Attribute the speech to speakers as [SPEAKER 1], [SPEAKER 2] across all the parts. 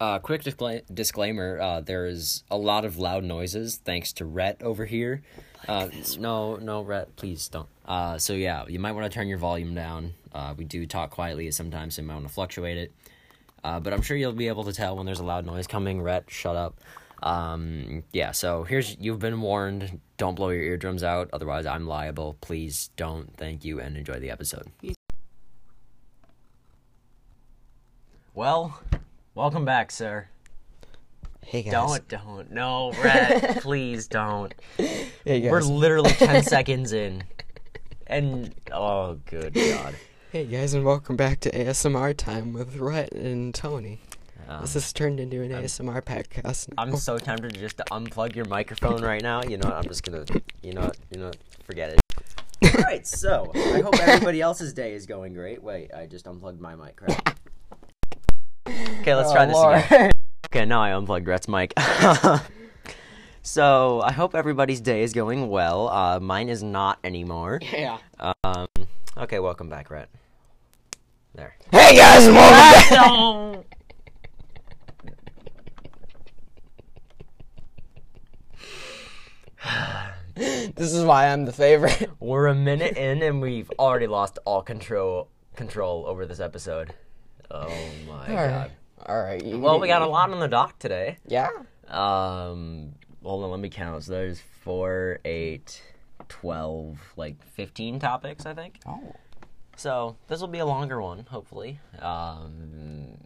[SPEAKER 1] Uh, quick discla- disclaimer: uh, There is a lot of loud noises thanks to Rhett over here. Uh, no, no, Rhett, please don't. Uh, so yeah, you might want to turn your volume down. Uh, we do talk quietly sometimes, so you might want to fluctuate it. Uh, but I'm sure you'll be able to tell when there's a loud noise coming. Rhett, shut up. Um, yeah. So here's you've been warned. Don't blow your eardrums out, otherwise I'm liable. Please don't. Thank you, and enjoy the episode. Well, welcome back, sir.
[SPEAKER 2] Hey guys.
[SPEAKER 1] Don't, don't. No, Rhett, please don't.
[SPEAKER 2] Hey guys.
[SPEAKER 1] We're literally 10 seconds in. And, oh, good God.
[SPEAKER 2] hey guys, and welcome back to ASMR time with Rhett and Tony. this has turned into an ASMR podcast. now.
[SPEAKER 1] Uh, I'm so tempted to just to unplug your microphone right now. You know what? I'm just gonna, you know what? You know what? Forget it. All right, so I hope everybody else's day is going great. Wait, I just unplugged my mic. Crap. Okay,
[SPEAKER 2] Oh,
[SPEAKER 1] let's try this again. Okay, now I unplugged Rhett's mic. so I hope everybody's day is going well. Uh, mine is not anymore.
[SPEAKER 2] yeah.
[SPEAKER 1] Um, okay, welcome back, Rhett. There.
[SPEAKER 2] Hey guys, and welcome back. This is why I'm the favorite.
[SPEAKER 1] We're a minute in and we've already lost all control control over this episode. Oh my god.
[SPEAKER 2] All right. you-
[SPEAKER 1] Well, we got a lot on the dock today.
[SPEAKER 2] Yeah.
[SPEAKER 1] Um hold on, let me count. So there's 4 8 12 like 15 topics, I think.
[SPEAKER 2] Oh.
[SPEAKER 1] So, this will be a longer one, hopefully. Um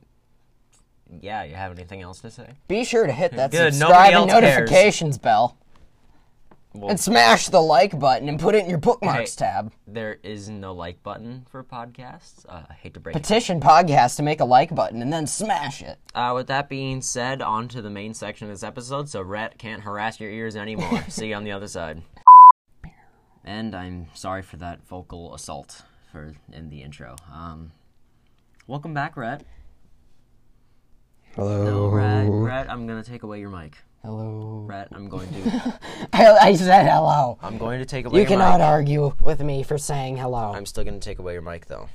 [SPEAKER 1] yeah, you have anything else to say?
[SPEAKER 2] Be sure to hit that
[SPEAKER 1] Good, nobody
[SPEAKER 2] subscribe and
[SPEAKER 1] else cares.
[SPEAKER 2] notifications bell.
[SPEAKER 1] Well-
[SPEAKER 2] and smash the like button and put it in your bookmarks
[SPEAKER 1] Hey.
[SPEAKER 2] tab.
[SPEAKER 1] There is no like button for podcasts. Uh, I hate to break it.
[SPEAKER 2] Petition podcast to make a like button and then smash it.
[SPEAKER 1] Uh, with that being said, on to the main section of this episode, so Rhett can't harass your ears anymore. See you on the other side. And I'm sorry for that vocal assault for in the intro. Um, welcome back, Rhett.
[SPEAKER 2] Hello.
[SPEAKER 1] Rhett, Rhett, I'm gonna take away your mic.
[SPEAKER 2] Hello.
[SPEAKER 1] Rhett, I'm going to,
[SPEAKER 2] I, I said hello.
[SPEAKER 1] I'm going to take away.
[SPEAKER 2] You
[SPEAKER 1] your
[SPEAKER 2] cannot uh,
[SPEAKER 1] Mic.
[SPEAKER 2] argue with me for saying hello.
[SPEAKER 1] I'm still gonna take away your mic though.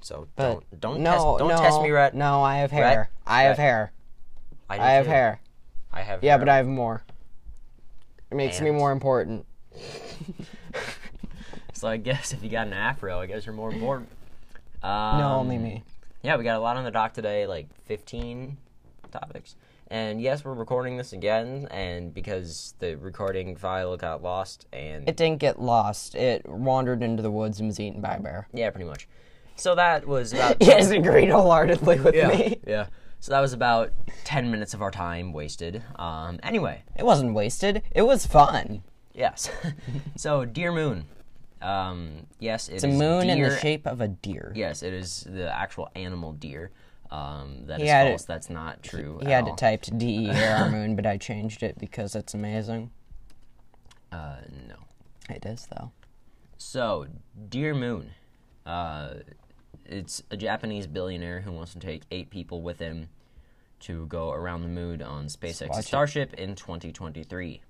[SPEAKER 1] So
[SPEAKER 2] But
[SPEAKER 1] don't, don't,
[SPEAKER 2] no,
[SPEAKER 1] test, don't
[SPEAKER 2] no,
[SPEAKER 1] test me, Rhett.
[SPEAKER 2] No, I have hair.
[SPEAKER 1] Rhett,
[SPEAKER 2] I have
[SPEAKER 1] Rhett.
[SPEAKER 2] hair.
[SPEAKER 1] I, do
[SPEAKER 2] I have
[SPEAKER 1] too.
[SPEAKER 2] hair.
[SPEAKER 1] I have.
[SPEAKER 2] Yeah,
[SPEAKER 1] hair.
[SPEAKER 2] but I have more. It makes me
[SPEAKER 1] And-
[SPEAKER 2] more important.
[SPEAKER 1] So I guess if you got an afro, I guess you're more important. Um,
[SPEAKER 2] No, only me.
[SPEAKER 1] Yeah, we got a lot on the dock today, like 15 topics. And yes, we're recording this again, and because the recording file got lost, and
[SPEAKER 2] It didn't get lost. It wandered into the woods and was eaten by a bear.
[SPEAKER 1] yeah, pretty much. So that was about
[SPEAKER 2] He has agreed wholeheartedly with me.
[SPEAKER 1] yeah. So that was about 10 minutes of our time wasted. Um, anyway,
[SPEAKER 2] It wasn't wasted. It was fun.
[SPEAKER 1] yes. so dear moon, um, yes, it's
[SPEAKER 2] The moon in
[SPEAKER 1] dear,
[SPEAKER 2] the shape of a deer.
[SPEAKER 1] Yes, it is the actual animal deer. Um, that is
[SPEAKER 2] had it-
[SPEAKER 1] false. That's not true.
[SPEAKER 2] He
[SPEAKER 1] at
[SPEAKER 2] had
[SPEAKER 1] all.
[SPEAKER 2] it typed D E R moon, but I changed it because it's amazing.
[SPEAKER 1] uh, no.
[SPEAKER 2] It is though.
[SPEAKER 1] So, Dear Moon, uh, it's a Japanese billionaire who wants to take eight people with him to go around the moon on SpaceX Starship in 2023.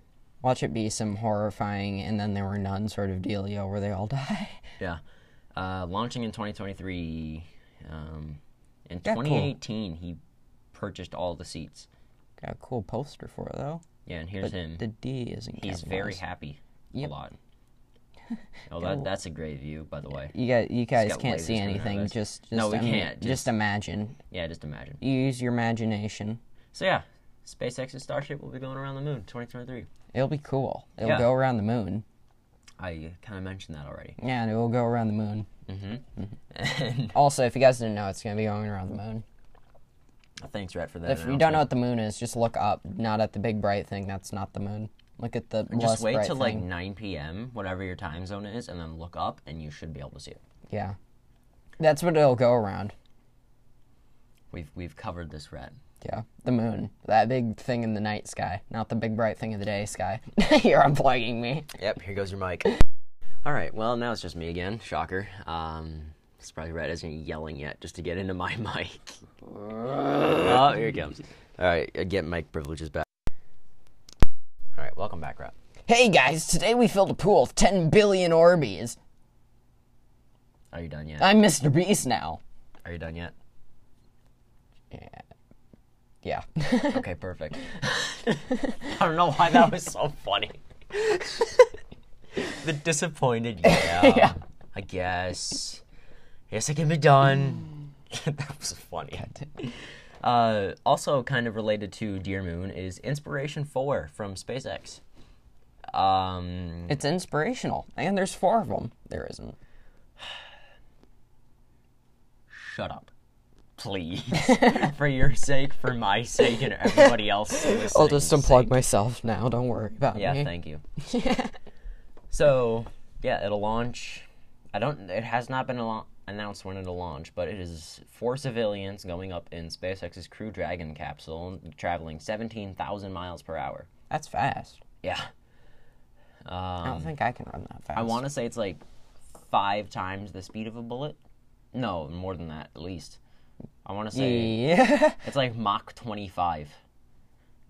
[SPEAKER 2] Watch it be some horrifying, and then there were none sort of dealio where they all die.
[SPEAKER 1] Yeah, uh, launching in 2023. Um, in
[SPEAKER 2] cool.
[SPEAKER 1] 2018, he purchased all the seats.
[SPEAKER 2] Got a cool poster for it though.
[SPEAKER 1] Yeah, and here's him.
[SPEAKER 2] The D isn't.
[SPEAKER 1] He's very happy
[SPEAKER 2] Yep.
[SPEAKER 1] a lot. Oh, that, that's a great view, by the way.
[SPEAKER 2] You guys, you guys
[SPEAKER 1] got
[SPEAKER 2] can't see
[SPEAKER 1] lasers coming out of
[SPEAKER 2] anything.
[SPEAKER 1] this.
[SPEAKER 2] Just, just
[SPEAKER 1] No, we
[SPEAKER 2] I mean,
[SPEAKER 1] can't,
[SPEAKER 2] Just, imagine.
[SPEAKER 1] Yeah, just imagine.
[SPEAKER 2] Use your imagination.
[SPEAKER 1] So yeah, SpaceX's Starship will be going around the moon 2023.
[SPEAKER 2] It'll be cool. It'll
[SPEAKER 1] Yeah.
[SPEAKER 2] go around the moon.
[SPEAKER 1] I kind of mentioned that already.
[SPEAKER 2] Yeah, and it will go around the moon.
[SPEAKER 1] Mm-hmm.
[SPEAKER 2] Mm-hmm.
[SPEAKER 1] And
[SPEAKER 2] Also, if you guys didn't know, it's gonna be going around the moon.
[SPEAKER 1] thanks, Rhett, for that.
[SPEAKER 2] If you don't know what the moon is, just look up. Not at the big bright thing. That's not the moon. Look at the
[SPEAKER 1] announcement.
[SPEAKER 2] less
[SPEAKER 1] just wait
[SPEAKER 2] bright
[SPEAKER 1] till like
[SPEAKER 2] thing.
[SPEAKER 1] 9 p.m., whatever your time zone is, and then look up, and you should be able to see it.
[SPEAKER 2] Yeah, that's what it'll go around.
[SPEAKER 1] We've we've covered this, Rhett.
[SPEAKER 2] Yeah, the moon. That big thing in the night sky, not the big bright thing in the day sky. You're unplugging me.
[SPEAKER 1] Yep. Here goes your mic. All right. Well, now it's just me again. Shocker. Um, it's probably Rhett isn't yelling yet, just to get into my mic. oh, here it comes. All right. I Get mic privileges back. All right. Welcome back, Rhett.
[SPEAKER 2] Hey guys, today we filled a pool of 10 billion Orbeez.
[SPEAKER 1] Are you done yet?
[SPEAKER 2] I'm Mr. Beast now.
[SPEAKER 1] Are you done yet? Yeah. Okay, perfect. I don't know why that was so funny. the disappointed, yeah.
[SPEAKER 3] Yeah.
[SPEAKER 1] I guess. Yes, it can be done. that was funny. Uh, also, kind of related to Dear Moon is Inspiration 4 from SpaceX. Um,
[SPEAKER 2] It's inspirational, and there's four of them. There isn't.
[SPEAKER 1] shut up. Please. for your sake, for my sake, and everybody else listening.
[SPEAKER 3] I'll just unplug myself now. Don't worry about
[SPEAKER 1] Yeah,
[SPEAKER 3] me.
[SPEAKER 1] thank you. So, yeah, it'll launch. I don't. It has not been al- announced when it'll launch, but it is four civilians going up in SpaceX's Crew Dragon capsule, traveling seventeen thousand miles per hour.
[SPEAKER 2] That's fast.
[SPEAKER 1] Yeah,
[SPEAKER 2] I
[SPEAKER 3] Um,
[SPEAKER 2] don't think I can run that fast.
[SPEAKER 1] I want to say it's like five times the speed of a bullet. No, more than that, at least. I want to say
[SPEAKER 2] Yeah.
[SPEAKER 1] it's like Mach twenty-five.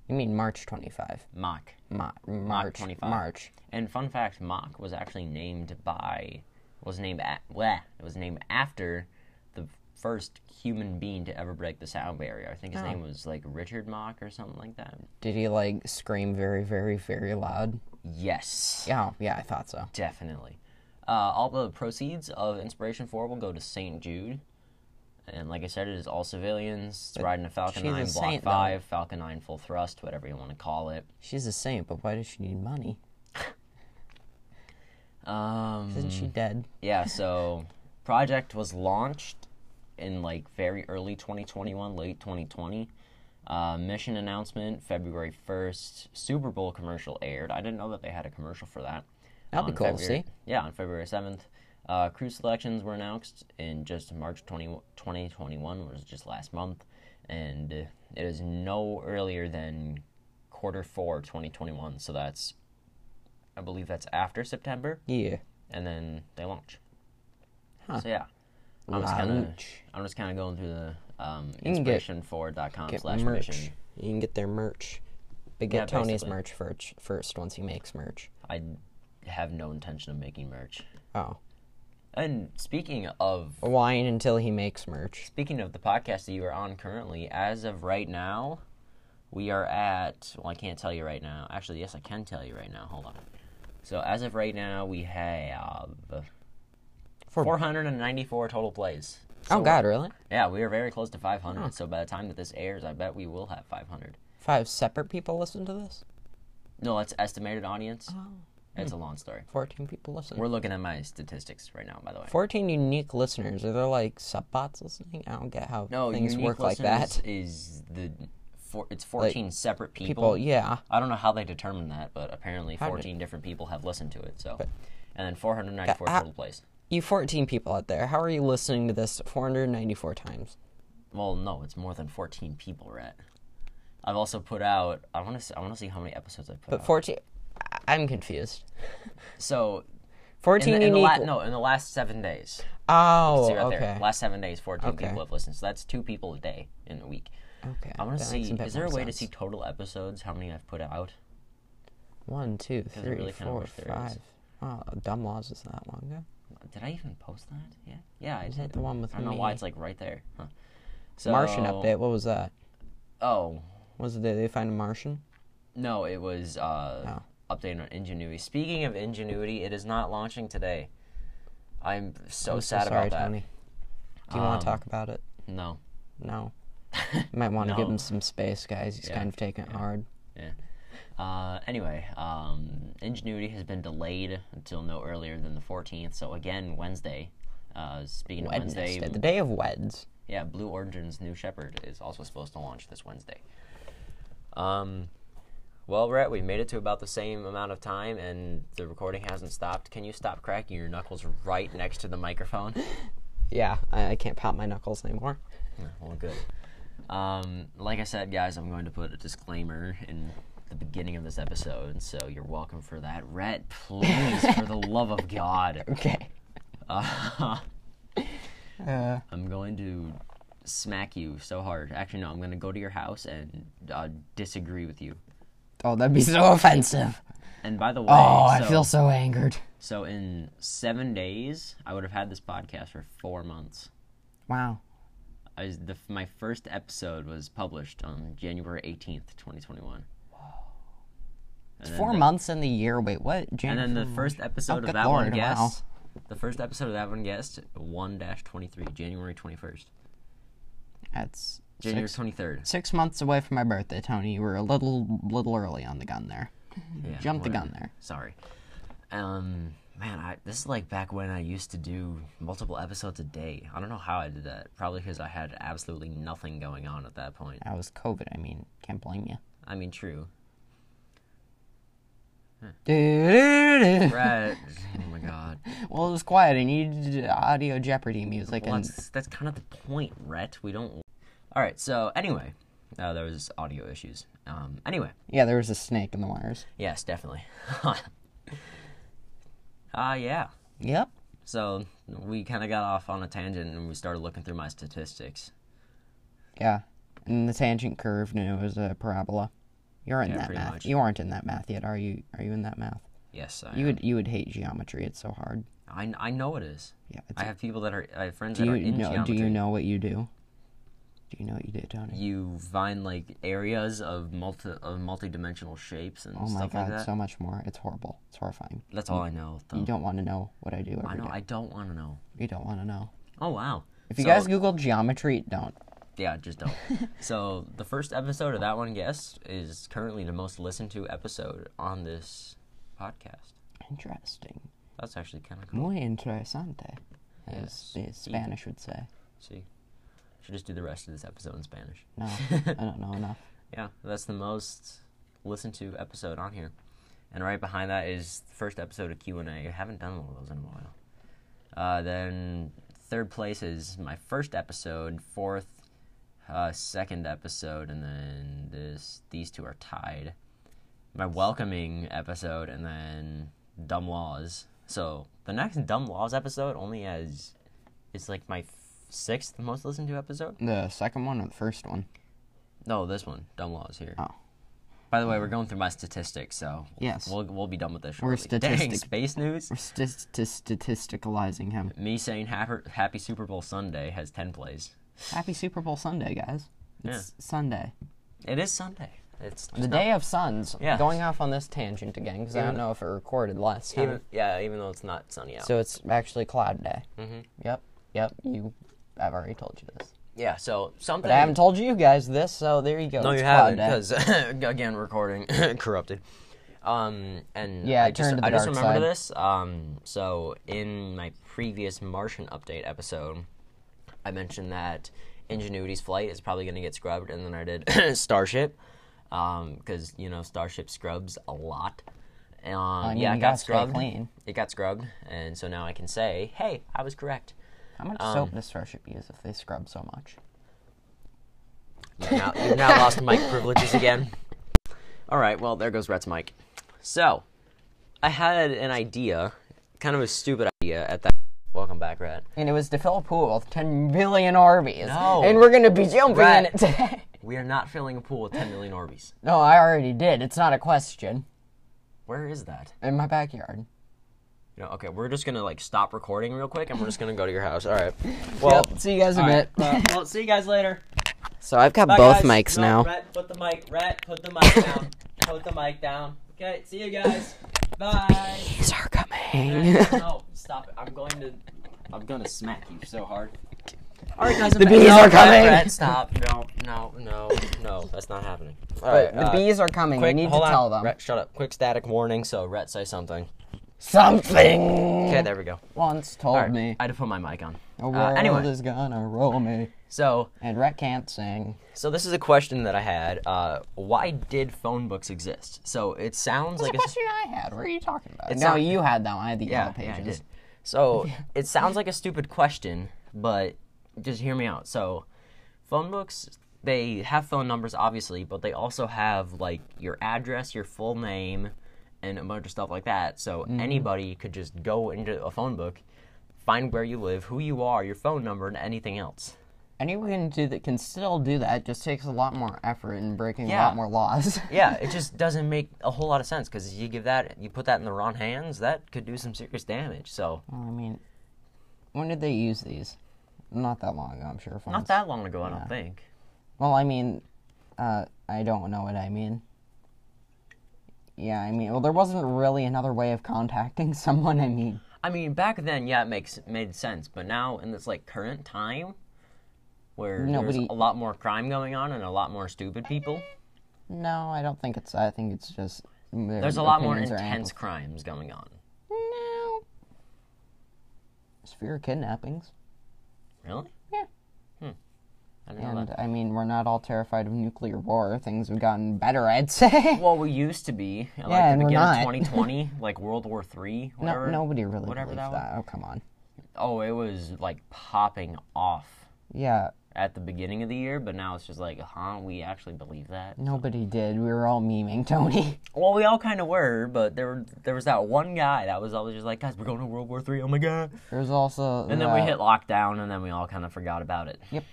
[SPEAKER 2] you mean March 25?
[SPEAKER 1] Mach.
[SPEAKER 2] Ma- March
[SPEAKER 1] 25.
[SPEAKER 2] March.
[SPEAKER 1] And fun fact, Mach was actually named by was named at bleh, it was named after the first human being to ever break the sound barrier. I
[SPEAKER 2] Oh.
[SPEAKER 1] think his name was like Richard Mach or something like that.
[SPEAKER 2] Did he like scream very, very, very loud?
[SPEAKER 1] Yes.
[SPEAKER 2] Yeah, yeah, I thought so.
[SPEAKER 1] Definitely. Uh, all the proceeds of Inspiration 4 will go to St. Jude. And like I said, it is all civilians. It's riding a Falcon
[SPEAKER 2] she's a
[SPEAKER 1] 9 Block
[SPEAKER 2] saint, though.
[SPEAKER 1] 5, Falcon 9 Full Thrust, whatever you want to call it.
[SPEAKER 2] She's a saint, but why does she need money?
[SPEAKER 1] Um,
[SPEAKER 2] Isn't she dead?
[SPEAKER 1] yeah so project was launched in like very early 2021 late 2020 uh, mission announcement february 1st super bowl commercial aired i didn't know that they had a commercial for that
[SPEAKER 2] That'd be
[SPEAKER 1] On
[SPEAKER 2] cool to
[SPEAKER 1] February-
[SPEAKER 2] see.
[SPEAKER 1] yeah on february 7th uh, crew selections were announced in just march 20, 2021 was just last month and uh, it is no earlier than quarter four 2021 so that's i believe that's after september
[SPEAKER 2] Yeah.
[SPEAKER 1] and then they launch.
[SPEAKER 2] Huh.
[SPEAKER 1] So yeah, I'm just kind of
[SPEAKER 2] Launch.
[SPEAKER 1] I'm just kind of going through the um,
[SPEAKER 2] can get-
[SPEAKER 1] inspirationforward.com
[SPEAKER 2] Get
[SPEAKER 1] slash
[SPEAKER 2] merch.
[SPEAKER 1] mission.
[SPEAKER 2] You can get their merch. But get
[SPEAKER 1] Yeah,
[SPEAKER 2] Tony's
[SPEAKER 1] basically.
[SPEAKER 2] merch first, first once he makes merch.
[SPEAKER 1] I have no intention of making merch.
[SPEAKER 2] Oh.
[SPEAKER 1] And speaking of
[SPEAKER 2] Wine until he makes merch.
[SPEAKER 1] speaking of the podcast that you are on currently, as of right now, we are at. Well, I can't tell you right now. Actually, yes, I can tell you right now. Hold on. So as of right now, we have
[SPEAKER 2] Four-
[SPEAKER 1] 494 total plays.
[SPEAKER 2] oh, God, really?
[SPEAKER 1] Yeah, we are very close to 500. So by the time that this airs, I bet we will have 500.
[SPEAKER 2] Five separate people listen to this?
[SPEAKER 1] No, that's estimated audience.
[SPEAKER 2] Oh.
[SPEAKER 1] It's a long story.
[SPEAKER 2] 14 people listen.
[SPEAKER 1] We're looking at my statistics right now, by the way.
[SPEAKER 2] 14 unique listeners. Are there like subbots listening? I don't get how
[SPEAKER 1] no,
[SPEAKER 2] things
[SPEAKER 1] unique
[SPEAKER 2] work like
[SPEAKER 1] listeners
[SPEAKER 2] that.
[SPEAKER 1] Is the four, it's 14 separate people.
[SPEAKER 2] People, yeah.
[SPEAKER 1] I don't know how they determined that, but apparently
[SPEAKER 2] did-
[SPEAKER 1] 14 different people have listened to it. So, and then 494
[SPEAKER 2] Ah.
[SPEAKER 1] total plays.
[SPEAKER 2] You 14 people out there, how are you listening to this 494 times?
[SPEAKER 1] Well, no, it's more than 14 people, Rhett. I've also put out. I want to. I want to see how many episodes I put
[SPEAKER 2] But
[SPEAKER 1] out.
[SPEAKER 2] 14. I- I'm confused.
[SPEAKER 1] So,
[SPEAKER 2] 14
[SPEAKER 1] in the, in the
[SPEAKER 2] unique.
[SPEAKER 1] la- no, in the last seven days.
[SPEAKER 2] oh,
[SPEAKER 1] See right there.
[SPEAKER 2] okay.
[SPEAKER 1] Last seven days, 14
[SPEAKER 2] Okay.
[SPEAKER 1] people have listened. So that's two people a day in a week.
[SPEAKER 2] okay.
[SPEAKER 1] I want to
[SPEAKER 2] that
[SPEAKER 1] see.
[SPEAKER 2] makes bit
[SPEAKER 1] Is there a
[SPEAKER 2] more
[SPEAKER 1] way to
[SPEAKER 2] sense.
[SPEAKER 1] see total episodes? How many I've put out?
[SPEAKER 2] One, two, three,
[SPEAKER 1] really kinda
[SPEAKER 2] four,
[SPEAKER 1] wish there
[SPEAKER 2] five.
[SPEAKER 1] is.
[SPEAKER 2] Wow, Dumb Laws is not that long ago.
[SPEAKER 1] Did I even post that? Yeah. Yeah, I did.
[SPEAKER 2] that the one with
[SPEAKER 1] I don't know why
[SPEAKER 2] me?
[SPEAKER 1] it's like right there. Huh. So,
[SPEAKER 2] Martian update. What was that?
[SPEAKER 1] Oh
[SPEAKER 2] Was it they find a Martian?
[SPEAKER 1] no, it was uh,
[SPEAKER 2] Oh.
[SPEAKER 1] update on Ingenuity. Speaking of Ingenuity, it is not launching today. I'm so
[SPEAKER 2] I'm so
[SPEAKER 1] sad
[SPEAKER 2] sorry,
[SPEAKER 1] about that. Um,
[SPEAKER 2] Tony. Do you want to talk about it?
[SPEAKER 1] No.
[SPEAKER 2] No. You might want to give
[SPEAKER 1] No.
[SPEAKER 2] him some space, guys. He's kind of taking it hard.
[SPEAKER 1] Yeah. Uh, anyway, um, Ingenuity has been delayed until no earlier than the 14th. So again, Wednesday. Uh, speaking of
[SPEAKER 2] Wednesday,
[SPEAKER 1] Wednesday,
[SPEAKER 2] the day of Weds.
[SPEAKER 1] yeah, Blue Origin's New Shepherd is also supposed to launch this Wednesday. Um, well, Rhett, we've made it to about the same amount of time, and the recording hasn't stopped. Can you stop cracking your knuckles right next to the microphone?
[SPEAKER 2] Yeah, I, I can't pop my knuckles anymore.
[SPEAKER 1] Well, good. Um, like I said, guys, I'm going to put a disclaimer in the beginning of this episode, so you're welcome for that. Rhett, please, for the love of God.
[SPEAKER 2] Okay. Uh,
[SPEAKER 1] I'm going to smack you so hard. Actually, no, I'm going to go to your house and uh, disagree with you.
[SPEAKER 2] oh, that'd be so offensive.
[SPEAKER 1] And by the way,
[SPEAKER 2] Oh, I
[SPEAKER 1] so,
[SPEAKER 2] feel so angered.
[SPEAKER 1] so in seven days, I would have had this podcast for four months.
[SPEAKER 2] Wow.
[SPEAKER 1] I was the my first episode was published on January eighteenth, twenty twenty one.
[SPEAKER 2] It's four months in the year. Wait, what?
[SPEAKER 1] And
[SPEAKER 2] Jan-
[SPEAKER 1] then the first
[SPEAKER 2] Oh,
[SPEAKER 1] episode of
[SPEAKER 2] good
[SPEAKER 1] that one
[SPEAKER 2] lord,
[SPEAKER 1] guest.
[SPEAKER 2] wow.
[SPEAKER 1] The first episode of that one guest one dash twenty three, January twenty first,
[SPEAKER 2] that's
[SPEAKER 1] January
[SPEAKER 2] six,
[SPEAKER 1] twenty third.
[SPEAKER 2] six months away from my birthday, Tony. You were a little little early on the gun there.
[SPEAKER 1] Yeah,
[SPEAKER 2] Jumped the
[SPEAKER 1] whatever.
[SPEAKER 2] gun there.
[SPEAKER 1] Sorry. Um, man, I this is like back when I used to do multiple episodes a day. I don't know how I did that. Probably because I had absolutely nothing going on at that point.
[SPEAKER 2] That was COVID. I mean, can't blame you.
[SPEAKER 1] I mean, true.
[SPEAKER 2] well,
[SPEAKER 1] Right. oh my god.
[SPEAKER 2] it was quiet. I needed audio Jeopardy music,
[SPEAKER 1] Well,
[SPEAKER 2] and
[SPEAKER 1] that's, that's kind of the point, Rhett. We don't. All right. So anyway, uh, there was audio issues. Um. Anyway.
[SPEAKER 2] yeah, there was a snake in the wires.
[SPEAKER 1] Yes, definitely. Ah, yeah.
[SPEAKER 2] Yep.
[SPEAKER 1] So we kind of got off on a tangent, and we started looking through my statistics.
[SPEAKER 2] Yeah. And the tangent curve knew it was a parabola. You're in
[SPEAKER 1] Yeah,
[SPEAKER 2] that
[SPEAKER 1] pretty
[SPEAKER 2] math.
[SPEAKER 1] much.
[SPEAKER 2] You aren't in that math yet, are you? Are you in that math?
[SPEAKER 1] Yes, I
[SPEAKER 2] You would you would hate geometry. It's so hard.
[SPEAKER 1] I, I know it is.
[SPEAKER 2] Yeah. It's,
[SPEAKER 1] I have people that are I have friends
[SPEAKER 2] do
[SPEAKER 1] that are
[SPEAKER 2] you
[SPEAKER 1] in
[SPEAKER 2] know?
[SPEAKER 1] geometry.
[SPEAKER 2] Do you know what you do? Do you know what you do, Tony?
[SPEAKER 1] You find like areas of multi of multi-dimensional shapes and
[SPEAKER 2] oh my
[SPEAKER 1] stuff
[SPEAKER 2] god,
[SPEAKER 1] like that.
[SPEAKER 2] so much more. It's horrible. It's horrifying.
[SPEAKER 1] That's all I know. Though.
[SPEAKER 2] You don't want to know what I do every
[SPEAKER 1] I know.
[SPEAKER 2] day.
[SPEAKER 1] I don't want to know.
[SPEAKER 2] You don't want to know.
[SPEAKER 1] Oh wow.
[SPEAKER 2] If you
[SPEAKER 1] So-
[SPEAKER 2] guys Google geometry, don't.
[SPEAKER 1] yeah, just don't. so the first episode of that one guest is currently the most listened to episode on this podcast.
[SPEAKER 2] Interesting.
[SPEAKER 1] That's actually kind of cool.
[SPEAKER 2] Muy interesante, as
[SPEAKER 1] Yes.
[SPEAKER 2] the Spanish would say.
[SPEAKER 1] See, should just do the rest of this episode in Spanish.
[SPEAKER 2] No, I don't know enough.
[SPEAKER 1] Yeah, that's the most listened to episode on here. And right behind that is the first episode of Q&A. I haven't done one of those in a while. Uh, then third place is my first episode, fourth, uh, second episode, and then this these two are tied. My welcoming episode and then Dumb Laws. So the next Dumb Laws episode only has it's like my f- sixth most listened to episode.
[SPEAKER 2] The second one or the first one?
[SPEAKER 1] No, this one. Dumb laws here.
[SPEAKER 2] Oh.
[SPEAKER 1] By the way, we're going through my statistics, so
[SPEAKER 2] Yes.
[SPEAKER 1] we'll we'll be done with this
[SPEAKER 2] We're
[SPEAKER 1] shortly. Dang,
[SPEAKER 2] statistic-
[SPEAKER 1] space news.
[SPEAKER 2] We're st- st- statisticalizing him.
[SPEAKER 1] Me saying happy, happy Super Bowl Sunday has ten plays.
[SPEAKER 2] Happy Super Bowl Sunday, guys. It's Sunday.
[SPEAKER 1] It is Sunday. It's
[SPEAKER 2] The day of suns.
[SPEAKER 1] Yeah.
[SPEAKER 2] Going off on this tangent again because I don't know if it recorded last time.
[SPEAKER 1] Even, yeah, even though it's not sunny out.
[SPEAKER 2] So it's actually cloud day. Mm-hmm. Yep. Yep. You, I've already told you this.
[SPEAKER 1] yeah, so something.
[SPEAKER 2] But I haven't told you guys this, so there you go.
[SPEAKER 1] no,
[SPEAKER 2] It's
[SPEAKER 1] you
[SPEAKER 2] cloud
[SPEAKER 1] haven't,
[SPEAKER 2] day.
[SPEAKER 1] because again, recording corrupted. Um, and
[SPEAKER 2] Yeah,
[SPEAKER 1] I
[SPEAKER 2] it
[SPEAKER 1] just,
[SPEAKER 2] turned to the
[SPEAKER 1] I just
[SPEAKER 2] dark
[SPEAKER 1] remember
[SPEAKER 2] side.
[SPEAKER 1] this. Um, so in my previous Martian update episode, I mentioned that Ingenuity's flight is probably going to get scrubbed, and then I did Starship, because you know Starship scrubs a lot. Um,
[SPEAKER 2] mean,
[SPEAKER 1] yeah, it got
[SPEAKER 2] you gotta stay
[SPEAKER 1] scrubbed.
[SPEAKER 2] clean.
[SPEAKER 1] It got scrubbed, and so now I can say, "Hey, I was correct."
[SPEAKER 2] How much
[SPEAKER 1] um,
[SPEAKER 2] soap does Starship use if they scrub so much?
[SPEAKER 1] You've now, you've now lost mic privileges again. All right, well, there goes Rhett's mic. So, I had an idea, kind of a stupid idea at that. Welcome back, Rhett.
[SPEAKER 2] And it was to fill a pool with 10 billion Arby's.
[SPEAKER 1] No.
[SPEAKER 2] And we're going to be jumping
[SPEAKER 1] Right.
[SPEAKER 2] in it today.
[SPEAKER 1] We are not filling a pool with 10 million Orbeez.
[SPEAKER 2] no, I already did. It's not a question.
[SPEAKER 1] Where is that?
[SPEAKER 2] In my backyard.
[SPEAKER 1] You know, okay, we're just gonna like stop recording real quick, and we're just gonna go to your house. All right. Well,
[SPEAKER 2] Yep, see you guys in a
[SPEAKER 1] all right.
[SPEAKER 2] bit.
[SPEAKER 1] Well, well, see you guys later.
[SPEAKER 2] So I've got
[SPEAKER 1] Bye,
[SPEAKER 2] both
[SPEAKER 1] guys.
[SPEAKER 2] mics
[SPEAKER 1] No,
[SPEAKER 2] now.
[SPEAKER 1] Rhett, put the mic. Rhett, put the mic down. put the mic down. Okay, see you guys. Bye.
[SPEAKER 2] These are coming.
[SPEAKER 1] no, stop it. I'm going to I'm gonna smack you so hard. Alright guys, the
[SPEAKER 2] bees are coming.
[SPEAKER 1] stop. No, no, no, no, that's not happening.
[SPEAKER 2] But
[SPEAKER 1] Alright,
[SPEAKER 2] the bees are coming.
[SPEAKER 1] uh, quick,
[SPEAKER 2] we need to
[SPEAKER 1] hold on.
[SPEAKER 2] tell them
[SPEAKER 1] Rhett, shut up. Quick static warning, so Rhett say something.
[SPEAKER 2] something.
[SPEAKER 1] Okay, there we go.
[SPEAKER 2] Once told
[SPEAKER 1] Alright,
[SPEAKER 2] me
[SPEAKER 1] Mm-hmm.
[SPEAKER 2] Oh,
[SPEAKER 1] I had to put my mic on.
[SPEAKER 2] the world
[SPEAKER 1] Uh, anyway,
[SPEAKER 2] is gonna roll me,
[SPEAKER 1] so
[SPEAKER 2] and Rhett can't sing.
[SPEAKER 1] so this is a question that I had. Uh, why did phone books exist? So it sounds like
[SPEAKER 2] That's a
[SPEAKER 1] a
[SPEAKER 2] question I had. What are you talking about?
[SPEAKER 1] It's
[SPEAKER 2] no,
[SPEAKER 1] not-
[SPEAKER 2] you had that one. I had the yellow
[SPEAKER 1] yeah, I
[SPEAKER 2] pages.
[SPEAKER 1] did. Oh, So it sounds like a stupid question, but just hear me out. So phone books, they have phone numbers obviously, but they also have like your address, your full name, and a bunch of stuff like that. So anybody could just go into a phone book, find where you live, who you are, your phone number, and anything else.
[SPEAKER 2] Anyone can do that can still do that. Just takes a lot more effort and breaking a
[SPEAKER 1] Yeah.
[SPEAKER 2] lot more laws.
[SPEAKER 1] Yeah, it just doesn't make a whole lot of sense because you give that, you put that in the wrong hands, that could do some serious damage. So
[SPEAKER 2] I mean, when did they use these? Not that long ago, I'm sure.
[SPEAKER 1] Not
[SPEAKER 2] phones-
[SPEAKER 1] that long ago, I don't think.
[SPEAKER 2] Well, I mean, uh, I don't know what I mean. Yeah, I mean, well, there wasn't really another way of contacting someone. I mean,
[SPEAKER 1] I mean, back then, yeah, it makes made sense, but now in this like current time, where
[SPEAKER 2] Nobody-
[SPEAKER 1] there's a lot more crime going on and a lot more stupid people,
[SPEAKER 2] no, I don't think it's. I think it's just
[SPEAKER 1] there's a lot more intense crimes going on.
[SPEAKER 2] No. Sphere kidnappings,
[SPEAKER 1] Really?
[SPEAKER 2] Yeah.
[SPEAKER 1] Hmm. I don't know
[SPEAKER 2] and
[SPEAKER 1] that.
[SPEAKER 2] I mean, we're not all terrified of nuclear war. Things have gotten better, I'd say.
[SPEAKER 1] Well, we used to be at, like
[SPEAKER 2] uh, Yeah,
[SPEAKER 1] the
[SPEAKER 2] and we're
[SPEAKER 1] beginning of
[SPEAKER 2] not.
[SPEAKER 1] 2020, like World War Three.
[SPEAKER 2] no,
[SPEAKER 1] Whatever.
[SPEAKER 2] nobody really
[SPEAKER 1] whatever
[SPEAKER 2] believes
[SPEAKER 1] that
[SPEAKER 2] that.
[SPEAKER 1] was.
[SPEAKER 2] Oh, come on.
[SPEAKER 1] Oh, it was like popping off
[SPEAKER 2] Yeah,
[SPEAKER 1] at the beginning of the year, but now it's just like, huh? We actually believe that?
[SPEAKER 2] nobody did. We were all memeing Tony.
[SPEAKER 1] Well, we all kind of were, but there were there was that one guy that was always just like, guys, we're going to World War Three. Oh my god!
[SPEAKER 2] There's also
[SPEAKER 1] And then
[SPEAKER 2] the-
[SPEAKER 1] we hit lockdown, and then we all kind of forgot about it.
[SPEAKER 2] Yep.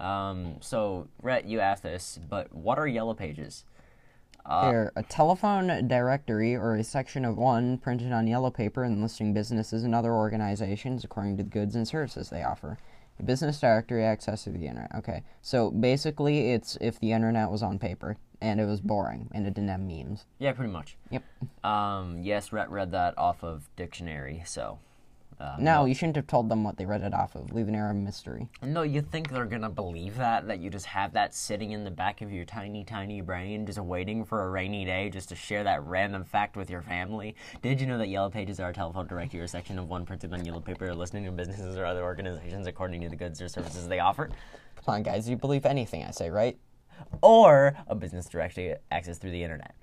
[SPEAKER 1] Um. So, Rhett, you asked this, but what are yellow pages? uh,
[SPEAKER 2] They're a telephone directory or a section of one printed on yellow paper and listing businesses and other organizations according to the goods and services they offer. A business directory access to the internet. Okay, so basically, it's if the internet was on paper and it was boring and it didn't have memes.
[SPEAKER 1] Yeah, pretty much.
[SPEAKER 2] Yep.
[SPEAKER 1] Um. Yes, Rhett read that off of dictionary. So.
[SPEAKER 2] No, you shouldn't have told them what they read it off of. Leave an air of mystery.
[SPEAKER 1] No, you think they're gonna believe that? That you just have that sitting in the back of your tiny, tiny brain, just waiting for a rainy day just to share that random fact with your family? Did you know that yellow pages are a telephone directory or section of one printed on yellow paper, listing to businesses or other organizations according to the goods or services they offer?
[SPEAKER 2] Come on, guys, you believe anything I say, right?
[SPEAKER 1] Or a business directory access through the internet?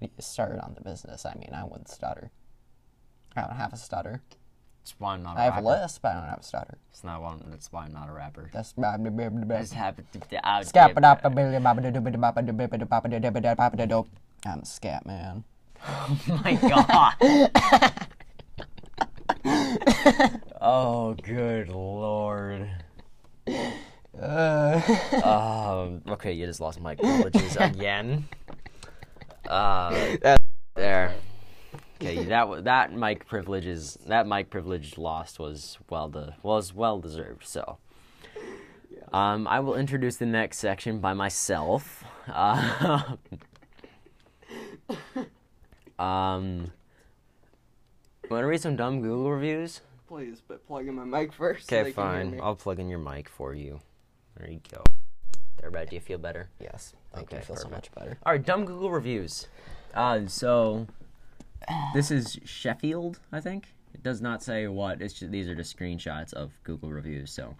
[SPEAKER 2] You started on the business. I mean, I would stutter. I don't have a stutter.
[SPEAKER 1] It's why I'm not a
[SPEAKER 2] I have a
[SPEAKER 1] rapper.
[SPEAKER 2] lisp, but I don't have a stutter.
[SPEAKER 1] It's not why I'm, that's why I'm not a rapper.
[SPEAKER 2] That's
[SPEAKER 1] I just happen to be out
[SPEAKER 2] Scap it up a billion I'm scat man.
[SPEAKER 1] my god. oh, good lord. um, okay, you just lost my apologies again. Uh,
[SPEAKER 3] That-
[SPEAKER 1] there. Okay, that wa- that mic privilege is that mic privilege lost was well de- was well deserved. So, um, I will introduce the next section by myself. Uh, um, want to read some dumb Google reviews?
[SPEAKER 3] Please, but plug in my mic first. so
[SPEAKER 1] Okay,
[SPEAKER 3] they can hear
[SPEAKER 1] fine.
[SPEAKER 3] me.
[SPEAKER 1] I'll plug in your mic for you. There you go. There, Brad. Do you feel better?
[SPEAKER 2] Yes. Thank
[SPEAKER 1] Okay,
[SPEAKER 2] you. I feel so much better.
[SPEAKER 1] All right, dumb Google reviews. Uh, so this is Sheffield, I think. It does not say what. It's ju- these are just screenshots of Google reviews. So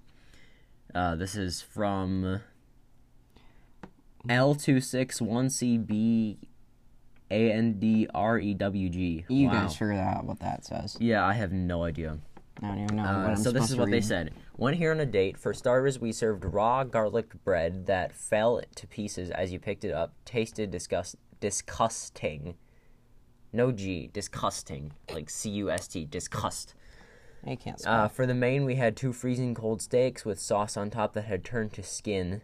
[SPEAKER 1] uh, this is from L two six one C B A N D R E W G.
[SPEAKER 2] You
[SPEAKER 1] Wow.
[SPEAKER 2] guys figure out what that says.
[SPEAKER 1] Yeah, I have no idea.
[SPEAKER 2] I don't even know
[SPEAKER 1] Uh,
[SPEAKER 2] what I'm
[SPEAKER 1] so this
[SPEAKER 2] supposed
[SPEAKER 1] is
[SPEAKER 2] to
[SPEAKER 1] what they
[SPEAKER 2] read.
[SPEAKER 1] said. Went here on a date. For starters, we served raw garlic bread that fell to pieces as you picked it up. Tasted disgust disgusting. No G, disgusting. Like C U S T, disgust.
[SPEAKER 2] You can't spell.
[SPEAKER 1] Uh, for the main, we had two freezing cold steaks with sauce on top that had turned to skin.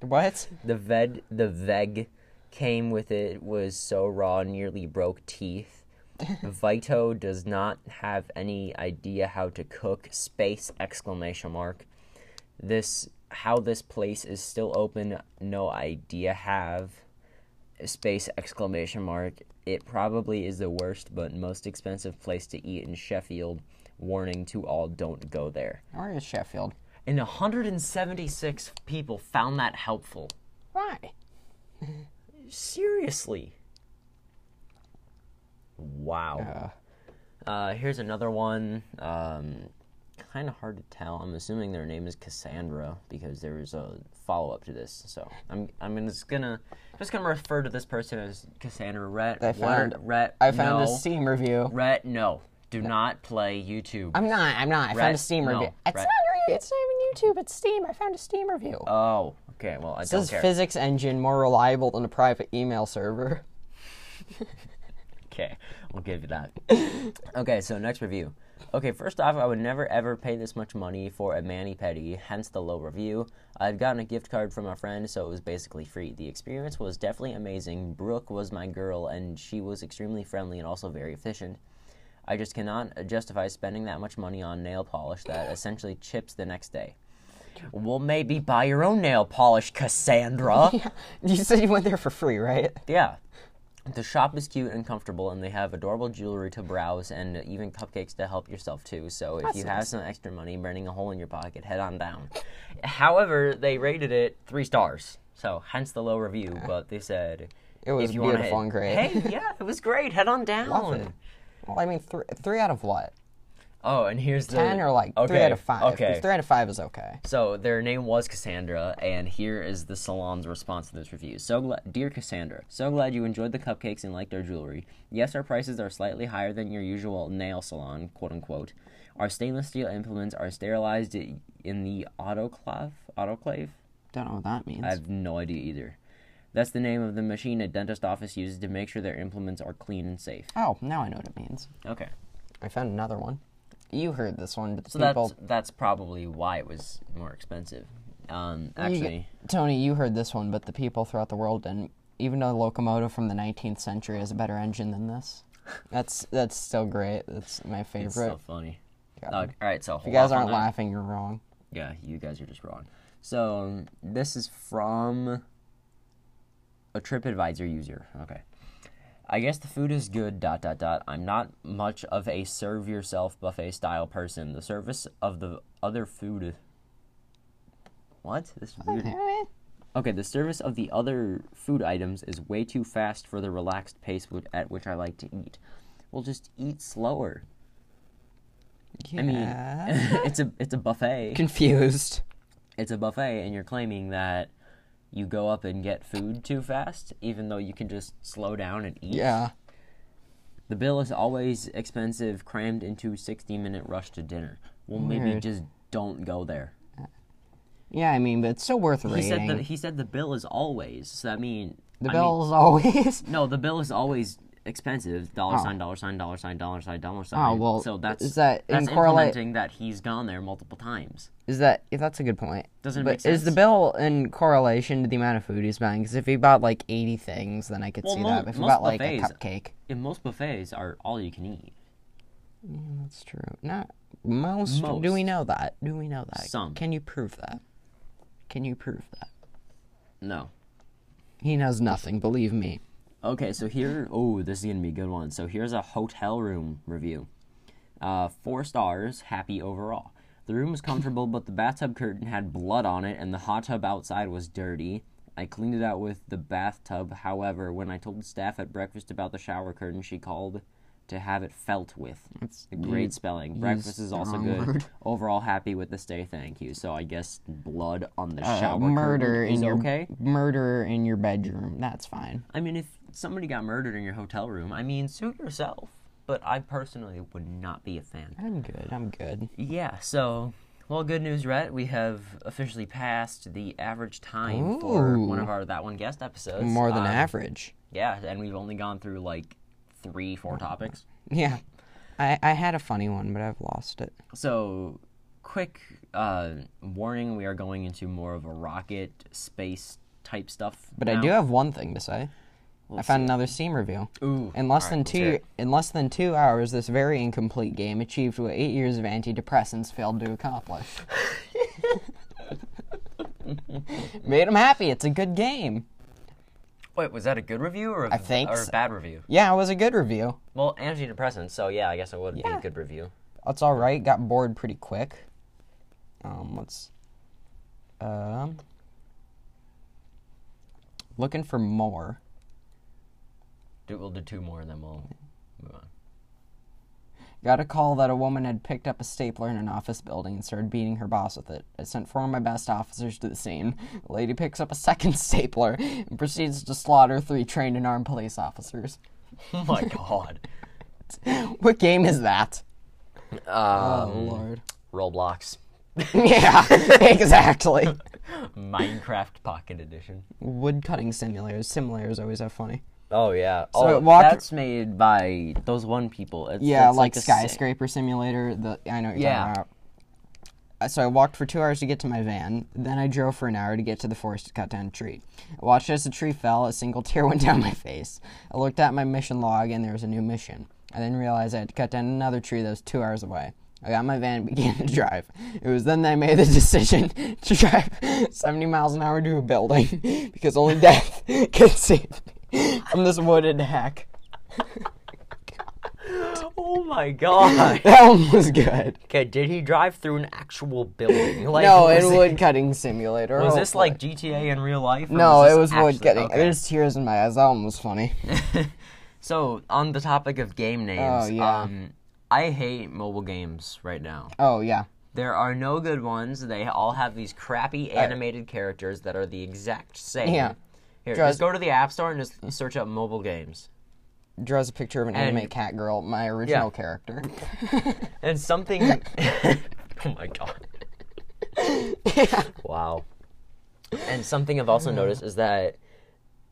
[SPEAKER 2] what?
[SPEAKER 1] The ved, the veg, came with it was so raw, nearly broke teeth. Vito does not have any idea how to cook. Space exclamation mark. This how this place is still open. No idea have. Space exclamation mark. It probably is the worst but most expensive place to eat in Sheffield. Warning to all: don't go there.
[SPEAKER 2] Where is Sheffield?
[SPEAKER 1] And 176 people found that helpful.
[SPEAKER 2] Why?
[SPEAKER 1] Seriously. Wow. Uh, here's another one. Um, kind of hard to tell. I'm assuming their name is Cassandra because there was a follow up to this. So I'm I'm gonna- just gonna just gonna refer to this person as Cassandra Rhett.
[SPEAKER 2] I
[SPEAKER 1] What-
[SPEAKER 2] found-
[SPEAKER 1] Rhett.
[SPEAKER 2] I found
[SPEAKER 1] no.
[SPEAKER 2] a Steam review.
[SPEAKER 1] Rhett. No, do not play YouTube.
[SPEAKER 2] I'm not. I'm not. I found a
[SPEAKER 1] Red-
[SPEAKER 2] Steam
[SPEAKER 1] no,
[SPEAKER 2] review. It's
[SPEAKER 1] red.
[SPEAKER 2] not. re- It's not even YouTube. It's Steam. I found a Steam review.
[SPEAKER 1] oh, okay. Well, I don't
[SPEAKER 2] Says
[SPEAKER 1] care.
[SPEAKER 2] physics engine more reliable than a private email server.
[SPEAKER 1] Okay, we'll give you that. okay, so next review. Okay, first off, I would never ever pay this much money for a mani pedi, hence the low review. I had gotten a gift card from a friend, so it was basically free. The experience was definitely amazing. Brooke was my girl, and she was extremely friendly and also very efficient. I just cannot justify spending that much money on nail polish that essentially chips the next day. Well, maybe buy your own nail polish, Cassandra.
[SPEAKER 2] Yeah. You said you went there for free, right?
[SPEAKER 1] Yeah. The shop is cute and comfortable, and they have adorable jewelry to browse and even cupcakes to help yourself to. So if you have some extra money burning a hole in your pocket, head on down. However, they rated it three stars, so hence the low review. But they said
[SPEAKER 2] Uh, It was
[SPEAKER 1] if you wanna
[SPEAKER 2] beautiful
[SPEAKER 1] head-
[SPEAKER 2] and great.
[SPEAKER 1] Hey, yeah, it was great. Head on down.
[SPEAKER 2] it. Well, I mean, th- three out of what?
[SPEAKER 1] Oh, and here's the
[SPEAKER 2] Ten or like three
[SPEAKER 1] Okay,
[SPEAKER 2] out of five? 'cause
[SPEAKER 1] Okay.
[SPEAKER 2] Three out of five is okay.
[SPEAKER 1] So their name was Cassandra, and here is the salon's response to this review. So gla- dear Cassandra, so glad you enjoyed the cupcakes and liked our jewelry. Yes, our prices are slightly higher than your usual nail salon, quote unquote. Our stainless steel implements are sterilized i- in the autoclave. Autoclave?
[SPEAKER 2] Don't know what that means.
[SPEAKER 1] I have no idea either. That's the name of the machine a dentist office uses to make sure their implements are clean and safe.
[SPEAKER 2] Oh, now I know what it means.
[SPEAKER 1] Okay,
[SPEAKER 2] I found another one. You heard this one, but the
[SPEAKER 1] so
[SPEAKER 2] people.
[SPEAKER 1] that's that's probably why it was more expensive. Um,
[SPEAKER 2] You-
[SPEAKER 1] actually.
[SPEAKER 2] Tony, you heard this one, but the people throughout the world didn't. Even though the locomotive from the 19th century has a better engine than this, that's that's still great. That's my favorite.
[SPEAKER 1] It's so funny. Uh, all right, so
[SPEAKER 2] if you guys aren't laughing, you're wrong.
[SPEAKER 1] Yeah, you guys are just wrong. So um, this is from a TripAdvisor user. Okay. I guess the food is good. Dot dot dot. I'm not much of a serve yourself buffet style person. The service of the other food. What? This is weird.
[SPEAKER 2] Eh,
[SPEAKER 1] Okay, the service of the other food items is way too fast for the relaxed pace w- at which I like to eat. We'll just eat slower. I mean, it's a it's a buffet.
[SPEAKER 2] confused.
[SPEAKER 1] it's a buffet and you're claiming that you go up and get food too fast even though you can just slow down and eat
[SPEAKER 2] Yeah.
[SPEAKER 1] the bill is always expensive crammed into 60 minute rush to dinner well maybe just don't go there
[SPEAKER 2] Yeah, I mean, but it's still worth rating.
[SPEAKER 1] he said the, he said the bill is always so that mean
[SPEAKER 2] the
[SPEAKER 1] I mean-
[SPEAKER 2] bill's always.
[SPEAKER 1] no the bill is always expensive dollar sign dollar sign dollar sign dollar sign dollar sign
[SPEAKER 2] Oh. well,
[SPEAKER 1] so that's
[SPEAKER 2] is that in
[SPEAKER 1] that's
[SPEAKER 2] correlate-
[SPEAKER 1] implementing that he's gone there multiple times
[SPEAKER 2] Is that yeah, that's a good point?
[SPEAKER 1] Doesn't it
[SPEAKER 2] but
[SPEAKER 1] make
[SPEAKER 2] is the
[SPEAKER 1] sense?
[SPEAKER 2] bill in correlation to the amount of food he's buying? Because if he bought like eighty things, then I could
[SPEAKER 1] Well,
[SPEAKER 2] see
[SPEAKER 1] mo-
[SPEAKER 2] that. But if he
[SPEAKER 1] most
[SPEAKER 2] bought like a
[SPEAKER 1] buffets-
[SPEAKER 2] cupcake,
[SPEAKER 1] and most buffets are all you can eat
[SPEAKER 2] That's true. Not most, Do
[SPEAKER 1] Most.
[SPEAKER 2] we know that? Do we know that?
[SPEAKER 1] Some.
[SPEAKER 2] Can you prove that? Can you prove that?
[SPEAKER 1] no
[SPEAKER 2] He knows nothing. Believe me.
[SPEAKER 1] Okay, so here, oh, this is gonna be a good one. So here's a hotel room review. Uh, four stars, happy overall. The room was comfortable, but the bathtub curtain had blood on it, and the hot tub outside was dirty. I cleaned it out with the bathtub. However, when I told staff at breakfast about the shower curtain, she called to have it felt with. That's great spelling. Breakfast is also good. Overall, happy with the stay. Thank you. So I guess blood on the
[SPEAKER 2] Uh,
[SPEAKER 1] shower
[SPEAKER 2] murder
[SPEAKER 1] curtain
[SPEAKER 2] in
[SPEAKER 1] is
[SPEAKER 2] your
[SPEAKER 1] okay.
[SPEAKER 2] murder in your bedroom. That's fine.
[SPEAKER 1] I mean, if somebody got murdered in your hotel room, I mean, suit yourself. But I personally would not be a fan.
[SPEAKER 2] I'm good. I'm good.
[SPEAKER 1] Yeah, so, well, good news, Rhett. We have officially passed the average time for one of our That One Guest episodes.
[SPEAKER 2] More than
[SPEAKER 1] Um,
[SPEAKER 2] average.
[SPEAKER 1] Yeah, and we've only gone through like three, four topics.
[SPEAKER 2] Yeah. I I had a funny one, but I've lost it.
[SPEAKER 1] So, quick uh, warning we are going into more of a rocket, space type stuff.
[SPEAKER 2] But I
[SPEAKER 1] now.
[SPEAKER 2] do have one thing to say. I found another Steam review.
[SPEAKER 1] Ooh,
[SPEAKER 2] In
[SPEAKER 1] all
[SPEAKER 2] less
[SPEAKER 1] right,
[SPEAKER 2] than
[SPEAKER 1] let's hear
[SPEAKER 2] two
[SPEAKER 1] it.
[SPEAKER 2] in less than two hours, this very incomplete game achieved what eight years of antidepressants failed to accomplish. Made him happy. It's a good game.
[SPEAKER 1] Wait, was that a good review or a,
[SPEAKER 2] think
[SPEAKER 1] or a
[SPEAKER 2] so.
[SPEAKER 1] bad review?
[SPEAKER 2] Yeah, it was a good review.
[SPEAKER 1] Well, antidepressants, so yeah, I guess it would be a good review.
[SPEAKER 2] That's all right. Got bored pretty quick. Um, let's. Um. Looking for more.
[SPEAKER 1] Do, we'll do two more and then we'll move on.
[SPEAKER 2] Got a call that a woman had picked up a stapler in an office building and started beating her boss with it. I sent four of my best officers to the scene. The lady picks up a second stapler and proceeds to slaughter three trained and armed police officers.
[SPEAKER 1] Oh my god.
[SPEAKER 2] What game is that?
[SPEAKER 1] Uh,
[SPEAKER 2] Oh, Lord.
[SPEAKER 1] Roblox.
[SPEAKER 2] yeah, exactly.
[SPEAKER 1] Minecraft Pocket Edition.
[SPEAKER 2] Woodcutting simulators. Simulators always have funny.
[SPEAKER 1] Oh yeah.
[SPEAKER 2] So
[SPEAKER 1] oh,
[SPEAKER 2] walk-
[SPEAKER 1] that's made by those one people. It's,
[SPEAKER 2] Yeah,
[SPEAKER 1] it's
[SPEAKER 2] like,
[SPEAKER 1] a si-
[SPEAKER 2] skyscraper simulator. The I know what you're
[SPEAKER 1] Yeah.
[SPEAKER 2] talking about. Uh, So I walked for two hours to get to my van. Then I drove for an hour to get to the forest to cut down a tree. I watched as the tree fell. A single tear went down my face. I looked at my mission log, and there was a new mission. I didn't realize I had to cut down another tree that was two hours away. I got in my van and began to drive. It was then that I made the decision to drive 70 miles an hour to a building because only death could save me from this wooded hack.
[SPEAKER 1] Oh my god.
[SPEAKER 2] That one was good.
[SPEAKER 1] okay, did he drive through an actual building? Like,
[SPEAKER 2] no,
[SPEAKER 1] was
[SPEAKER 2] in wood cutting simulator.
[SPEAKER 1] Was this
[SPEAKER 2] hopefully.
[SPEAKER 1] like GTA in real life? or
[SPEAKER 2] No,
[SPEAKER 1] was
[SPEAKER 2] it
[SPEAKER 1] this
[SPEAKER 2] was wood
[SPEAKER 1] actually-
[SPEAKER 2] cutting.
[SPEAKER 1] okay.
[SPEAKER 2] There's tears in my eyes. That one was funny.
[SPEAKER 1] So, on the topic of game names,
[SPEAKER 2] Oh, yeah.
[SPEAKER 1] um, I hate mobile games right now.
[SPEAKER 2] Oh yeah.
[SPEAKER 1] There are no good ones. They all have these crappy animated characters that are the exact same.
[SPEAKER 2] Yeah.
[SPEAKER 1] Here,
[SPEAKER 2] Just-
[SPEAKER 1] just go to the App Store and just search up mobile games.
[SPEAKER 2] Draws a picture of an
[SPEAKER 1] And-
[SPEAKER 2] anime cat girl, my original
[SPEAKER 1] Yeah.
[SPEAKER 2] character.
[SPEAKER 1] And something. oh my god. Wow. And something I've also noticed is that,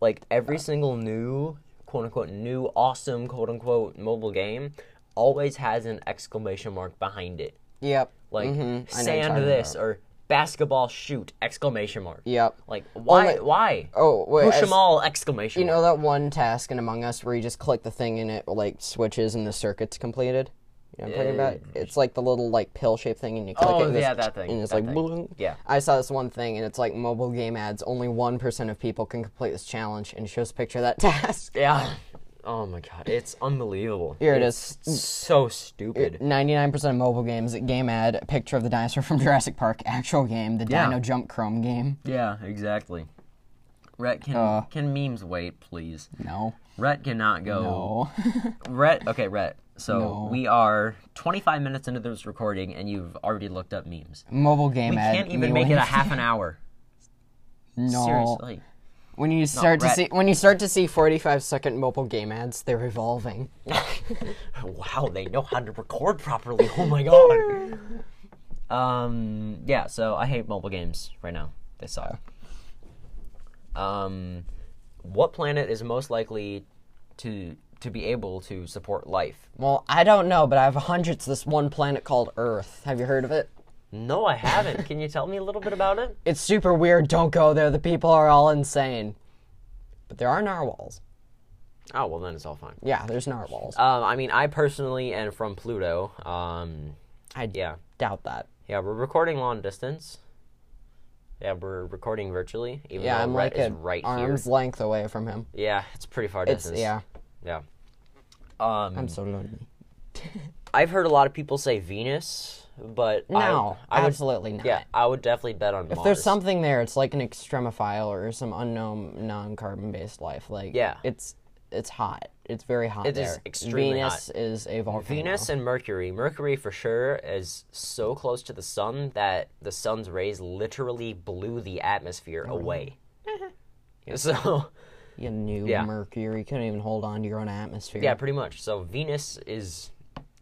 [SPEAKER 1] like, every single new, quote unquote, new, awesome, quote unquote, mobile game always has an exclamation mark behind it.
[SPEAKER 2] Yep.
[SPEAKER 1] Like,
[SPEAKER 2] Mhm, I know what you're
[SPEAKER 1] sand
[SPEAKER 2] talking
[SPEAKER 1] this,
[SPEAKER 2] about.
[SPEAKER 1] or basketball shoot, exclamation mark.
[SPEAKER 2] Yep.
[SPEAKER 1] Like, why?
[SPEAKER 2] like-
[SPEAKER 1] why?
[SPEAKER 2] Oh wait.
[SPEAKER 1] Push
[SPEAKER 2] as-
[SPEAKER 1] them all! Exclamation
[SPEAKER 2] You
[SPEAKER 1] mark.
[SPEAKER 2] know that one task in Among Us where you just click the thing and it like switches and the circuit's completed. You know what I'm talking about? It's like the little like pill shaped thing and you click
[SPEAKER 1] Uh, Oh,
[SPEAKER 2] it. And it's-
[SPEAKER 1] yeah, that thing,
[SPEAKER 2] And it's
[SPEAKER 1] that
[SPEAKER 2] like
[SPEAKER 1] thing.
[SPEAKER 2] boom.
[SPEAKER 1] Yeah.
[SPEAKER 2] I saw this one thing and it's like mobile game ads. Only one percent of people can complete this challenge and it shows a picture of that task.
[SPEAKER 1] Yeah. Oh my god, it's unbelievable.
[SPEAKER 2] Here it
[SPEAKER 1] it's So stupid.
[SPEAKER 2] Ninety nine percent of mobile games game ad a picture of the dinosaur from Jurassic Park. Actual game, the
[SPEAKER 1] Yeah.
[SPEAKER 2] Dino Jump Chrome game.
[SPEAKER 1] yeah, exactly. Rhett, can
[SPEAKER 2] Uh.
[SPEAKER 1] can memes wait, please?
[SPEAKER 2] No.
[SPEAKER 1] Rhett cannot go.
[SPEAKER 2] No.
[SPEAKER 1] Rhett, okay, Rhett. So
[SPEAKER 2] No.
[SPEAKER 1] we are 25 minutes into this recording, and you've already looked up memes.
[SPEAKER 2] mobile game
[SPEAKER 1] We
[SPEAKER 2] ad.
[SPEAKER 1] can't even make it a
[SPEAKER 2] meaning-
[SPEAKER 1] half an hour.
[SPEAKER 2] No.
[SPEAKER 1] Seriously.
[SPEAKER 2] When you start to
[SPEAKER 1] rat.
[SPEAKER 2] see when you start to see forty five second mobile game ads, they're evolving.
[SPEAKER 1] Wow, they know how to record properly. Oh my god. um, yeah, so I hate mobile games right now. They suck. Um, what planet is most likely to to be able to support life?
[SPEAKER 2] Well, I don't know, but I have hundreds. This one planet called Earth. Have you heard of it?
[SPEAKER 1] No, I haven't. Can you tell me a little bit about it?
[SPEAKER 2] It's super weird. Don't go there. The people are all insane. But there are narwhals.
[SPEAKER 1] Oh well, then it's all fine.
[SPEAKER 2] Yeah, there's narwhals.
[SPEAKER 1] Um, I mean, I personally am from Pluto. Um,
[SPEAKER 2] I
[SPEAKER 1] yeah,
[SPEAKER 2] doubt that.
[SPEAKER 1] yeah, we're recording long distance. Yeah, we're recording virtually, even
[SPEAKER 2] Yeah,
[SPEAKER 1] though
[SPEAKER 2] I'm
[SPEAKER 1] Rhett
[SPEAKER 2] like
[SPEAKER 1] is
[SPEAKER 2] an
[SPEAKER 1] right here.
[SPEAKER 2] arm's length away from him.
[SPEAKER 1] Yeah, it's pretty far
[SPEAKER 2] It's
[SPEAKER 1] distance.
[SPEAKER 2] yeah.
[SPEAKER 1] Yeah. Um,
[SPEAKER 2] I'm so lonely.
[SPEAKER 1] I've heard a lot of people say Venus, but I-
[SPEAKER 2] No,
[SPEAKER 1] I, would,
[SPEAKER 2] absolutely not.
[SPEAKER 1] yeah, I would definitely bet on Mars.
[SPEAKER 2] If there's something there, it's like an extremophile or some unknown non-carbon based life. Like
[SPEAKER 1] Yeah.
[SPEAKER 2] it's it's hot. It's very hot.
[SPEAKER 1] It
[SPEAKER 2] there.
[SPEAKER 1] is extremely
[SPEAKER 2] Venus is a volcano.
[SPEAKER 1] Venus and Mercury. Mercury for sure is so close to the sun that the sun's rays literally blew the atmosphere away. Mm-hmm. so,
[SPEAKER 2] you knew
[SPEAKER 1] Yeah.
[SPEAKER 2] Mercury couldn't even hold on to your own atmosphere.
[SPEAKER 1] yeah, pretty much. So Venus is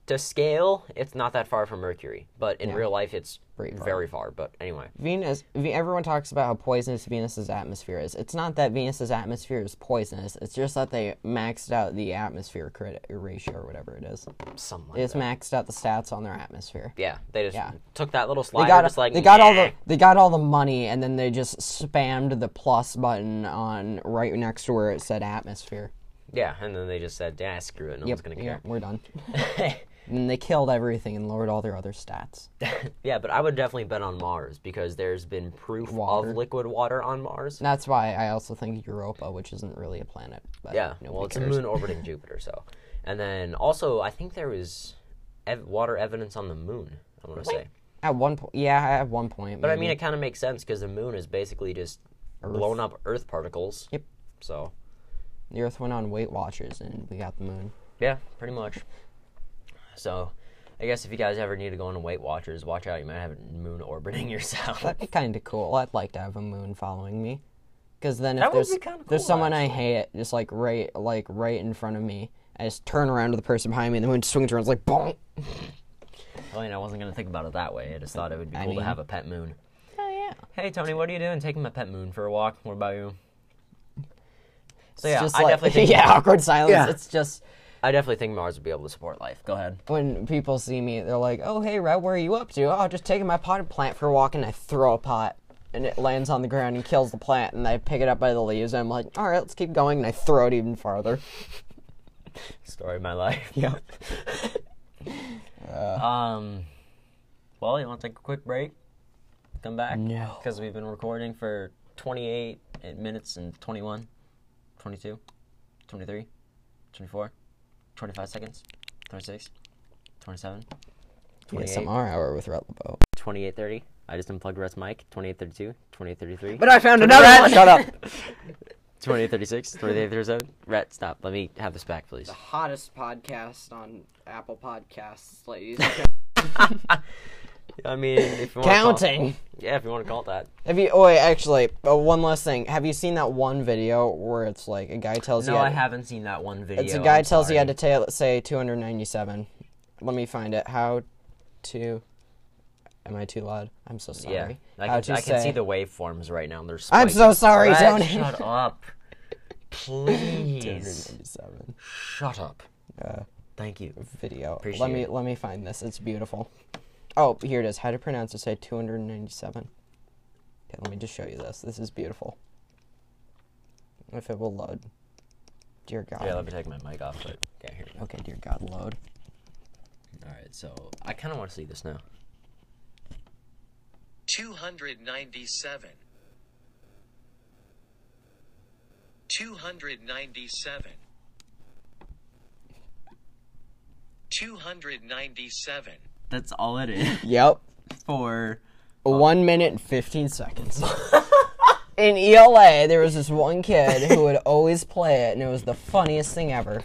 [SPEAKER 1] to scale, it's not that far from Mercury, but in real life it's
[SPEAKER 2] Pretty far.
[SPEAKER 1] very far, but anyway.
[SPEAKER 2] Venus. Ve- Everyone talks about how poisonous Venus's atmosphere is. It's not that Venus's atmosphere is poisonous. It's just that they maxed out the atmosphere crit- ratio or whatever it is.
[SPEAKER 1] Something like
[SPEAKER 2] It's
[SPEAKER 1] that.
[SPEAKER 2] maxed out the stats on their atmosphere.
[SPEAKER 1] Yeah, they just
[SPEAKER 2] Yeah.
[SPEAKER 1] took that little
[SPEAKER 2] They
[SPEAKER 1] slider
[SPEAKER 2] got,
[SPEAKER 1] just like
[SPEAKER 2] they got all
[SPEAKER 1] "Nah."
[SPEAKER 2] the they got all the money and then they just spammed the plus button on right next to where it said atmosphere.
[SPEAKER 1] Yeah, and then they just said, "Yeah, screw it, no one's gonna
[SPEAKER 2] Yeah,
[SPEAKER 1] care."
[SPEAKER 2] we're done. and they killed everything and lowered all their other stats.
[SPEAKER 1] Yeah. but I would definitely bet on Mars because there's been proof
[SPEAKER 2] Water.
[SPEAKER 1] of liquid water on Mars.
[SPEAKER 2] And that's why I also think Europa, which isn't really a planet, but
[SPEAKER 1] yeah,
[SPEAKER 2] nobody
[SPEAKER 1] well, it's a
[SPEAKER 2] cares.
[SPEAKER 1] moon orbiting Jupiter, so. And then also, I think there was ev- water evidence on the moon. I want to say,
[SPEAKER 2] At one point, yeah, at one point.
[SPEAKER 1] but I mean, it kind of makes sense because the moon is basically just blown up Earth particles.
[SPEAKER 2] Yep.
[SPEAKER 1] So,
[SPEAKER 2] the Earth went on Weight Watchers and we got the moon.
[SPEAKER 1] yeah, pretty much. So, I guess if you guys ever need to go on Weight Watchers, watch out. You might have a moon orbiting yourself.
[SPEAKER 2] That'd be kind of cool. I'd like to have a moon following me, because then if
[SPEAKER 1] That would
[SPEAKER 2] there's
[SPEAKER 1] be kinda
[SPEAKER 2] there's
[SPEAKER 1] cool,
[SPEAKER 2] someone I hate, just like right like right in front of me, I just turn around to the person behind me, and the moon swings around, it's like boom.
[SPEAKER 1] I mean, I wasn't gonna think about it that way. I just thought it would be cool
[SPEAKER 2] mean-
[SPEAKER 1] to have a pet moon.
[SPEAKER 2] Oh yeah.
[SPEAKER 1] Hey Tony, what are you doing? Taking my pet moon for a walk. What about you? So
[SPEAKER 2] It's
[SPEAKER 1] yeah,
[SPEAKER 2] just
[SPEAKER 1] I
[SPEAKER 2] like,
[SPEAKER 1] definitely think
[SPEAKER 2] yeah awkward silence.
[SPEAKER 1] Yeah.
[SPEAKER 2] It's just
[SPEAKER 1] I definitely think Mars would be able to support life. Go ahead.
[SPEAKER 2] when people see me, they're like, "Oh hey, Red, where are you up to?" Oh, just taking my potted plant for a walk, and I throw a pot. And it lands on the ground and kills the plant, and I pick it up by the leaves. And I'm like, all right, let's keep going. And I throw it even farther.
[SPEAKER 1] Story of my life.
[SPEAKER 2] Yep.
[SPEAKER 1] Um, well, you want to take a quick break? Come back?
[SPEAKER 2] No.
[SPEAKER 1] Because we've been recording for 28 minutes and 21, 22, 23, 24, 25 seconds, 26, 27, 28,
[SPEAKER 2] ASMR hour with Rhett LeBeau.
[SPEAKER 1] 28.30. I just unplugged Rhett's mic. 28.32, 28.33.
[SPEAKER 2] But I found another one. Shut up.
[SPEAKER 1] 28.36, 28.37. Rhett, stop. Let me have this back, please.
[SPEAKER 4] The hottest podcast on Apple Podcasts, ladies. and
[SPEAKER 1] I mean, if you wanna call-
[SPEAKER 2] Counting.
[SPEAKER 1] yeah, if you want to call it that.
[SPEAKER 2] Have you? Oh wait, actually, uh, one last thing. Have you seen that one video where it's like a guy tells
[SPEAKER 1] No,
[SPEAKER 2] you?
[SPEAKER 1] I haven't seen that one video.
[SPEAKER 2] It's a guy
[SPEAKER 1] I'm
[SPEAKER 2] tells you
[SPEAKER 1] sorry.
[SPEAKER 2] how to ta- say 297. Let me find it. How to? Am I too loud? I'm so sorry.
[SPEAKER 1] Yeah, I
[SPEAKER 2] how
[SPEAKER 1] can,
[SPEAKER 2] to
[SPEAKER 1] I can see
[SPEAKER 2] say-
[SPEAKER 1] the waveforms right now. and They're
[SPEAKER 2] I'm so
[SPEAKER 1] spiking.
[SPEAKER 2] sorry,
[SPEAKER 1] Brett,
[SPEAKER 2] Tony.
[SPEAKER 1] Shut up, please.
[SPEAKER 2] 297
[SPEAKER 1] shut up. Thank you.
[SPEAKER 2] video.
[SPEAKER 1] Appreciate
[SPEAKER 2] let me
[SPEAKER 1] it.
[SPEAKER 2] let me find this. It's beautiful. Oh, here it is. How to pronounce it? Say 297. Okay, let me just show you this. This is beautiful. If it will load. Dear God.
[SPEAKER 1] Yeah, let me take my mic off. But okay, here. we go.
[SPEAKER 2] okay, dear God, load.
[SPEAKER 1] All right, so I kind of want to see this now.
[SPEAKER 5] 297 297 297
[SPEAKER 1] That's all it is
[SPEAKER 2] Yep.
[SPEAKER 1] for. Oh.
[SPEAKER 2] One minute and 15 seconds. In ELA, there was this one kid who would always play it, and it was the funniest thing ever.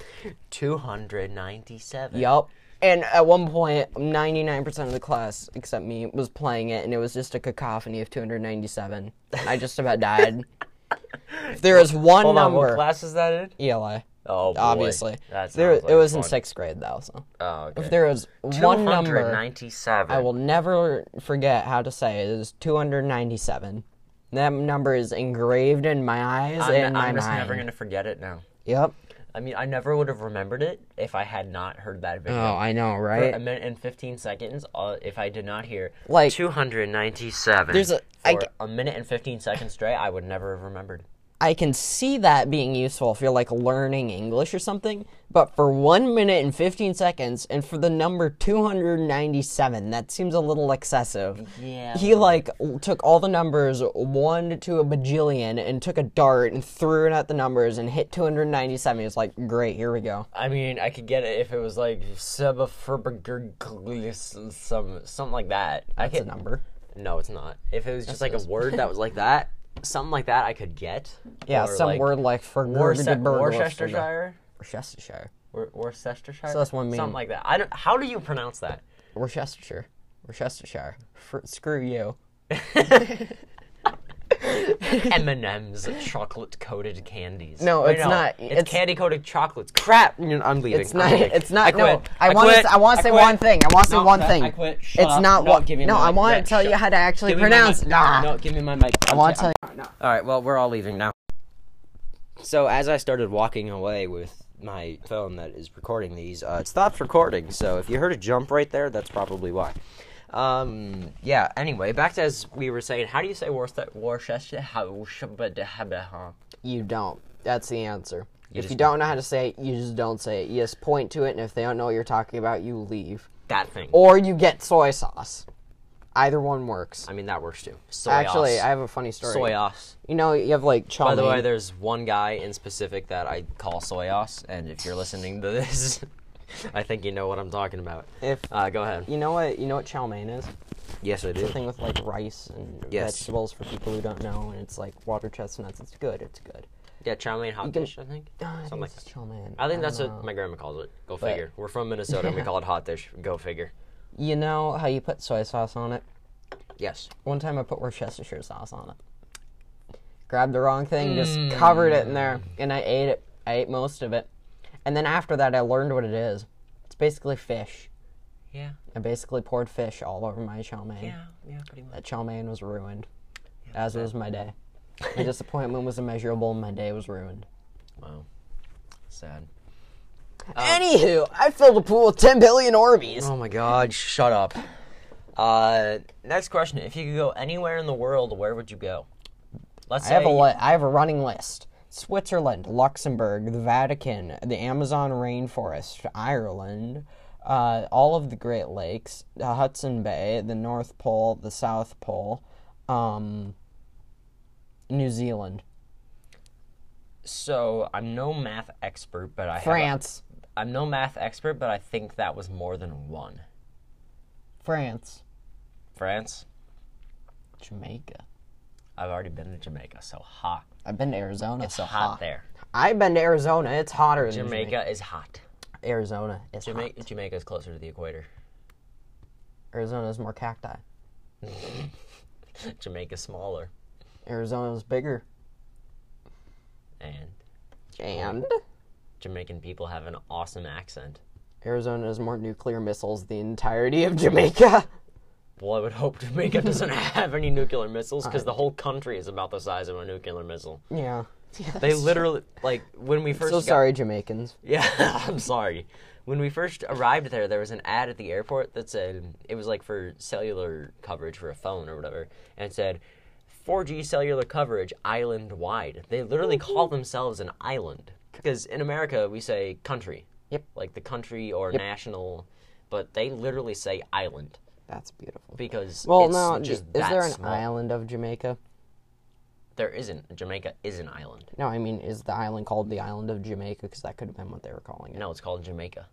[SPEAKER 1] 297.
[SPEAKER 2] Yup. And at one point, 99% of the class, except me, was playing it, and it was just a cacophony of 297. I just about died. If there was one
[SPEAKER 1] Hold on,
[SPEAKER 2] number.
[SPEAKER 1] what class is that in?
[SPEAKER 2] ELA,
[SPEAKER 1] Oh, boy.
[SPEAKER 2] obviously.
[SPEAKER 1] That
[SPEAKER 2] there,
[SPEAKER 1] sounds like
[SPEAKER 2] it was in
[SPEAKER 1] fun.
[SPEAKER 2] sixth grade, though, so.
[SPEAKER 1] Oh, okay.
[SPEAKER 2] If there was one number
[SPEAKER 1] 297.
[SPEAKER 2] I will never forget how to say it, it is 297. That number is engraved in my eyes
[SPEAKER 1] I'm,
[SPEAKER 2] and my
[SPEAKER 1] I'm just
[SPEAKER 2] mind.
[SPEAKER 1] never gonna forget it now.
[SPEAKER 2] Yep.
[SPEAKER 1] I mean, I never would have remembered it if I had not heard that video.
[SPEAKER 2] Oh, I know,
[SPEAKER 1] For
[SPEAKER 2] right?
[SPEAKER 1] a minute and 15 seconds uh, if I did not hear
[SPEAKER 2] Like-
[SPEAKER 1] 297.
[SPEAKER 2] There's a-
[SPEAKER 1] for
[SPEAKER 2] I g-
[SPEAKER 1] a minute and 15 seconds straight, I would never have remembered.
[SPEAKER 2] I can see that being useful if you're like learning English or something, but for one minute and 15 seconds and for the number 297, that seems a little excessive.
[SPEAKER 1] Yeah.
[SPEAKER 2] He like l- took all the numbers one to a bajillion and took a dart and threw it at the numbers and hit 297. He was like, great, here we go.
[SPEAKER 1] I mean, I could get it if it was like sebafurbergurglis, some something like that. I
[SPEAKER 2] That's a
[SPEAKER 1] could
[SPEAKER 2] number.
[SPEAKER 1] No, it's not. If it was just like a word that was like that, something like that, I could get.
[SPEAKER 2] Yeah,
[SPEAKER 1] Or,
[SPEAKER 2] some
[SPEAKER 1] like,
[SPEAKER 2] word like for
[SPEAKER 1] Worcester- Worcestershire.
[SPEAKER 2] Worcestershire.
[SPEAKER 1] Wor- Worcestershire.
[SPEAKER 2] So that's one mean-
[SPEAKER 1] Something like that. I don't. How do you pronounce that?
[SPEAKER 2] Worcestershire. Worcestershire. For, screw you.
[SPEAKER 1] M and M's chocolate coated candies.
[SPEAKER 2] No,
[SPEAKER 1] Wait,
[SPEAKER 2] it's not.
[SPEAKER 1] It's,
[SPEAKER 2] It's-
[SPEAKER 1] candy coated chocolates. Crap. You know, I'm leaving.
[SPEAKER 2] It's
[SPEAKER 1] I'm
[SPEAKER 2] not.
[SPEAKER 1] leaving.
[SPEAKER 2] It's not.
[SPEAKER 1] I
[SPEAKER 2] no,
[SPEAKER 1] quit.
[SPEAKER 2] I want.
[SPEAKER 1] quit.
[SPEAKER 2] to. I want to say
[SPEAKER 1] quit.
[SPEAKER 2] one thing. I want to say
[SPEAKER 1] No,
[SPEAKER 2] one
[SPEAKER 1] no,
[SPEAKER 2] thing.
[SPEAKER 1] I quit. Shut
[SPEAKER 2] it's
[SPEAKER 1] up.
[SPEAKER 2] not
[SPEAKER 1] No,
[SPEAKER 2] what.
[SPEAKER 1] give me
[SPEAKER 2] No,
[SPEAKER 1] my
[SPEAKER 2] I
[SPEAKER 1] mic.
[SPEAKER 2] want
[SPEAKER 1] Brett,
[SPEAKER 2] to tell you
[SPEAKER 1] shut-
[SPEAKER 2] how to actually
[SPEAKER 1] Give me my
[SPEAKER 2] pronounce.
[SPEAKER 1] mic.
[SPEAKER 2] Nah.
[SPEAKER 1] No, give me my mic.
[SPEAKER 2] I want to tell you.
[SPEAKER 1] All right. Well, we're all leaving now. So as I started walking away with my phone that is recording these, uh, it stopped recording. So if you heard a jump right there, that's probably why. Um. Yeah. Anyway, back to as we were saying. How do you say Worcester? Worcester? How?
[SPEAKER 2] You don't. That's the answer. if
[SPEAKER 1] just-
[SPEAKER 2] you don't know how to say it, you just don't say it. You just point to it, and if they don't know what you're talking about, you leave.
[SPEAKER 1] That thing.
[SPEAKER 2] Or you get soy sauce. Either one works.
[SPEAKER 1] I mean, that works too. Soy
[SPEAKER 2] Actually,
[SPEAKER 1] sauce.
[SPEAKER 2] I have a funny story.
[SPEAKER 1] Soyos.
[SPEAKER 2] You know, you have like chow
[SPEAKER 1] By the
[SPEAKER 2] mein.
[SPEAKER 1] way, there's one guy in specific that I call Soyos, and if you're listening to this, I think you know what I'm talking about.
[SPEAKER 2] If-
[SPEAKER 1] uh, go ahead.
[SPEAKER 2] you know what? You know what chow mein is?
[SPEAKER 1] Yes, I
[SPEAKER 2] the
[SPEAKER 1] do.
[SPEAKER 2] thing with like rice and
[SPEAKER 1] Yes.
[SPEAKER 2] vegetables for people who don't know, and it's like water chestnuts. It's good. It's good.
[SPEAKER 1] Yeah, chow mein hot
[SPEAKER 2] can-
[SPEAKER 1] dish. I think.
[SPEAKER 2] Ah, I
[SPEAKER 1] Something
[SPEAKER 2] think
[SPEAKER 1] like
[SPEAKER 2] it's
[SPEAKER 1] that.
[SPEAKER 2] chow mein.
[SPEAKER 1] I think
[SPEAKER 2] don't
[SPEAKER 1] that's what
[SPEAKER 2] know.
[SPEAKER 1] my grandma calls it. Go figure. We're from Minnesota. and We call it hot dish. Go figure.
[SPEAKER 2] You know how you put soy sauce on it?
[SPEAKER 1] Yes.
[SPEAKER 2] One time I put Worcestershire sauce on it. Grabbed the wrong thing, just covered it in there, and I ate it. I ate most of it. And then after that, I learned what it is. It's basically fish.
[SPEAKER 1] Yeah.
[SPEAKER 2] I basically poured fish all over my chow mein.
[SPEAKER 1] Yeah. Yeah. Pretty much.
[SPEAKER 2] That chow mein was ruined, as was my day. My disappointment was immeasurable, and my day was ruined.
[SPEAKER 1] Wow. Sad.
[SPEAKER 2] Anywho, I filled a pool with 10 billion Orbeez.
[SPEAKER 1] Oh my God! Shut up. Uh, next question. If you could go anywhere in the world, where would you go? Let's
[SPEAKER 2] I
[SPEAKER 1] say
[SPEAKER 2] have a
[SPEAKER 1] you-
[SPEAKER 2] li- I have a running list. Switzerland, Luxembourg, the Vatican, the Amazon rainforest, Ireland, uh, all of the Great Lakes, the Hudson Bay, the North Pole, the South Pole, um, New Zealand,
[SPEAKER 1] So I'm no math expert, but I have a-
[SPEAKER 2] France,
[SPEAKER 1] I'm no math expert, but I think that was more than one.
[SPEAKER 2] France,
[SPEAKER 1] France.
[SPEAKER 2] Jamaica.
[SPEAKER 1] I've already been to Jamaica, so hot.
[SPEAKER 2] I've been to Arizona.
[SPEAKER 1] It's
[SPEAKER 2] so
[SPEAKER 1] hot, there.
[SPEAKER 2] I've been to Arizona. It's hotter than
[SPEAKER 1] Jamaica,
[SPEAKER 2] Jamaica.
[SPEAKER 1] is hot.
[SPEAKER 2] Arizona. It's
[SPEAKER 1] Jamaica
[SPEAKER 2] hot.
[SPEAKER 1] Jamaica is closer to the equator.
[SPEAKER 2] Arizona's more cacti.
[SPEAKER 1] Jamaica's smaller.
[SPEAKER 2] Arizona's bigger.
[SPEAKER 1] And
[SPEAKER 2] And
[SPEAKER 1] Jamaican people have an awesome accent.
[SPEAKER 2] Arizona has more nuclear missiles than the entirety of Jamaica.
[SPEAKER 1] Well, I would hope Jamaica doesn't have any nuclear missiles because the whole country is about the size of a nuclear missile.
[SPEAKER 2] Yeah.
[SPEAKER 1] They literally, like, when we first
[SPEAKER 2] So
[SPEAKER 1] got-
[SPEAKER 2] sorry, Jamaicans.
[SPEAKER 1] Yeah, I'm sorry. When we first arrived there, there was an ad at the airport that said it was like for cellular coverage for a phone or whatever, and it said 4G cellular coverage island wide. They literally call themselves an island because in America we say country.
[SPEAKER 2] Yep.
[SPEAKER 1] Like the country or national, but they literally say island
[SPEAKER 2] That's beautiful.
[SPEAKER 1] because
[SPEAKER 2] Well,
[SPEAKER 1] it's
[SPEAKER 2] no,
[SPEAKER 1] just
[SPEAKER 2] is
[SPEAKER 1] that
[SPEAKER 2] there an
[SPEAKER 1] small.
[SPEAKER 2] island of Jamaica?
[SPEAKER 1] There isn't. Jamaica is an island.
[SPEAKER 2] No, I mean, is the island called the island of Jamaica? Because that could have been what they were calling it.
[SPEAKER 1] No, it's called Jamaica.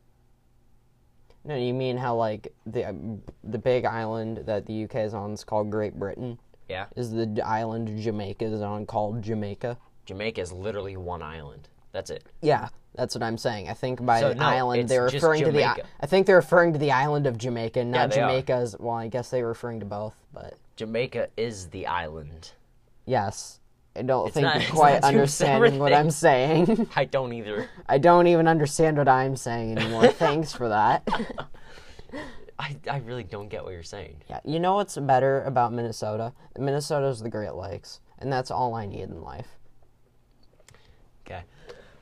[SPEAKER 2] No, you mean how like the um, the big island that the UK is on is called Great Britain?
[SPEAKER 1] Yeah.
[SPEAKER 2] Is the d- island Jamaica is on called Jamaica?
[SPEAKER 1] Jamaica is literally one island. That's it.
[SPEAKER 2] Yeah, that's what I'm saying. I think by
[SPEAKER 1] So,
[SPEAKER 2] the
[SPEAKER 1] no,
[SPEAKER 2] island
[SPEAKER 1] it's
[SPEAKER 2] they're
[SPEAKER 1] just
[SPEAKER 2] referring to the i-
[SPEAKER 1] Jamaica.
[SPEAKER 2] I think they're referring to the island of Jamaica, not
[SPEAKER 1] they are.
[SPEAKER 2] Jamaica's. Well, I guess they were referring to both, but
[SPEAKER 1] Jamaica is the island.
[SPEAKER 2] yes, I don't think
[SPEAKER 1] not-
[SPEAKER 2] you're
[SPEAKER 1] it's
[SPEAKER 2] quite
[SPEAKER 1] not two
[SPEAKER 2] understanding what
[SPEAKER 1] separate
[SPEAKER 2] I'm saying.
[SPEAKER 1] I don't either.
[SPEAKER 2] I don't even understand what I'm saying anymore. Thanks for that.
[SPEAKER 1] I, I really don't get what you're saying.
[SPEAKER 2] Yeah, you know what's better about Minnesota? Minnesota's the Great Lakes, and that's all I need in life.
[SPEAKER 1] Okay.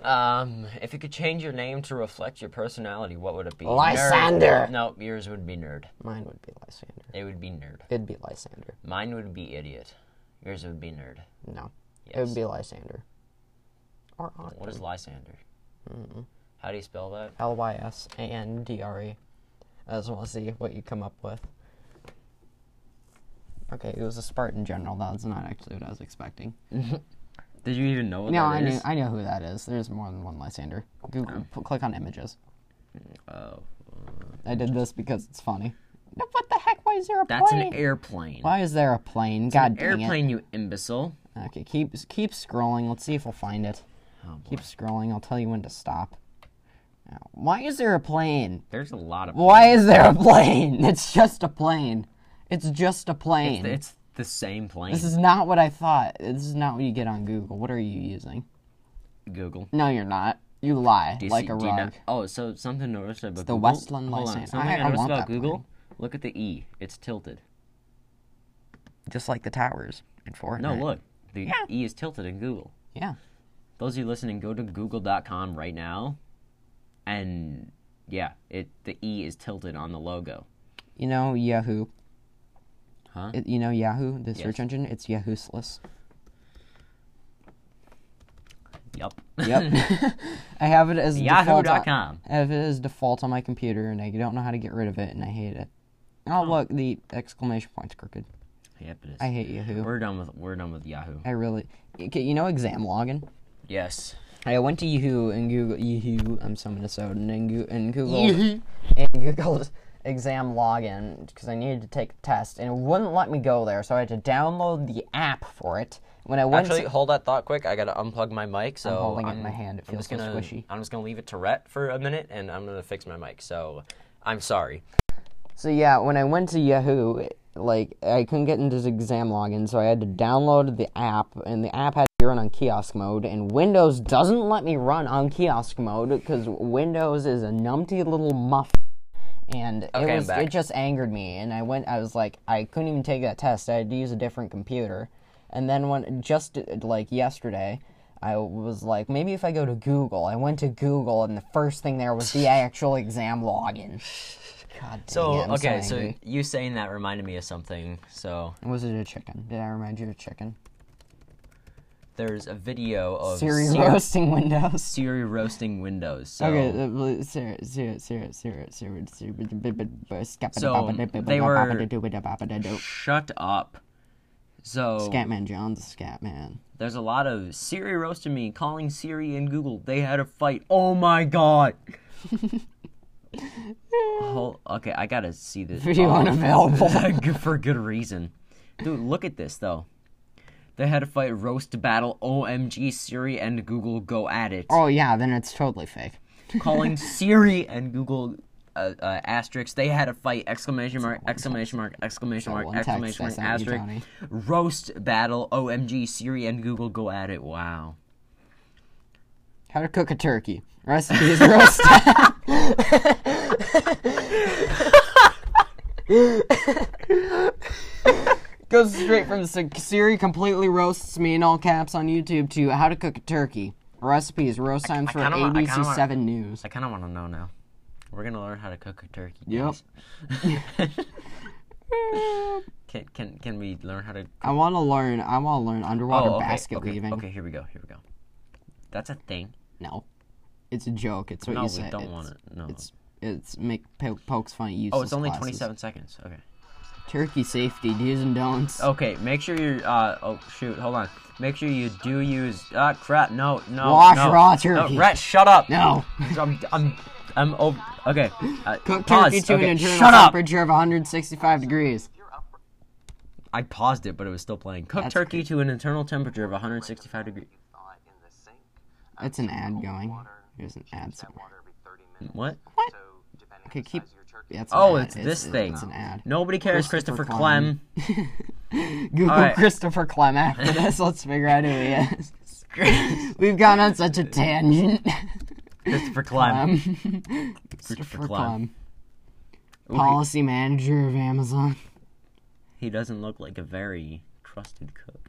[SPEAKER 1] Um, if you could change your name to reflect your personality, what would it be?
[SPEAKER 2] Lysander.
[SPEAKER 1] Nerd. No, yours would be nerd.
[SPEAKER 2] Mine would be Lysander.
[SPEAKER 1] It would be nerd.
[SPEAKER 2] It'd be Lysander.
[SPEAKER 1] Mine would be idiot. Yours would be nerd.
[SPEAKER 2] No. It would be Lysander. Or
[SPEAKER 1] What is Lysander?
[SPEAKER 2] Mm-hmm.
[SPEAKER 1] How do you spell that?
[SPEAKER 2] L Y S A N D R E. I just want to see what you come up with. Okay, it was a Spartan general. That was not actually what I was expecting.
[SPEAKER 1] Did you even know what
[SPEAKER 2] No, I knew, I know who that is. There's more than one Lysander. Google, p- click on images.
[SPEAKER 1] Oh,
[SPEAKER 2] I did this because it's funny. No, What the heck? Why is there a
[SPEAKER 1] that's
[SPEAKER 2] plane?
[SPEAKER 1] an airplane.
[SPEAKER 2] Why is there a plane? God dang it.
[SPEAKER 1] Airplane, you imbecile.
[SPEAKER 2] Okay, keep keep scrolling. Let's see if we'll find it.
[SPEAKER 1] Oh,
[SPEAKER 2] keep scrolling. I'll tell you when to stop. Now, Why is there a plane?
[SPEAKER 1] There's a lot of.
[SPEAKER 2] Why is there a plane? It's just a plane. It's just a plane.
[SPEAKER 1] It's the same plane.
[SPEAKER 2] this is not what I thought. This is not what you get on Google. What are you using?
[SPEAKER 1] Google.
[SPEAKER 2] No, you're not. You lie
[SPEAKER 1] Do you
[SPEAKER 2] like
[SPEAKER 1] see-
[SPEAKER 2] a
[SPEAKER 1] do you
[SPEAKER 2] rug.
[SPEAKER 1] not- oh, so something noticed about
[SPEAKER 2] the
[SPEAKER 1] Google.
[SPEAKER 2] Westland
[SPEAKER 1] Hold on,
[SPEAKER 2] license.
[SPEAKER 1] Something
[SPEAKER 2] I-
[SPEAKER 1] I,
[SPEAKER 2] I
[SPEAKER 1] noticed
[SPEAKER 2] want
[SPEAKER 1] about
[SPEAKER 2] that
[SPEAKER 1] Google.
[SPEAKER 2] plane.
[SPEAKER 1] Look at the E. It's tilted.
[SPEAKER 2] Just like the towers in Fortnite.
[SPEAKER 1] No, look. The E is tilted in Google.
[SPEAKER 2] Yeah.
[SPEAKER 1] Those of you listening, go to Google.com right now, and yeah, it the E is tilted on the logo.
[SPEAKER 2] You know Yahoo.
[SPEAKER 1] Huh?
[SPEAKER 2] It- you know Yahoo, the search
[SPEAKER 1] Yes.
[SPEAKER 2] engine. It's Yahoosless.
[SPEAKER 1] Yup.
[SPEAKER 2] Yep. I have it as default on-
[SPEAKER 1] Yahoo.com.
[SPEAKER 2] I have it as default on my computer, and I don't know how to get rid of it, and I hate it. Oh, look, the exclamation point's crooked.
[SPEAKER 1] Yep, it is.
[SPEAKER 2] I hate Yahoo.
[SPEAKER 1] We're done with we're done with Yahoo.
[SPEAKER 2] I really. Okay, you know exam login?
[SPEAKER 1] Yes.
[SPEAKER 2] I went to Yahoo and Google Yahoo. I'm so Minnesotan and, Goo- and Googled and Googled exam login because I needed to take a test and it wouldn't let me go there, so I had to download the app for it. When I went,
[SPEAKER 1] Actually,
[SPEAKER 2] to,
[SPEAKER 1] hold that thought quick. I gotta unplug my mic. So
[SPEAKER 2] I'm holding it in
[SPEAKER 1] I'm-
[SPEAKER 2] my hand. It
[SPEAKER 1] I'm
[SPEAKER 2] feels
[SPEAKER 1] just
[SPEAKER 2] so
[SPEAKER 1] gonna-
[SPEAKER 2] squishy.
[SPEAKER 1] I'm just gonna leave it to Rhett for a minute, and I'm gonna fix my mic. So, I'm sorry.
[SPEAKER 2] so yeah, when I went to Yahoo, it- like I couldn't get into the exam login, so I had to download the app, and the app had to run on kiosk mode, and Windows doesn't let me run on kiosk mode because Windows is a numpty little muff. and
[SPEAKER 1] Okay,
[SPEAKER 2] it
[SPEAKER 1] I'm
[SPEAKER 2] was
[SPEAKER 1] back.
[SPEAKER 2] it just angered me and i went i was like i couldn't even take that test i had to use a different computer and then when just uh, like yesterday i was like maybe if i go to google i went to google and the first thing there was the actual exam login god dang
[SPEAKER 1] So
[SPEAKER 2] it, I'm
[SPEAKER 1] okay,
[SPEAKER 2] so,
[SPEAKER 1] so
[SPEAKER 2] angry.
[SPEAKER 1] you saying that reminded me of something. So
[SPEAKER 2] was it a chicken did i remind you of chicken
[SPEAKER 1] there's a video of
[SPEAKER 2] Siri
[SPEAKER 1] Siri-
[SPEAKER 2] roasting Windows.
[SPEAKER 1] Siri roasting Windows. So,
[SPEAKER 2] Okay, uh, well, Siri, Siri, Siri, Siri, Siri, Siri, b- b- b- b- scap-
[SPEAKER 1] So,
[SPEAKER 2] bop- bop- bop-
[SPEAKER 1] they
[SPEAKER 2] bop-
[SPEAKER 1] were-
[SPEAKER 2] bop- bop- bop- bop- bop-
[SPEAKER 1] shut up. So
[SPEAKER 2] Scatman John's a Scatman.
[SPEAKER 1] there's a lot of Siri roasting me, calling Siri and Google. They had a fight. Oh my god. Hol- okay, I gotta see this.
[SPEAKER 2] Video unavailable.
[SPEAKER 1] Good- for good reason. Dude, look at this though. They had a fight, roast battle, OMG, Siri and Google go at it.
[SPEAKER 2] Oh yeah, then it's totally fake.
[SPEAKER 1] Calling Siri and Google uh, uh, asterisk. They had a fight, exclamation mark, exclamation mark, exclamation mark,
[SPEAKER 2] one text
[SPEAKER 1] exclamation
[SPEAKER 2] I
[SPEAKER 1] mark,
[SPEAKER 2] sent you,
[SPEAKER 1] asterisk. Roast battle, OMG, Siri and Google go at it. Wow.
[SPEAKER 2] How to cook a turkey. Recipe is roast. Goes straight from S- Siri completely roasts me in all caps on YouTube to how to cook a turkey. Recipe is roast times for
[SPEAKER 1] kinda wa- I kinda
[SPEAKER 2] ABC
[SPEAKER 1] wa-
[SPEAKER 2] Seven News.
[SPEAKER 1] I kind of want to know now. We're gonna learn how to cook a turkey.
[SPEAKER 2] Yep.
[SPEAKER 1] guys. can can can we learn how to?
[SPEAKER 2] I want to learn. I want to learn underwater
[SPEAKER 1] Oh, okay,
[SPEAKER 2] basket
[SPEAKER 1] okay,
[SPEAKER 2] weaving.
[SPEAKER 1] Okay, here we go. Here we go. That's a thing.
[SPEAKER 2] No, it's a joke. It's what
[SPEAKER 1] No,
[SPEAKER 2] you
[SPEAKER 1] we
[SPEAKER 2] said.
[SPEAKER 1] don't
[SPEAKER 2] it's,
[SPEAKER 1] want it. No.
[SPEAKER 2] It's it's make po- pokes fun. at
[SPEAKER 1] oh, it's
[SPEAKER 2] useless
[SPEAKER 1] only
[SPEAKER 2] classes.
[SPEAKER 1] twenty-seven seconds. Okay.
[SPEAKER 2] Turkey safety do's and don'ts.
[SPEAKER 1] Okay. Make sure you. Uh. Oh shoot. Hold on. Make sure you do use. Ah crap. No. No.
[SPEAKER 2] Wash
[SPEAKER 1] no.
[SPEAKER 2] raw
[SPEAKER 1] No,
[SPEAKER 2] turkey.
[SPEAKER 1] Rhett, shut up.
[SPEAKER 2] No.
[SPEAKER 1] I'm. I'm. I'm. over okay. Uh,
[SPEAKER 2] Cook
[SPEAKER 1] pause.
[SPEAKER 2] turkey to
[SPEAKER 1] okay.
[SPEAKER 2] an internal
[SPEAKER 1] shut up.
[SPEAKER 2] temperature of 165 degrees.
[SPEAKER 1] I paused it, but it was still playing. Cook
[SPEAKER 2] That's
[SPEAKER 1] turkey to an internal temperature of 165 degrees.
[SPEAKER 2] That's an ad going. There's an ad somewhere.
[SPEAKER 1] What?
[SPEAKER 2] Okay, keep. That's an
[SPEAKER 1] Oh,
[SPEAKER 2] ad.
[SPEAKER 1] it's this thing.
[SPEAKER 2] It's an ad.
[SPEAKER 1] Nobody cares, Christopher,
[SPEAKER 2] Christopher
[SPEAKER 1] Clem.
[SPEAKER 2] Google
[SPEAKER 1] All right.
[SPEAKER 2] Christopher Clem after this. Let's figure out who he is. We've gone on such a tangent.
[SPEAKER 1] Christopher Clem.
[SPEAKER 2] Um, Christopher
[SPEAKER 1] Clem.
[SPEAKER 2] Clem. Policy manager of Amazon.
[SPEAKER 1] He doesn't look like a very trusted cook.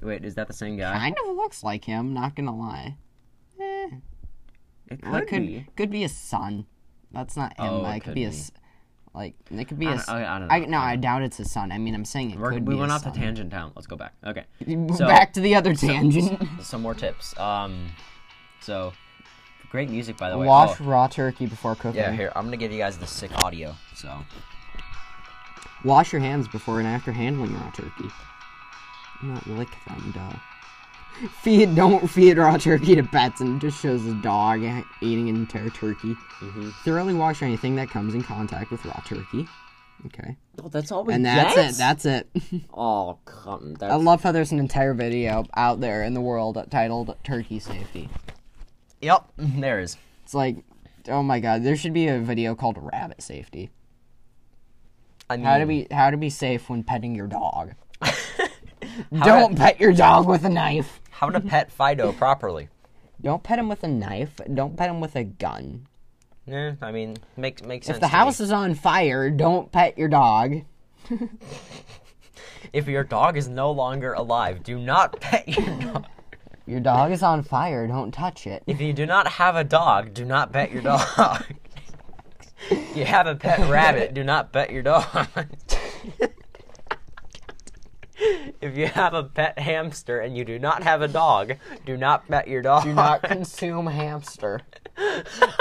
[SPEAKER 1] Wait, is that the same guy?
[SPEAKER 2] Kind of looks like him, not gonna lie. Eh,
[SPEAKER 1] It could,
[SPEAKER 2] that could
[SPEAKER 1] be.
[SPEAKER 2] could be his son. That's not him.
[SPEAKER 1] Oh,
[SPEAKER 2] that
[SPEAKER 1] it
[SPEAKER 2] could
[SPEAKER 1] could
[SPEAKER 2] be
[SPEAKER 1] be.
[SPEAKER 2] his. Like it could be
[SPEAKER 1] I
[SPEAKER 2] his.
[SPEAKER 1] don't- I- I don't
[SPEAKER 2] I,
[SPEAKER 1] know.
[SPEAKER 2] no, I doubt it's his son. I mean, I'm saying it
[SPEAKER 1] We're-
[SPEAKER 2] could
[SPEAKER 1] we
[SPEAKER 2] be.
[SPEAKER 1] went
[SPEAKER 2] his
[SPEAKER 1] off the
[SPEAKER 2] son.
[SPEAKER 1] tangent town. Let's go back. Okay. So-
[SPEAKER 2] Back to the other tangent.
[SPEAKER 1] Some more tips. Um, so great music by the way.
[SPEAKER 2] Wash
[SPEAKER 1] Oh,
[SPEAKER 2] raw turkey before cooking.
[SPEAKER 1] yeah, here I'm gonna give you guys the sick audio. So
[SPEAKER 2] Wash your hands before and after handling raw turkey. Not lick them, duh. Feed don't feed raw turkey to pets, and it just shows a dog a- eating an entire turkey.
[SPEAKER 1] Mm-hmm.
[SPEAKER 2] Thoroughly wash anything that comes in contact with raw turkey. Okay,
[SPEAKER 1] oh, that's all we
[SPEAKER 2] and that's it. That's it.
[SPEAKER 1] oh, come. That's
[SPEAKER 2] I love how there's an entire video out there in the world titled "Turkey Safety."
[SPEAKER 1] Yep, there is.
[SPEAKER 2] It's like, oh my god, there should be a video called "Rabbit Safety."
[SPEAKER 1] I mean,
[SPEAKER 2] How to be how to be safe when petting your dog.
[SPEAKER 1] how to-
[SPEAKER 2] Don't pet your dog with a knife.
[SPEAKER 1] how to pet Fido properly.
[SPEAKER 2] Don't pet him with a knife. Don't pet him with a gun.
[SPEAKER 1] Yeah, I mean, makes makes sense.
[SPEAKER 2] If the
[SPEAKER 1] to me.
[SPEAKER 2] house is on fire, don't pet your dog.
[SPEAKER 1] if your dog is no longer alive, do not pet your dog.
[SPEAKER 2] Your dog is on fire, don't touch it.
[SPEAKER 1] If you do not have a dog, do not pet your dog. If you have a pet rabbit, do not pet your dog. if you have a pet hamster and you do not have a dog, do not pet your dog.
[SPEAKER 2] Do not consume hamster.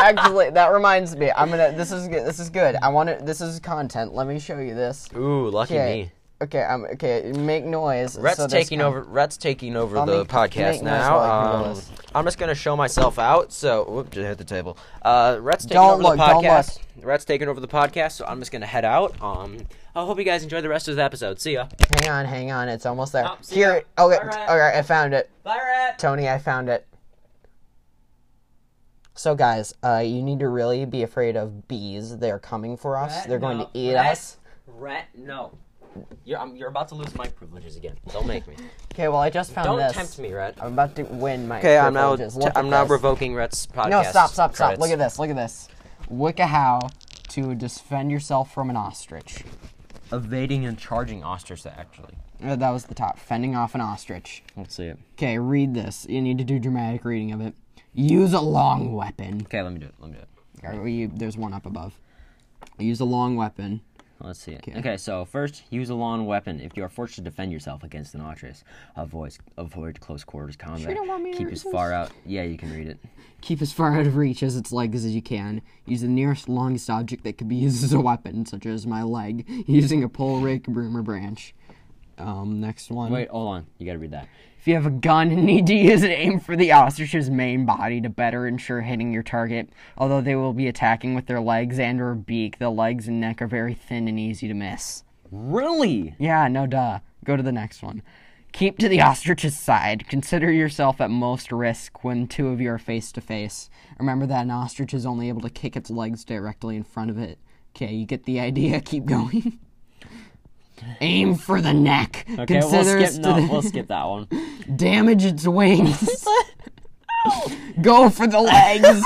[SPEAKER 2] Actually, that reminds me. I'm gonna. This is good. This is good. I want to. This is content. Let me show you this.
[SPEAKER 1] Ooh, lucky
[SPEAKER 2] Okay.
[SPEAKER 1] me.
[SPEAKER 2] Okay. Um. Okay. Make noise.
[SPEAKER 1] Rhett's
[SPEAKER 2] so this
[SPEAKER 1] taking
[SPEAKER 2] con-
[SPEAKER 1] over. Rhett's taking over
[SPEAKER 2] I'll
[SPEAKER 1] the
[SPEAKER 2] make-
[SPEAKER 1] podcast
[SPEAKER 2] make noise
[SPEAKER 1] now.
[SPEAKER 2] while I do
[SPEAKER 1] Um,
[SPEAKER 2] this.
[SPEAKER 1] I'm just gonna show myself out. So, whoop, just hit the table. Uh, Rhett's taking
[SPEAKER 2] Don't
[SPEAKER 1] over
[SPEAKER 2] look,
[SPEAKER 1] the
[SPEAKER 2] don't
[SPEAKER 1] podcast. Rhett's taking over the podcast. So I'm just gonna head out. Um, I hope you guys enjoy the rest of the episode. See ya.
[SPEAKER 2] Hang on. Hang on. It's almost there.
[SPEAKER 1] Oh, see
[SPEAKER 2] Here. Okay.
[SPEAKER 1] ya.
[SPEAKER 2] All right.
[SPEAKER 1] Alright.
[SPEAKER 2] I found it.
[SPEAKER 1] Bye, Rhett.
[SPEAKER 2] Tony, I found it. So, guys, uh, you need to really be afraid of bees. They're coming for us. They're going to eat us.
[SPEAKER 1] Rhett, no. You're I'm, you're about to lose my privileges again. Don't make me.
[SPEAKER 2] Okay, well, I just found
[SPEAKER 1] Don't
[SPEAKER 2] this.
[SPEAKER 1] tempt me, Rhett.
[SPEAKER 2] I'm about to win my.
[SPEAKER 1] Okay, I'm now
[SPEAKER 2] privileges. Look at
[SPEAKER 1] I'm now
[SPEAKER 2] this.
[SPEAKER 1] revoking Rhett's podcast.
[SPEAKER 2] No, stop, stop, stop. Look at this. Look at this. Wicca how to defend yourself from an ostrich.
[SPEAKER 1] Evading and charging ostrich. Actually,
[SPEAKER 2] Uh, That was the top. Fending off an ostrich.
[SPEAKER 1] let's see it.
[SPEAKER 2] Okay, read this. You need to do dramatic reading of it. Use a long weapon.
[SPEAKER 1] Okay, let me do it. Let me do it.
[SPEAKER 2] Or you- there's one up above. Use a long weapon
[SPEAKER 1] Let's see it.
[SPEAKER 2] Okay.
[SPEAKER 1] Okay. so first, use a long weapon. If you are forced to defend yourself against an Octress, avoid, avoid close quarters combat.
[SPEAKER 2] don't want me to
[SPEAKER 1] Keep
[SPEAKER 2] read
[SPEAKER 1] as far out. Yeah, you can read it.
[SPEAKER 2] Keep as far out of reach as its legs as you can. Use the nearest longest object that could be used as a weapon, such as my leg, using a pole, rake, broom, or branch. Um, next one.
[SPEAKER 1] Wait, hold on. You gotta read that.
[SPEAKER 2] If you have a gun and need to use it, aim for the ostrich's main body to better ensure hitting your target. Although they will be attacking with their legs and or beak, the legs and neck are very thin and easy to miss.
[SPEAKER 1] Really?
[SPEAKER 2] Yeah, no duh. Go to the next one. Keep to the ostrich's side. Consider yourself at most risk when two of you are face to face. Remember that an ostrich is only able to kick its legs directly in front of it. Okay, you get the idea. Keep going. Aim for the neck.
[SPEAKER 1] Okay, we'll skip.
[SPEAKER 2] its to
[SPEAKER 1] No,
[SPEAKER 2] the-
[SPEAKER 1] we'll skip that one.
[SPEAKER 2] damage its wings. Go for the legs.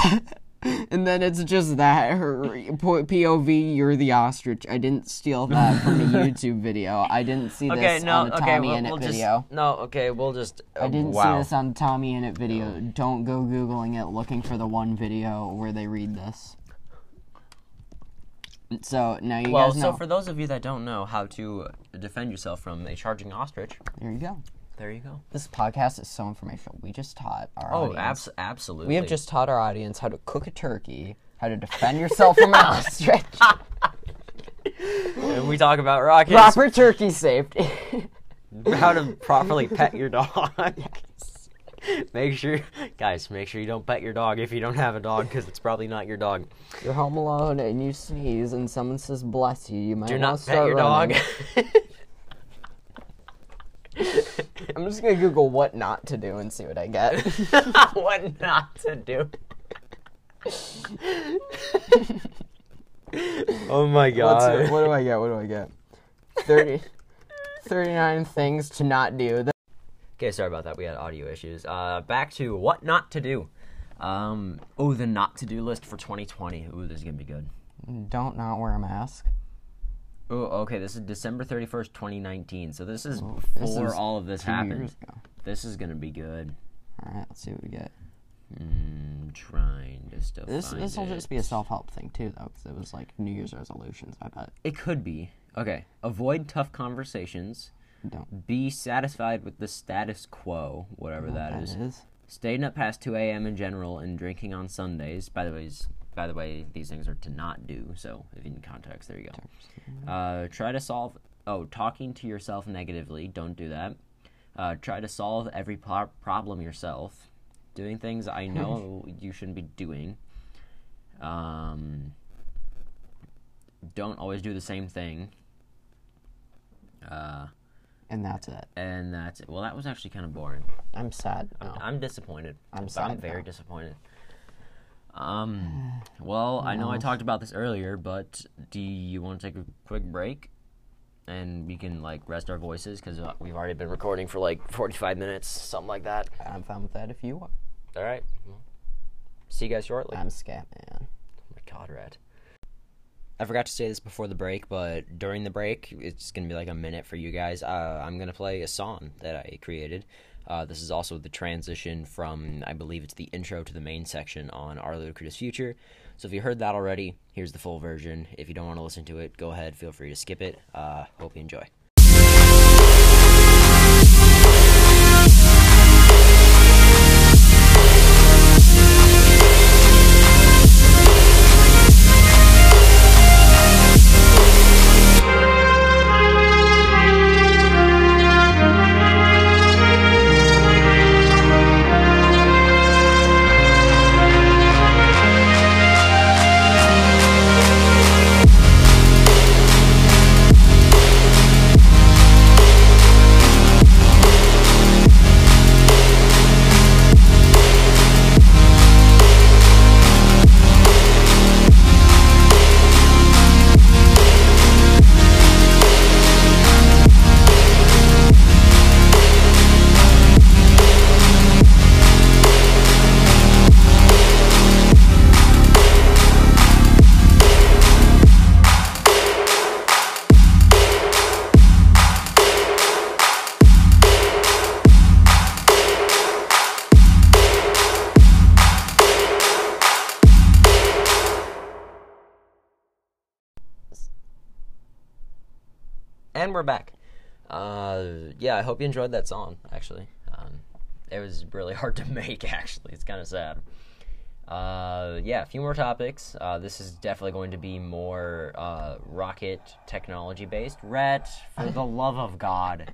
[SPEAKER 2] and then it's just that her po- POV. You're the ostrich. I didn't steal that from a YouTube video. I didn't see this on a Tommy in it video.
[SPEAKER 1] no. Okay, we'll just. oh,
[SPEAKER 2] I didn't
[SPEAKER 1] wow.
[SPEAKER 2] see this on Tommy in it video. Don't go googling it looking for the one video where they read this. So now you
[SPEAKER 1] well,
[SPEAKER 2] guys know.
[SPEAKER 1] so for those of you that don't know how to defend yourself from a charging ostrich,
[SPEAKER 2] there you go.
[SPEAKER 1] there you go.
[SPEAKER 2] This podcast is so informational. We just taught our
[SPEAKER 1] Oh,
[SPEAKER 2] audience.
[SPEAKER 1] abs- absolutely.
[SPEAKER 2] We have just taught our audience how to cook a turkey, how to defend yourself from an ostrich,
[SPEAKER 1] And we talk about rockets.
[SPEAKER 2] proper turkey safety.
[SPEAKER 1] how to properly pet your dog. Make sure, guys, make sure you don't pet your dog if you don't have a dog because it's probably not your dog.
[SPEAKER 2] You're home alone and you sneeze and someone says "bless you." You might
[SPEAKER 1] Do
[SPEAKER 2] wanna
[SPEAKER 1] not pet
[SPEAKER 2] start
[SPEAKER 1] your
[SPEAKER 2] running.
[SPEAKER 1] dog.
[SPEAKER 2] I'm just gonna Google what not to do and see what I get.
[SPEAKER 1] what not to do. oh my
[SPEAKER 2] What's
[SPEAKER 1] god.
[SPEAKER 2] it- what do I get? What do I get? 30, 39 things to not do. That-
[SPEAKER 1] Okay, sorry about that. We had audio issues. Uh, back to what not to do. Um, oh, the not to do list for 2020. Ooh, this is gonna be good.
[SPEAKER 2] Don't not wear a mask.
[SPEAKER 1] Oh, okay. This is December 31st, 2019. So this is
[SPEAKER 2] this
[SPEAKER 1] before
[SPEAKER 2] is
[SPEAKER 1] all of this happened.
[SPEAKER 2] years ago.
[SPEAKER 1] This is gonna be good.
[SPEAKER 2] All right, let's see what we get.
[SPEAKER 1] I'm trying to still
[SPEAKER 2] This
[SPEAKER 1] find
[SPEAKER 2] this will
[SPEAKER 1] it.
[SPEAKER 2] just be a self help thing too, though, because it was like New Year's resolutions. I bet.
[SPEAKER 1] It could be. Okay. Avoid tough conversations.
[SPEAKER 2] Don't.
[SPEAKER 1] Be satisfied with the status quo, whatever that is. Staying up past 2 a.m. in general and drinking on Sundays. By the way, by the way, these things are to not do. So, if you need context, there you go. Uh, try to solve. Oh, talking to yourself negatively. Don't do that. Uh, try to solve every pro- problem yourself. Doing things I know you shouldn't be doing. Um, don't always do the same thing. Uh,
[SPEAKER 2] And that's it.
[SPEAKER 1] and that's it. Well, that was actually kind of boring.
[SPEAKER 2] I'm sad. now.
[SPEAKER 1] I'm disappointed.
[SPEAKER 2] Oh. I'm
[SPEAKER 1] But I'm
[SPEAKER 2] sad
[SPEAKER 1] very
[SPEAKER 2] now.
[SPEAKER 1] disappointed. Um, well, I know I talked about this earlier, but do you want to take a quick break? And we can like rest our voices because uh, we've already been recording for like 45 minutes, something like that.
[SPEAKER 2] I'm fine with that if you are.
[SPEAKER 1] All right. See you guys shortly.
[SPEAKER 2] I'm scat man.
[SPEAKER 1] my god, Red. I forgot to say this before the break, but during the break, it's going to be like a minute for you guys. Uh, I'm going to play a song that I created. Uh, this is also the transition from, I believe it's the intro to the main section on Our Ludicrous Future. So if you heard that already, here's the full version. If you don't want to listen to it, go ahead, feel free to skip it. Uh, hope you enjoy. And we're back. Uh, yeah, I hope you enjoyed that song, actually. Um, it was really hard to make, actually. It's kind of sad. Uh, yeah, a few more topics. Uh, this is definitely going to be more uh, rocket technology based. Rhett, for the love of God.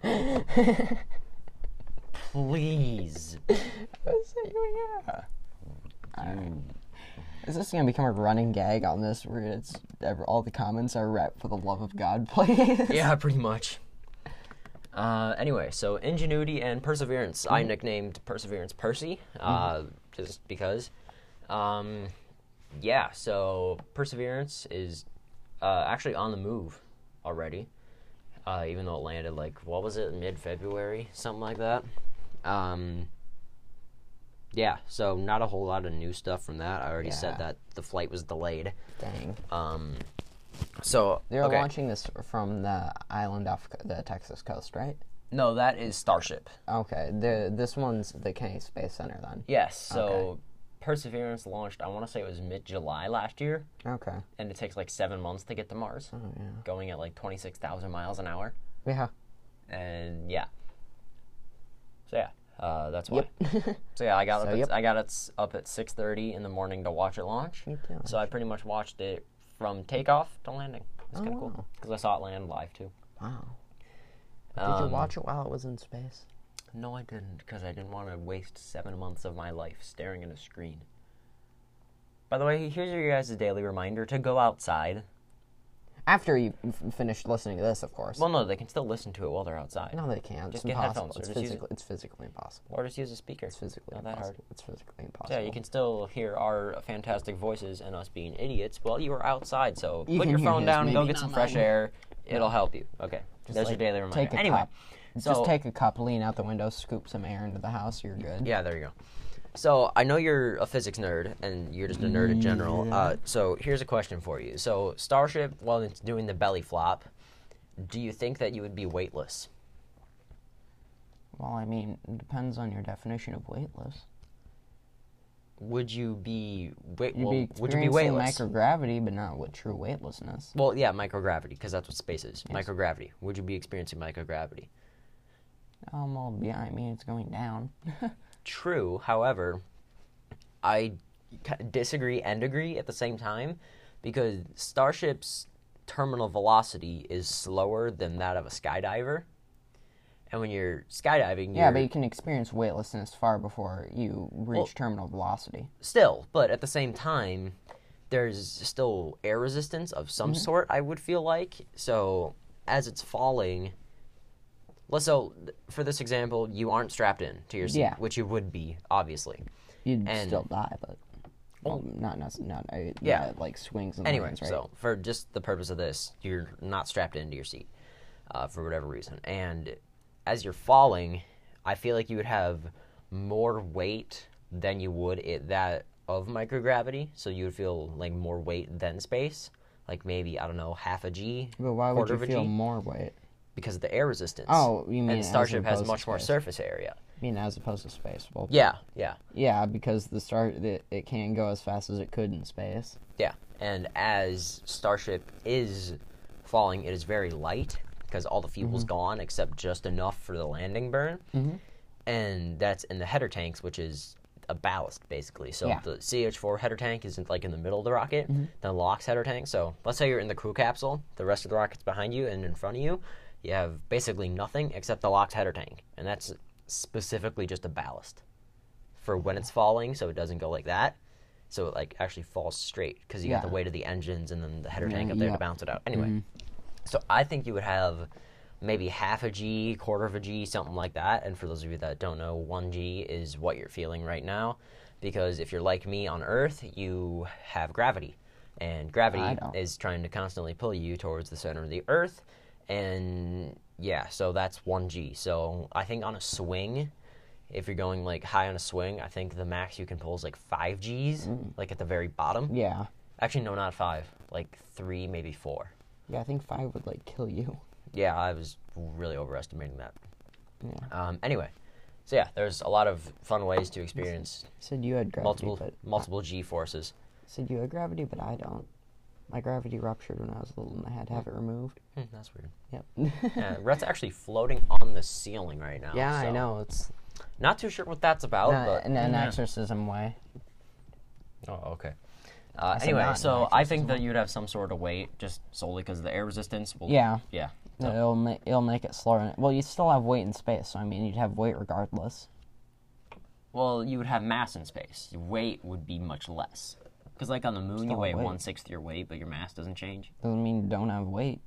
[SPEAKER 1] Please.
[SPEAKER 2] yeah. Is this gonna become a running gag on this where it's ever, all the comments are rep for the love of God, please?
[SPEAKER 1] Yeah, pretty much. Uh, anyway, so ingenuity and perseverance. I nicknamed perseverance Percy, uh, just because. Um, yeah, so perseverance is uh, actually on the move already, uh, even though it landed like what was it, mid February, something like that. Um, yeah, so not a whole lot of new stuff from that. I already
[SPEAKER 2] Yeah.
[SPEAKER 1] said that the flight was delayed.
[SPEAKER 2] Dang.
[SPEAKER 1] Um, so
[SPEAKER 2] They're
[SPEAKER 1] okay.
[SPEAKER 2] launching this from the island off co- the Texas coast, right?
[SPEAKER 1] No, that is Starship.
[SPEAKER 2] Okay. The this one's the Kennedy Space Center then.
[SPEAKER 1] Yes. So Perseverance launched, I want to say it was mid July last year,
[SPEAKER 2] Okay.
[SPEAKER 1] and it takes like seven months to get to Mars, going at like 26,000 miles an hour.
[SPEAKER 2] Yeah.
[SPEAKER 1] And yeah. So yeah. Uh, that's why. so yeah, I got up at,
[SPEAKER 2] yep.
[SPEAKER 1] I got it up at six thirty in the morning to watch it launch.
[SPEAKER 2] too.
[SPEAKER 1] So I pretty much watched it from takeoff to landing. It's kind of cool because I saw it land live too.
[SPEAKER 2] Wow. Did
[SPEAKER 1] Um,
[SPEAKER 2] you watch it while it was in space?
[SPEAKER 1] No, I didn't, because I didn't want to waste seven months of my life staring at a screen. By the way, here's your guys' daily reminder to go outside.
[SPEAKER 2] After you f- finished listening to this, of course.
[SPEAKER 1] Well, no, they can still listen to it while they're outside.
[SPEAKER 2] no, they can't.
[SPEAKER 1] Just
[SPEAKER 2] it's
[SPEAKER 1] get
[SPEAKER 2] impossible.
[SPEAKER 1] headphones
[SPEAKER 2] It's
[SPEAKER 1] or just use
[SPEAKER 2] physically, it's physically impossible.
[SPEAKER 1] Or just use a speaker.
[SPEAKER 2] It's physically
[SPEAKER 1] Not that
[SPEAKER 2] impossible.
[SPEAKER 1] hard.
[SPEAKER 2] It's physically impossible.
[SPEAKER 1] Yeah, you can still hear our fantastic voices and us being idiots while you are outside. So
[SPEAKER 2] You
[SPEAKER 1] put
[SPEAKER 2] can
[SPEAKER 1] your
[SPEAKER 2] hear
[SPEAKER 1] phone
[SPEAKER 2] his,
[SPEAKER 1] down, go
[SPEAKER 2] maybe
[SPEAKER 1] get
[SPEAKER 2] not
[SPEAKER 1] some fresh
[SPEAKER 2] mine.
[SPEAKER 1] air. It'll help you. Okay, there's
[SPEAKER 2] like,
[SPEAKER 1] your daily
[SPEAKER 2] take
[SPEAKER 1] reminder.
[SPEAKER 2] a
[SPEAKER 1] anyway,
[SPEAKER 2] cup.
[SPEAKER 1] so
[SPEAKER 2] Just take a cup, lean out the window, scoop some air into the house. You're good.
[SPEAKER 1] Yeah, there you go. So I know you're a physics nerd, and you're just a nerd in general. Uh, so here's a question for you. So Starship, while it's doing the belly flop, do you think that you would be weightless?
[SPEAKER 2] Well, I mean, it depends on your definition of weightless.
[SPEAKER 1] Would you be weight?
[SPEAKER 2] You'd
[SPEAKER 1] well,
[SPEAKER 2] be
[SPEAKER 1] would you be
[SPEAKER 2] experiencing
[SPEAKER 1] weightless?
[SPEAKER 2] microgravity, but not with true weightlessness.
[SPEAKER 1] well, yeah, microgravity, because that's what space is. Microgravity. Would you be experiencing microgravity?
[SPEAKER 2] Um, well, yeah, I mean, it's going down.
[SPEAKER 1] true. However, I ki- disagree and agree at the same time because Starship's terminal velocity is slower than that of a skydiver. And when you're skydiving,
[SPEAKER 2] yeah,
[SPEAKER 1] you're
[SPEAKER 2] but you can experience weightlessness far before you reach terminal velocity.
[SPEAKER 1] still, but at the same time, there's still air resistance of some
[SPEAKER 2] Mm-hmm.
[SPEAKER 1] sort, I would feel like. So as it's falling, let's so th- for this example, you aren't strapped in to your seat,
[SPEAKER 2] Yeah.
[SPEAKER 1] which you would be, obviously.
[SPEAKER 2] You'd
[SPEAKER 1] And-
[SPEAKER 2] still die, but well, not necessarily. Not, uh,
[SPEAKER 1] Yeah.
[SPEAKER 2] not, like swings and
[SPEAKER 1] Anyway,
[SPEAKER 2] lands, right?
[SPEAKER 1] so for just the purpose of this, you're not strapped into your seat uh, for whatever reason, and as you're falling, I feel like you would have more weight than you would it, that of microgravity. So you would feel like more weight than space, like maybe I don't know half a g.
[SPEAKER 2] but why would
[SPEAKER 1] quarter
[SPEAKER 2] you
[SPEAKER 1] of a
[SPEAKER 2] feel
[SPEAKER 1] G,
[SPEAKER 2] more weight?
[SPEAKER 1] because of the air resistance?
[SPEAKER 2] Oh, you mean
[SPEAKER 1] and
[SPEAKER 2] as
[SPEAKER 1] Starship has
[SPEAKER 2] opposed to
[SPEAKER 1] much more
[SPEAKER 2] space.
[SPEAKER 1] surface area.
[SPEAKER 2] I mean, as opposed to space. Well,
[SPEAKER 1] Yeah, yeah.
[SPEAKER 2] yeah, because the star the, it can't go as fast as it could in space.
[SPEAKER 1] Yeah, and as Starship is falling, it is very light because all the fuel's gone except just enough for the landing burn, and that's in the header tanks, which is a ballast basically. So
[SPEAKER 2] Yeah. Mm-hmm.
[SPEAKER 1] the CH4 header tank is in- like in the middle of the rocket, the LOX header tank. So let's say you're in the crew capsule, the rest of the rocket's behind you and in front of you. You have basically nothing except the LOX header tank, and that's specifically just a ballast for when it's falling, so it doesn't go like that. So it like actually falls straight because you got
[SPEAKER 2] Yeah.
[SPEAKER 1] the weight of the engines and then the header tank up there
[SPEAKER 2] yeah. Mm-hmm.
[SPEAKER 1] to bounce it out. Anyway, so I think you would have maybe half a G, quarter of a G, something like that. And for those of you that don't know, one G is what you're feeling right now, because if you're like me on Earth, you have gravity, and
[SPEAKER 2] I
[SPEAKER 1] gravity
[SPEAKER 2] don't.
[SPEAKER 1] is trying to constantly pull you towards the center of the Earth, and yeah, so that's one G. So I think on a swing, if you're going like high on a swing, I think the max you can pull is like five G's, like at the very bottom.
[SPEAKER 2] Mm. Yeah,
[SPEAKER 1] Actually, no, not five. Like three, maybe four.
[SPEAKER 2] yeah, I think five would like kill you.
[SPEAKER 1] Yeah, I was really overestimating that. Um, anyway, so yeah, there's a lot of fun ways to experience
[SPEAKER 2] Said you had gravity,
[SPEAKER 1] multiple
[SPEAKER 2] but
[SPEAKER 1] multiple G forces.
[SPEAKER 2] said you had gravity, but I don't. My gravity ruptured when I was little and I had to have it removed.
[SPEAKER 1] Hmm, that's weird.
[SPEAKER 2] Yep.
[SPEAKER 1] Yeah, Uh, Rhett's actually floating on the ceiling right now.
[SPEAKER 2] yeah, I
[SPEAKER 1] so-
[SPEAKER 2] know. It's
[SPEAKER 1] Not too sure what that's about,
[SPEAKER 2] not
[SPEAKER 1] but
[SPEAKER 2] in an exorcism way.
[SPEAKER 1] Oh, okay. Uh,
[SPEAKER 2] said
[SPEAKER 1] anyway,
[SPEAKER 2] not
[SPEAKER 1] so
[SPEAKER 2] not
[SPEAKER 1] I think that you'd have some sort of weight just solely because of the air resistance. Will,
[SPEAKER 2] Yeah.
[SPEAKER 1] Yeah.
[SPEAKER 2] It'll ma- it'll make it slower. Well, you still have weight in space, so I mean, you'd have weight regardless.
[SPEAKER 1] Well, you would have mass in space. Your weight would be much less. Because, like, on the moon, you
[SPEAKER 2] Still
[SPEAKER 1] weigh
[SPEAKER 2] weight.
[SPEAKER 1] one sixth your weight, but your mass doesn't change.
[SPEAKER 2] Doesn't mean you don't have weight.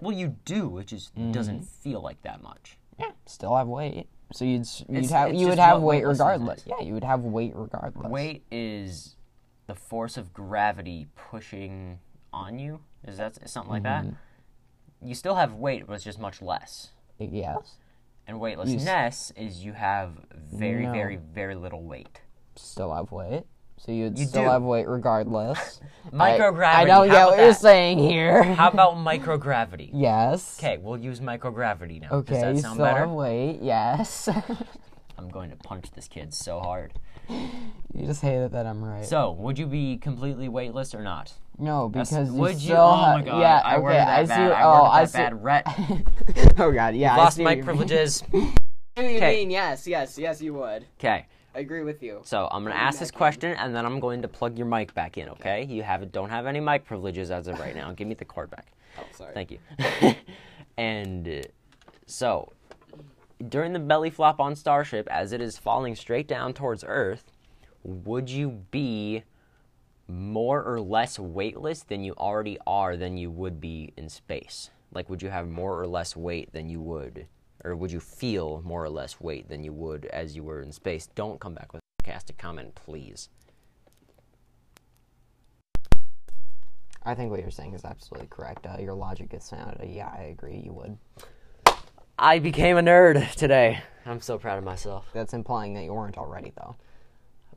[SPEAKER 1] Well, you do, it just doesn't feel like that much.
[SPEAKER 2] Yeah, still have weight. So you'd s- you'd
[SPEAKER 1] It's-
[SPEAKER 2] have
[SPEAKER 1] it's
[SPEAKER 2] you would
[SPEAKER 1] just
[SPEAKER 2] have
[SPEAKER 1] what
[SPEAKER 2] weight
[SPEAKER 1] weightlessness
[SPEAKER 2] regardless.
[SPEAKER 1] is.
[SPEAKER 2] Yeah, you would have weight regardless.
[SPEAKER 1] Weight is the force of gravity pushing on you. Is that something like that? You still have weight, but it's just much less.
[SPEAKER 2] Yes.
[SPEAKER 1] And weightlessness is you have very, very, very little weight.
[SPEAKER 2] Still have weight. So you'd
[SPEAKER 1] You
[SPEAKER 2] still
[SPEAKER 1] do.
[SPEAKER 2] have weight regardless. I-
[SPEAKER 1] Microgravity.
[SPEAKER 2] I don't
[SPEAKER 1] how
[SPEAKER 2] get
[SPEAKER 1] about
[SPEAKER 2] what you're
[SPEAKER 1] that?
[SPEAKER 2] saying here.
[SPEAKER 1] How about microgravity?
[SPEAKER 2] yes.
[SPEAKER 1] Okay, we'll use microgravity now.
[SPEAKER 2] Okay.
[SPEAKER 1] Does that
[SPEAKER 2] you
[SPEAKER 1] sound
[SPEAKER 2] still
[SPEAKER 1] better?
[SPEAKER 2] have weight. Yes.
[SPEAKER 1] I'm going to punch this kid so hard.
[SPEAKER 2] you just hated that I'm right.
[SPEAKER 1] So, would you be completely weightless or not?
[SPEAKER 2] no, because you
[SPEAKER 1] would you?
[SPEAKER 2] still
[SPEAKER 1] Oh
[SPEAKER 2] have.
[SPEAKER 1] my god.
[SPEAKER 2] Yeah.
[SPEAKER 1] I
[SPEAKER 2] okay.
[SPEAKER 1] worded that
[SPEAKER 2] I see.
[SPEAKER 1] bad. I
[SPEAKER 2] oh,
[SPEAKER 1] worded that
[SPEAKER 2] I see.
[SPEAKER 1] bad. Rhett
[SPEAKER 2] Oh god. Yeah. I
[SPEAKER 1] lost
[SPEAKER 2] see
[SPEAKER 1] my
[SPEAKER 2] what you mean.
[SPEAKER 1] privileges.
[SPEAKER 4] Do you
[SPEAKER 1] Okay.
[SPEAKER 4] mean yes, yes, yes? You would.
[SPEAKER 1] Okay,
[SPEAKER 4] I agree with you.
[SPEAKER 1] so I'm gonna ask this question and then I'm going to plug your mic back in. Okay, you have don't have any mic privileges as of right now. Give me the cord back.
[SPEAKER 4] Oh, sorry.
[SPEAKER 1] Thank you. and uh, so, during the belly flop on Starship, as it is falling straight down towards Earth, would you be more or less weightless than you already are than you would be in space? Like, would you have more or less weight than you would, or would you feel more or less weight than you would as you were in space? Don't come back with a sarcastic comment, please.
[SPEAKER 2] I think what you're saying is absolutely correct. Uh, your logic is sound. Uh, yeah, I agree. You would.
[SPEAKER 1] I became a nerd today. I'm so proud of myself.
[SPEAKER 2] That's implying that you weren't already, though.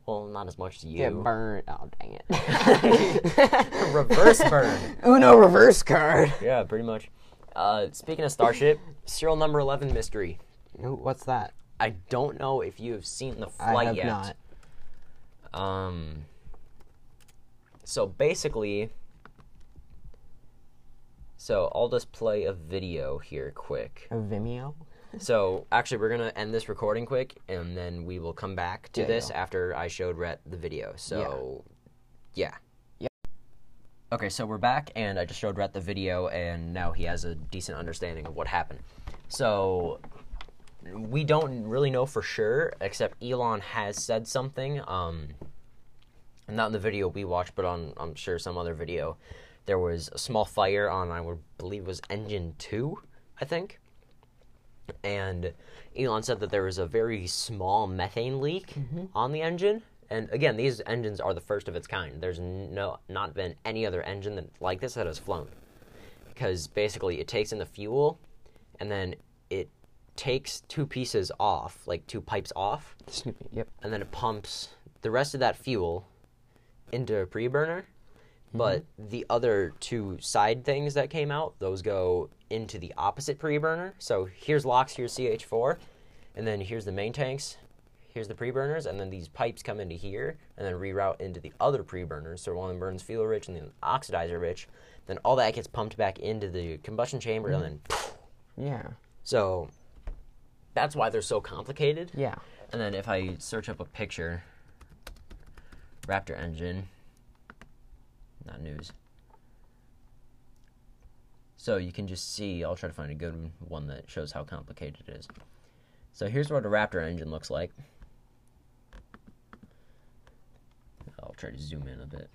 [SPEAKER 1] Well, not as much as you.
[SPEAKER 2] Get burnt. Oh, dang it.
[SPEAKER 1] reverse burn.
[SPEAKER 2] Uno reverse card.
[SPEAKER 1] yeah, pretty much. Uh, speaking of Starship, serial number eleven mystery.
[SPEAKER 2] Ooh, What's that?
[SPEAKER 1] I don't know if you have seen the
[SPEAKER 2] I
[SPEAKER 1] flight
[SPEAKER 2] have
[SPEAKER 1] yet.
[SPEAKER 2] not.
[SPEAKER 1] Um. So basically, so I'll just play a video here quick.
[SPEAKER 2] A Vimeo?
[SPEAKER 1] So actually, we're gonna end this recording quick, and then we will come back to
[SPEAKER 2] Yeah,
[SPEAKER 1] this after I showed Rhett the video. So, yeah.
[SPEAKER 2] Yeah.
[SPEAKER 1] Okay, so we're back, and I just showed Rhett the video, and now he has a decent understanding of what happened. So, we don't really know for sure, except Elon has said something. Um, not in the video we watched, but on I'm sure some other video. There was a small fire on I would believe it was engine two, I think and Elon said that there was a very small methane leak on the engine. And again, these engines are the first of its kind. There's no not been any other engine that like this that has flown, because basically it takes in the fuel, and then it takes two pieces off, like two pipes off,
[SPEAKER 2] Excuse me. Yep.
[SPEAKER 1] and then it pumps the rest of that fuel into a preburner. But the other two side things that came out, those go into the opposite preburner. So here's LOX, here's CH4, and then here's the main tanks, here's the preburners, and then these pipes come into here and then reroute into the other preburners. So one burns fuel rich and then oxidizer rich. Then all that gets pumped back into the combustion chamber, and then
[SPEAKER 2] Yeah.
[SPEAKER 1] so that's why they're so complicated.
[SPEAKER 2] Yeah.
[SPEAKER 1] And then if I search up a picture, Raptor engine, not news. So you can just see, I'll try to find a good one that shows how complicated it is. So here's what a Raptor engine looks like. I'll try to zoom in a bit.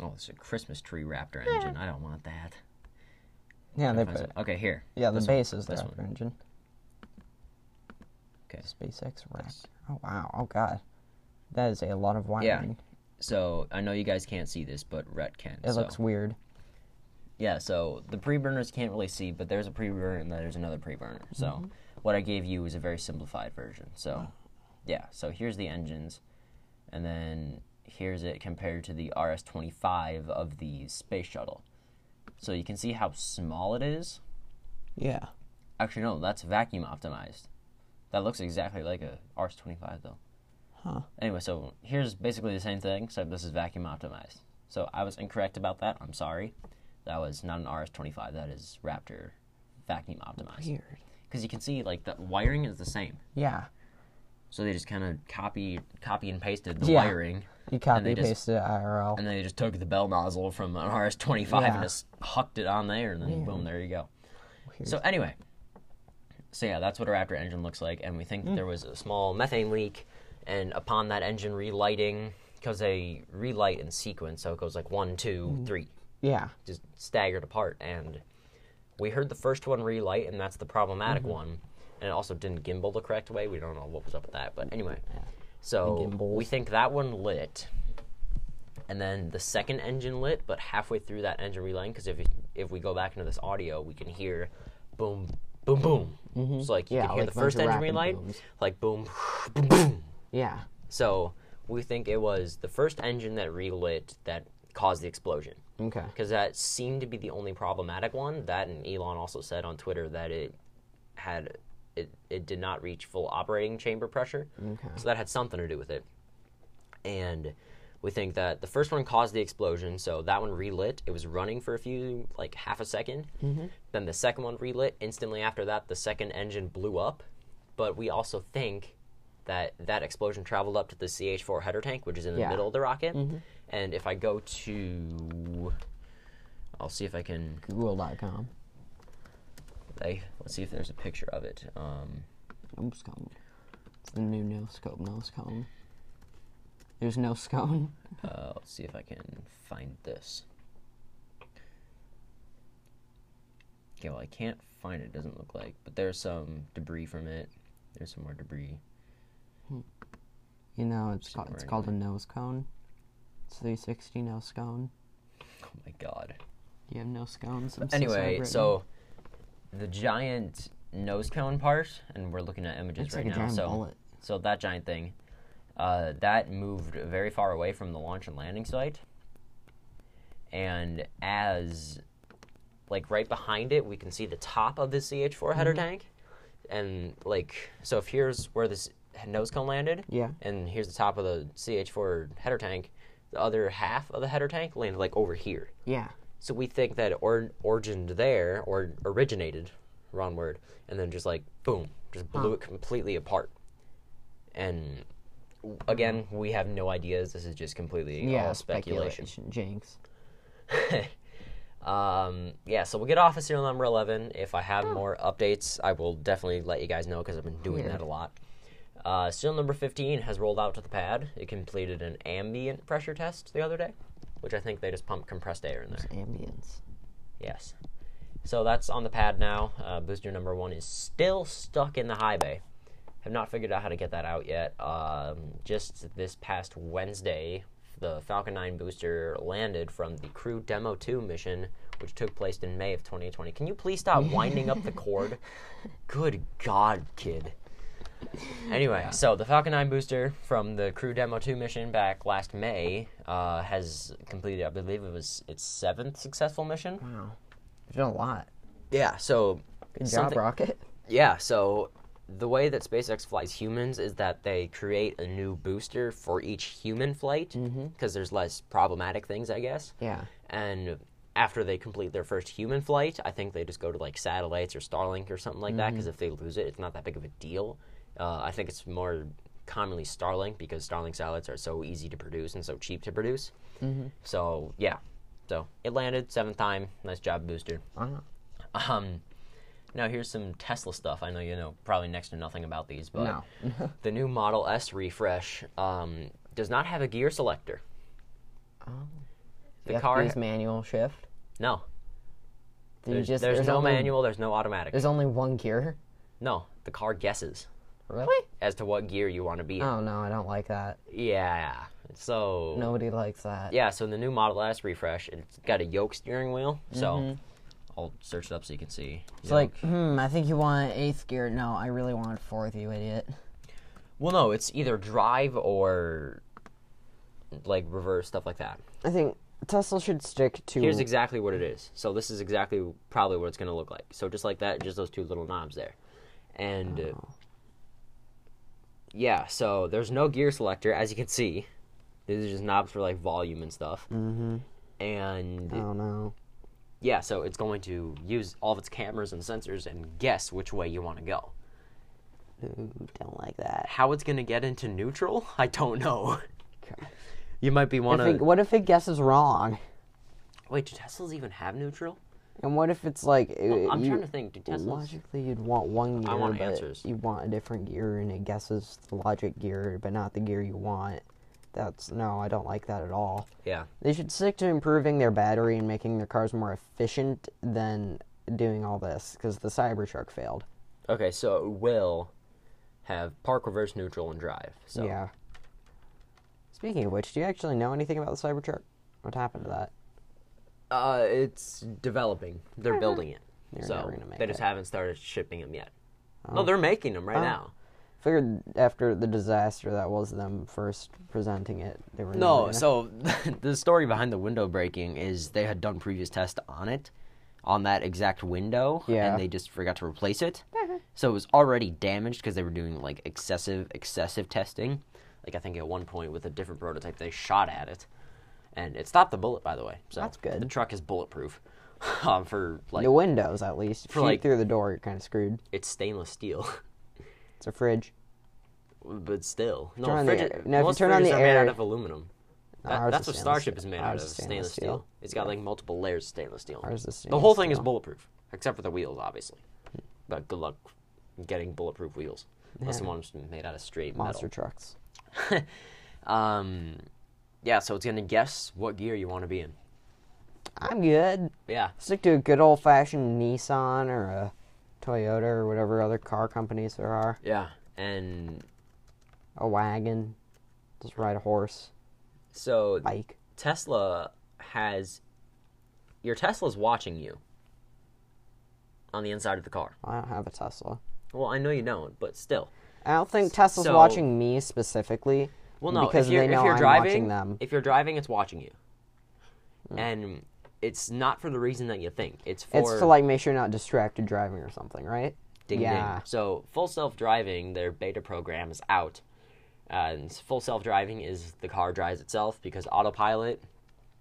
[SPEAKER 1] Oh, it's a Christmas tree Raptor engine. I don't want that.
[SPEAKER 2] Yeah, they
[SPEAKER 1] Find
[SPEAKER 2] put,
[SPEAKER 1] some- Okay, here.
[SPEAKER 2] yeah the
[SPEAKER 1] This one.
[SPEAKER 2] base is the
[SPEAKER 1] This one.
[SPEAKER 2] Raptor engine.
[SPEAKER 1] Okay.
[SPEAKER 2] SpaceX Raptor. Oh, wow. Oh, God. That is a lot of wiring.
[SPEAKER 1] So I know you guys can't see this, but Rhett can.
[SPEAKER 2] It
[SPEAKER 1] so.
[SPEAKER 2] looks weird.
[SPEAKER 1] Yeah, so the preburners can't really see, but there's a preburner and there's another preburner. So
[SPEAKER 2] Mm-hmm.
[SPEAKER 1] what I gave you is a very simplified version.
[SPEAKER 2] Oh.
[SPEAKER 1] So yeah, so here's the engines, and then here's it compared to the RS-25 of the space shuttle. So you can see how small it is.
[SPEAKER 2] Yeah.
[SPEAKER 1] Actually, no, that's vacuum optimized. That looks exactly like a RS-25 though.
[SPEAKER 2] Huh.
[SPEAKER 1] Anyway, so here's basically the same thing, except this is vacuum optimized. So I was incorrect about that. I'm sorry. That was not an RS-25. That is Raptor vacuum optimized.
[SPEAKER 2] Weird.
[SPEAKER 1] Because you can see like the wiring is the same.
[SPEAKER 2] Yeah.
[SPEAKER 1] So they just kind of copy, copy and pasted the
[SPEAKER 2] Yeah.
[SPEAKER 1] wiring,
[SPEAKER 2] You copy
[SPEAKER 1] just-
[SPEAKER 2] pasted it IRL.
[SPEAKER 1] and then they just took the bell nozzle from an RS-25
[SPEAKER 2] Yeah.
[SPEAKER 1] and just hucked it on there, and then boom, there you go.
[SPEAKER 2] Weird.
[SPEAKER 1] So anyway, so yeah, that's what a Raptor engine looks like, and we think
[SPEAKER 2] Hmm.
[SPEAKER 1] that there was a small methane leak, and upon that engine relighting, because they relight in sequence, so it goes like one,
[SPEAKER 2] Hmm.
[SPEAKER 1] two, three,
[SPEAKER 2] yeah.
[SPEAKER 1] just staggered apart, and we heard the first one relight, and that's the
[SPEAKER 2] Mm-hmm.
[SPEAKER 1] problematic one, and it also didn't gimbal the correct way. We don't know what was up with that, but anyway, so
[SPEAKER 2] gimbals.
[SPEAKER 1] we think that one lit. And then the second engine lit, but halfway through that engine relaying, because if if we go back into this audio, we can hear boom, boom, boom. So like you
[SPEAKER 2] Mm-hmm. Yeah,
[SPEAKER 1] can hear
[SPEAKER 2] like
[SPEAKER 1] the
[SPEAKER 2] a bunch
[SPEAKER 1] first
[SPEAKER 2] of
[SPEAKER 1] engine
[SPEAKER 2] rapid
[SPEAKER 1] relight,
[SPEAKER 2] booms.
[SPEAKER 1] like boom, boom, boom.
[SPEAKER 2] Yeah.
[SPEAKER 1] So we think it was the first engine that relit that caused the explosion,
[SPEAKER 2] Okay.
[SPEAKER 1] because that seemed to be the only problematic one. That and Elon also said on Twitter that it had it it did not reach full operating chamber pressure,
[SPEAKER 2] Okay.
[SPEAKER 1] so that had something to do with it. And we think that the first one caused the explosion, so that one relit. It was running for a few like half a 2nd Mm-hmm. Then the second one relit instantly after that. The second engine blew up, but we also think that that explosion traveled up to the CH4 header tank, which is in the
[SPEAKER 2] Yeah.
[SPEAKER 1] middle of the rocket. And if I go to, I'll see if I can.
[SPEAKER 2] Google.com.
[SPEAKER 1] I, let's see if there's a picture of it. Um,
[SPEAKER 2] Oops, cone. It's the new no scope nose cone. There's no scone.
[SPEAKER 1] uh, let's see if I can find this. Okay, well I can't find it. Doesn't look like, but there's some debris from it. There's some more debris.
[SPEAKER 2] You know, it's called, it's
[SPEAKER 1] Right.
[SPEAKER 2] called a nose cone. It's 360 nose cone.
[SPEAKER 1] Oh my god.
[SPEAKER 2] Do you have no scones? I'm so sorry,
[SPEAKER 1] Anyway,
[SPEAKER 2] Brittany.
[SPEAKER 1] so the giant nose cone part, and we're looking at images
[SPEAKER 2] It's
[SPEAKER 1] right
[SPEAKER 2] like a
[SPEAKER 1] now.
[SPEAKER 2] giant
[SPEAKER 1] so,
[SPEAKER 2] bullet.
[SPEAKER 1] so that giant thing, uh, that moved very far away from the launch and landing site, and as like right behind it, we can see the top of the CH4 header tank, and like so if here's where this nose cone landed,
[SPEAKER 2] Yeah.
[SPEAKER 1] and here's the top of the CH4 header tank, the other half of the header tank landed like over here.
[SPEAKER 2] Yeah.
[SPEAKER 1] So we think that it or- origined there or originated, wrong word, and then just like boom, just blew it completely apart. And w- again, we have no ideas. This is just completely
[SPEAKER 2] Yeah.
[SPEAKER 1] all speculation.
[SPEAKER 2] Jinx.
[SPEAKER 1] Um, yeah, so we'll get off of serial number 11. If I have more updates, I will definitely let you guys know because I've been doing that a lot. Uh, serial number 15 has rolled out to the pad. It completed an ambient pressure test the other day, which I think they just pumped compressed air in there.
[SPEAKER 2] Ambience.
[SPEAKER 1] Yes. So that's on the pad now. Uh, booster number one is still stuck in the high bay. Have not figured out how to get that out yet. Um, just this past Wednesday, the Falcon 9 booster landed from the Crew Demo 2 mission, which took place in May of 2020. Can you please stop winding up the cord? Good God, kid. Anyway, so the Falcon 9 booster from the Crew Demo 2 mission back last May uh, has completed, I believe it was its seventh successful mission.
[SPEAKER 2] Wow. You've done a lot.
[SPEAKER 1] Yeah, so
[SPEAKER 2] Good
[SPEAKER 1] Something-
[SPEAKER 2] job, Rocket.
[SPEAKER 1] yeah, so the way that SpaceX flies humans is that they create a new booster for each human flight because
[SPEAKER 2] Mm-hmm.
[SPEAKER 1] there's less problematic things, I guess.
[SPEAKER 2] Yeah.
[SPEAKER 1] And after they complete their first human flight, I think they just go to like satellites or Starlink or something like that
[SPEAKER 2] Mm-hmm.
[SPEAKER 1] because if they lose it, it's not that big of a deal. Uh, I think it's more commonly Starlink because Starlink satellites are so easy to produce and so cheap to produce.
[SPEAKER 2] Mm-hmm.
[SPEAKER 1] So, yeah. So it landed seventh time. Nice job, booster.
[SPEAKER 2] Wow.
[SPEAKER 1] Um, now here's some Tesla stuff. I know you know probably next to nothing about these, but
[SPEAKER 2] No.
[SPEAKER 1] the new Model S refresh um, does not have a gear selector. The
[SPEAKER 2] Oh. you have
[SPEAKER 1] car
[SPEAKER 2] to use manual shift.
[SPEAKER 1] no.
[SPEAKER 2] Do you
[SPEAKER 1] There's,
[SPEAKER 2] just-
[SPEAKER 1] there's no
[SPEAKER 2] only,
[SPEAKER 1] manual. There's no automatic.
[SPEAKER 2] There's only one gear.
[SPEAKER 1] no, the car guesses
[SPEAKER 2] Really?
[SPEAKER 1] as to what gear you want to be. in.
[SPEAKER 2] Oh no, I don't like that.
[SPEAKER 1] Yeah. So
[SPEAKER 2] Nobody likes that.
[SPEAKER 1] yeah. So the new Model S refresh, it's got a yoke steering wheel. So I'll search it up so you can see.
[SPEAKER 2] Mm-hmm. It's like, hmm, I think you want eighth gear. No, I really want fourth, you idiot.
[SPEAKER 1] well, no, it's either drive or like reverse stuff like that.
[SPEAKER 2] I think Tesla should stick to.
[SPEAKER 1] Here's exactly what it is. So this is exactly probably what it's going to look
[SPEAKER 2] Oh.
[SPEAKER 1] like. So just like that, just those two little knobs there, and uh, yeah, so there's no gear selector, as you can see. These are just knobs for like volume and stuff.
[SPEAKER 2] Mm-hmm.
[SPEAKER 1] And
[SPEAKER 2] Oh no.
[SPEAKER 1] yeah, so it's going to use all of its cameras and sensors and guess which way you want to go.
[SPEAKER 2] Ooh, don't like that.
[SPEAKER 1] How it's going to get into neutral, I don't know. you might be
[SPEAKER 2] If
[SPEAKER 1] one
[SPEAKER 2] it,
[SPEAKER 1] of.
[SPEAKER 2] what if it guesses wrong?
[SPEAKER 1] Wait, do Teslas even have neutral?
[SPEAKER 2] And what if it's like uh,
[SPEAKER 1] I'm
[SPEAKER 2] you-
[SPEAKER 1] trying to think. Do Teslas?
[SPEAKER 2] Logically, you'd want one gear,
[SPEAKER 1] I want
[SPEAKER 2] but
[SPEAKER 1] answers.
[SPEAKER 2] you want a different gear, and it guesses the logic gear, but not the gear you want. That's no, I don't like that at all.
[SPEAKER 1] Yeah.
[SPEAKER 2] They should stick to improving their battery and making their cars more efficient than doing all this, because the Cybertruck failed.
[SPEAKER 1] Okay, so it will have park, reverse, neutral, and drive. So
[SPEAKER 2] Yeah. Speaking of which, do you actually know anything about the Cybertruck? What happened to that?
[SPEAKER 1] uh, it's developing. They're building it.
[SPEAKER 2] They're
[SPEAKER 1] so
[SPEAKER 2] never gonna make
[SPEAKER 1] they just
[SPEAKER 2] it. Oh.
[SPEAKER 1] haven't started shipping them yet. No, they're making them right now.
[SPEAKER 2] Figured after the disaster that was them first presenting it, they were never
[SPEAKER 1] No,
[SPEAKER 2] gonna-
[SPEAKER 1] so the story behind the window breaking is they had done previous tests on it, on that exact window,
[SPEAKER 2] Yeah. Mm-hmm.
[SPEAKER 1] and they just forgot to replace it. So it was already damaged because they were doing like excessive, excessive testing. Like I think at one point with a different prototype, they shot at it, and it stopped the bullet. By the way, so
[SPEAKER 2] That's good.
[SPEAKER 1] The truck is bulletproof, um, for like
[SPEAKER 2] the windows at least. If
[SPEAKER 1] For
[SPEAKER 2] you shoot
[SPEAKER 1] like-
[SPEAKER 2] through the door, you're kind of screwed.
[SPEAKER 1] it's stainless steel,
[SPEAKER 2] It's a fridge.
[SPEAKER 1] but still, no,
[SPEAKER 2] Turn on the
[SPEAKER 1] fridges,
[SPEAKER 2] air- now, if you
[SPEAKER 1] most
[SPEAKER 2] turn on
[SPEAKER 1] fridges
[SPEAKER 2] the
[SPEAKER 1] are made
[SPEAKER 2] air-
[SPEAKER 1] out of aluminum. That-
[SPEAKER 2] ours
[SPEAKER 1] that's
[SPEAKER 2] is
[SPEAKER 1] what
[SPEAKER 2] stainless
[SPEAKER 1] Starship
[SPEAKER 2] steel.
[SPEAKER 1] is made
[SPEAKER 2] Ours
[SPEAKER 1] out of
[SPEAKER 2] is
[SPEAKER 1] stainless,
[SPEAKER 2] stainless
[SPEAKER 1] steel.
[SPEAKER 2] steel.
[SPEAKER 1] It's got like multiple layers of stainless steel.
[SPEAKER 2] Ours is
[SPEAKER 1] the whole
[SPEAKER 2] stainless
[SPEAKER 1] thing is
[SPEAKER 2] steel. Hmm.
[SPEAKER 1] bulletproof, except for the wheels, obviously. But good luck getting bulletproof wheels, unless you want them made out of straight
[SPEAKER 2] Monster
[SPEAKER 1] metal.
[SPEAKER 2] trucks.
[SPEAKER 1] Um, yeah, so it's gonna guess what gear you want to be in.
[SPEAKER 2] I'm good.
[SPEAKER 1] Yeah,
[SPEAKER 2] Stick to a good old fashioned Nissan or a Toyota or whatever other car companies there are.
[SPEAKER 1] yeah, and
[SPEAKER 2] A wagon. Just ride a horse.
[SPEAKER 1] so
[SPEAKER 2] Bike.
[SPEAKER 1] Tesla has your Tesla's watching you on the inside of the car.
[SPEAKER 2] I don't have a Tesla.
[SPEAKER 1] Well, I know you don't, but still.
[SPEAKER 2] I don't think Tesla's
[SPEAKER 1] so-
[SPEAKER 2] watching me specifically.
[SPEAKER 1] Well, no,
[SPEAKER 2] because
[SPEAKER 1] if you're,
[SPEAKER 2] they know
[SPEAKER 1] if you're
[SPEAKER 2] I'm
[SPEAKER 1] driving,
[SPEAKER 2] watching them. Hmm.
[SPEAKER 1] if you're driving, it's watching you, and it's not for the reason that you think. It's for
[SPEAKER 2] It's to like make sure you're not distracted driving or something, right?
[SPEAKER 1] ding
[SPEAKER 2] yeah.
[SPEAKER 1] ding. So full self driving, their beta program is out, and full self driving is the car drives itself because autopilot,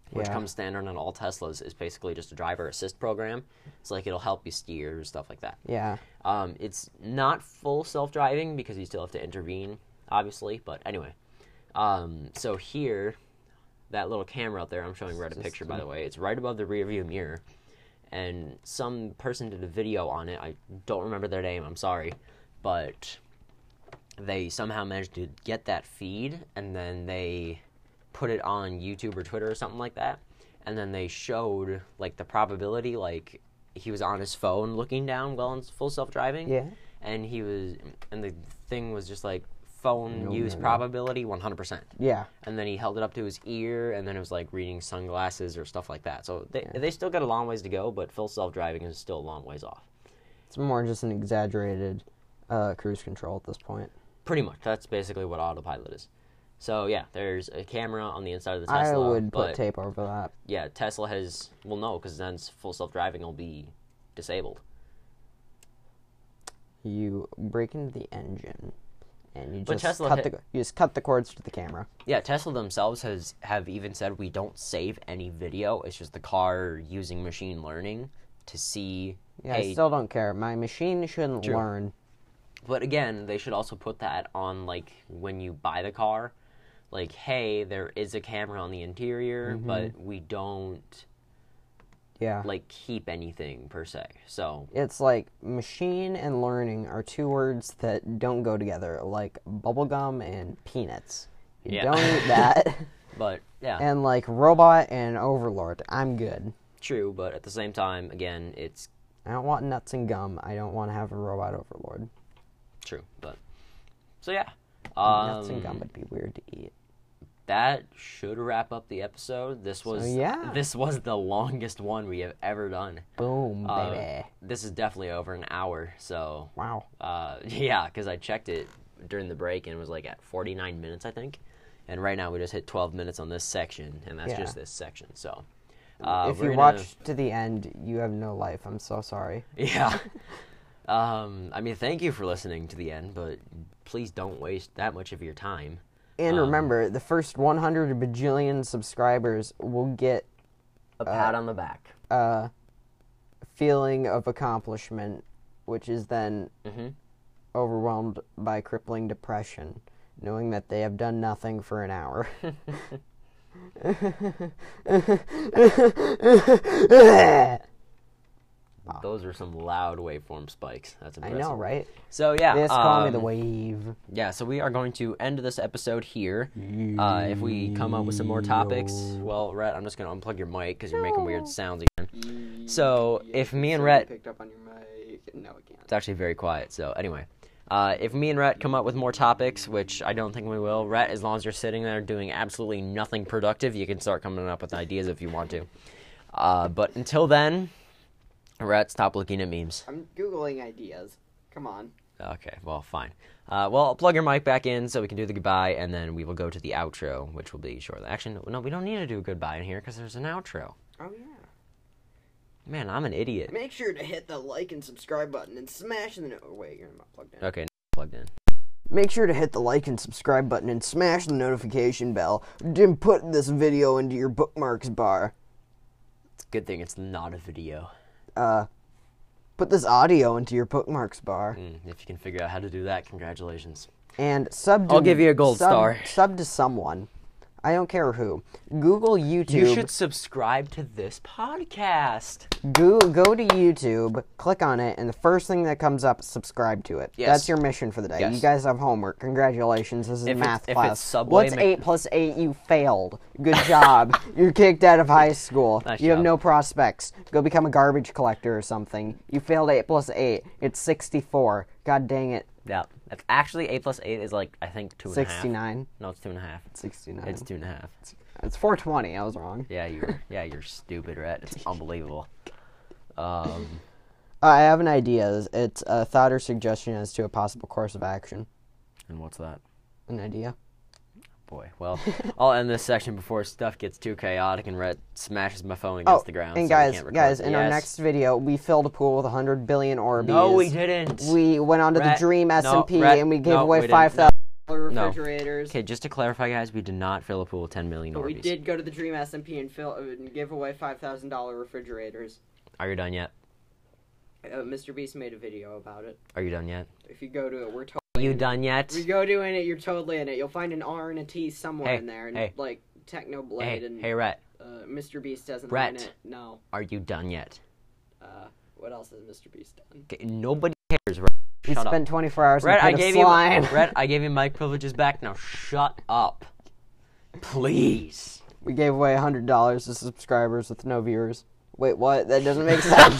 [SPEAKER 1] which
[SPEAKER 2] Yeah.
[SPEAKER 1] comes standard on all Teslas, is basically just a driver assist program. It's like it'll help you steer stuff like that.
[SPEAKER 2] Yeah.
[SPEAKER 1] Um, it's not full self driving because you still have to intervene, obviously. But anyway, um, so here, that little camera out there, I'm showing Red a picture, by the way. It's right above the rear view mirror. And some person did a video on it. I don't remember their name, I'm sorry. But they somehow managed to get that feed and then they put it on YouTube or Twitter or something like that. And then they showed like the probability, like he was on his phone looking down while in full self driving.
[SPEAKER 2] Yeah.
[SPEAKER 1] And he was, and the thing was just like phone use probability 100%.
[SPEAKER 2] Yeah.
[SPEAKER 1] And then he held it up to his ear, and then it was like reading sunglasses or stuff like that. So they, they still got a long ways to go, but full self driving is still a long ways off.
[SPEAKER 2] It's more just an exaggerated uh, cruise control at this point.
[SPEAKER 1] Pretty much. That's basically what autopilot is. So yeah, there's a camera on the inside of the
[SPEAKER 2] I
[SPEAKER 1] Tesla.
[SPEAKER 2] would put
[SPEAKER 1] but
[SPEAKER 2] tape over that.
[SPEAKER 1] yeah, Tesla has well no, because then s- full self driving will be disabled.
[SPEAKER 2] you break into the engine and you
[SPEAKER 1] But
[SPEAKER 2] just
[SPEAKER 1] Tesla
[SPEAKER 2] cut
[SPEAKER 1] hit-
[SPEAKER 2] the you just cut the cords to the camera.
[SPEAKER 1] Yeah, Tesla themselves has have even said we don't save any video. It's just the car using machine learning to see.
[SPEAKER 2] Yeah, I
[SPEAKER 1] hey,
[SPEAKER 2] still don't care. My machine shouldn't learn.
[SPEAKER 1] But again, they should also put that on like when you buy the car, like hey, there is a camera on the interior,
[SPEAKER 2] Mm-hmm.
[SPEAKER 1] but we don't
[SPEAKER 2] Yeah.
[SPEAKER 1] like keep anything per se. So
[SPEAKER 2] it's like machine and learning are two words that don't go together, like bubblegum and peanuts. You
[SPEAKER 1] Yeah.
[SPEAKER 2] don't eat that.
[SPEAKER 1] But yeah,
[SPEAKER 2] and like robot and overlord. I'm good.
[SPEAKER 1] true. But at the same time, again, it's
[SPEAKER 2] I don't want nuts and gum. I don't want to have a robot overlord.
[SPEAKER 1] true. But so yeah, um,
[SPEAKER 2] nuts and gum would be weird to eat.
[SPEAKER 1] that should wrap up the episode. This was
[SPEAKER 2] yeah.
[SPEAKER 1] this was the longest one we have ever done.
[SPEAKER 2] Boom,
[SPEAKER 1] Uh,
[SPEAKER 2] baby.
[SPEAKER 1] this is definitely over an hour. So
[SPEAKER 2] Wow.
[SPEAKER 1] uh, yeah, because I checked it during the break and it was like at forty nine minutes, I think. And right now we just hit twelve minutes on this section, and that's
[SPEAKER 2] Yeah.
[SPEAKER 1] just this section. So. Uh,
[SPEAKER 2] if
[SPEAKER 1] we're
[SPEAKER 2] you
[SPEAKER 1] gonna-
[SPEAKER 2] watch to the end, you have no life. I'm so sorry.
[SPEAKER 1] Yeah. Um, I mean, thank you for listening to the end, but please don't waste that much of your time.
[SPEAKER 2] And
[SPEAKER 1] Um,
[SPEAKER 2] remember, the first 100 bajillion subscribers will get Uh,
[SPEAKER 1] A pat on the back.
[SPEAKER 2] a feeling of accomplishment, which is then
[SPEAKER 1] Mm-hmm.
[SPEAKER 2] overwhelmed by crippling depression, knowing that they have done nothing for an hour.
[SPEAKER 1] Those are some loud waveform spikes. That's
[SPEAKER 2] uh, I
[SPEAKER 1] impressive.
[SPEAKER 2] know, right?
[SPEAKER 1] So yeah,
[SPEAKER 2] This call me the
[SPEAKER 1] um,
[SPEAKER 2] wave.
[SPEAKER 1] yeah. So we are going to end this episode here. Uh, if we come up with some more topics, well, Rhett, I'm just gonna unplug your mic because you're making weird sounds again. So if me and
[SPEAKER 4] So you
[SPEAKER 1] Rhett
[SPEAKER 4] picked up on your mic. No, it can't.
[SPEAKER 1] It's actually very quiet. So anyway, uh, if me and Rhett come up with more topics, which I don't think we will, Rhett, as long as you're sitting there doing absolutely nothing productive, you can start coming up with ideas if you want to. Uh, but until then, Rhett, stop looking at memes.
[SPEAKER 4] I'm googling ideas. Come on.
[SPEAKER 1] Okay, well, fine. Uh, well, I'll plug your mic back in so we can do the goodbye, and then we will go to the outro, which will be shortly. Actually, no, we don't need to do a goodbye in here because there's an outro.
[SPEAKER 4] Oh yeah.
[SPEAKER 1] Man, I'm an idiot.
[SPEAKER 4] Make sure to hit the like and subscribe button and smash the. No- oh, wait, you're not plugged in.
[SPEAKER 1] Okay, plugged in.
[SPEAKER 2] Make sure to hit the like and subscribe button and smash the notification bell. Then put this video into your bookmarks bar.
[SPEAKER 1] It's a good thing it's not a video.
[SPEAKER 2] Put this audio into your bookmarks bar.
[SPEAKER 1] Mm, if you can figure out how to do that, congratulations.
[SPEAKER 2] And sub to,
[SPEAKER 1] I'll give you a gold
[SPEAKER 2] sub-
[SPEAKER 1] star.
[SPEAKER 2] Sub to someone. I don't care who. Google YouTube.
[SPEAKER 1] You should subscribe to this podcast.
[SPEAKER 2] Go, go to YouTube, click on it, and the first thing that comes up, subscribe to it.
[SPEAKER 1] Yes.
[SPEAKER 2] That's your mission for the day.
[SPEAKER 1] Yes.
[SPEAKER 2] You guys have homework. Congratulations. This is
[SPEAKER 1] If it's-
[SPEAKER 2] math
[SPEAKER 1] if it's
[SPEAKER 2] class.
[SPEAKER 1] Subway
[SPEAKER 2] What's
[SPEAKER 1] Mc-
[SPEAKER 2] 8 plus 8? You failed. Good job. You're kicked out of high school.
[SPEAKER 1] Nice
[SPEAKER 2] you have
[SPEAKER 1] job.
[SPEAKER 2] no prospects. Go become a garbage collector or something. You failed 8 plus 8. It's 64. God dang it.
[SPEAKER 1] Yeah, that's actually eight plus eight is like I think two and a half.
[SPEAKER 2] 69.
[SPEAKER 1] No, it's two and a half.
[SPEAKER 2] 69.
[SPEAKER 1] It's two and a half.
[SPEAKER 2] It's 420. I was wrong.
[SPEAKER 1] Yeah, you're yeah you're stupid, Rhett. It's unbelievable. Um,
[SPEAKER 2] Uh, I have an idea. It's a thought or suggestion as to a possible course of action.
[SPEAKER 1] and what's that?
[SPEAKER 2] An idea.
[SPEAKER 1] Boy, well, I'll end this section before stuff gets too chaotic and Rhett smashes my phone
[SPEAKER 2] Oh,
[SPEAKER 1] against the ground.
[SPEAKER 2] and
[SPEAKER 1] so we
[SPEAKER 2] guys,
[SPEAKER 1] can't record.
[SPEAKER 2] guys, in our
[SPEAKER 1] Yes.
[SPEAKER 2] next video, we filled a pool with 100 billion Orbeez.
[SPEAKER 1] No, we didn't.
[SPEAKER 2] We went on to
[SPEAKER 1] Rhett,
[SPEAKER 2] the Dream
[SPEAKER 1] no,
[SPEAKER 2] S&P,
[SPEAKER 1] Rhett,
[SPEAKER 2] and we gave
[SPEAKER 1] no, we
[SPEAKER 2] away
[SPEAKER 1] didn't.
[SPEAKER 2] 5,000.
[SPEAKER 1] No.
[SPEAKER 4] refrigerators.
[SPEAKER 1] Okay, just to clarify, guys, we did not fill a pool with ten million
[SPEAKER 4] But we
[SPEAKER 1] Orbeez.
[SPEAKER 4] did go to the Dream SMP and fill uh, and give away five thousand dollar refrigerators.
[SPEAKER 1] Are you done yet?
[SPEAKER 4] Uh, Mr. Beast made a video about it.
[SPEAKER 1] Are you done yet?
[SPEAKER 4] If you go to it, we're to-
[SPEAKER 1] Are you done yet?
[SPEAKER 4] we go to in it. You're totally in it. You'll find an R and a T somewhere
[SPEAKER 1] Hey,
[SPEAKER 4] in there, and
[SPEAKER 1] hey.
[SPEAKER 4] like Techno Blade
[SPEAKER 1] Hey,
[SPEAKER 4] and
[SPEAKER 1] hey, Rhett.
[SPEAKER 4] uh, Mr. Beast doesn't
[SPEAKER 1] Brett.
[SPEAKER 4] own it. No.
[SPEAKER 1] Are you done yet?
[SPEAKER 4] Uh, what else has Mr. Beast done?
[SPEAKER 1] Okay, nobody cares. Rhett.
[SPEAKER 2] We
[SPEAKER 1] Shut up.
[SPEAKER 2] spent 24 hours
[SPEAKER 1] Brett,
[SPEAKER 2] in a
[SPEAKER 1] I
[SPEAKER 2] pit
[SPEAKER 1] gave
[SPEAKER 2] of slime.
[SPEAKER 1] you Brett, I gave you my privileges back. Now shut up. Please.
[SPEAKER 2] we gave away $100 to subscribers with no viewers. Wait, what? That doesn't make sense.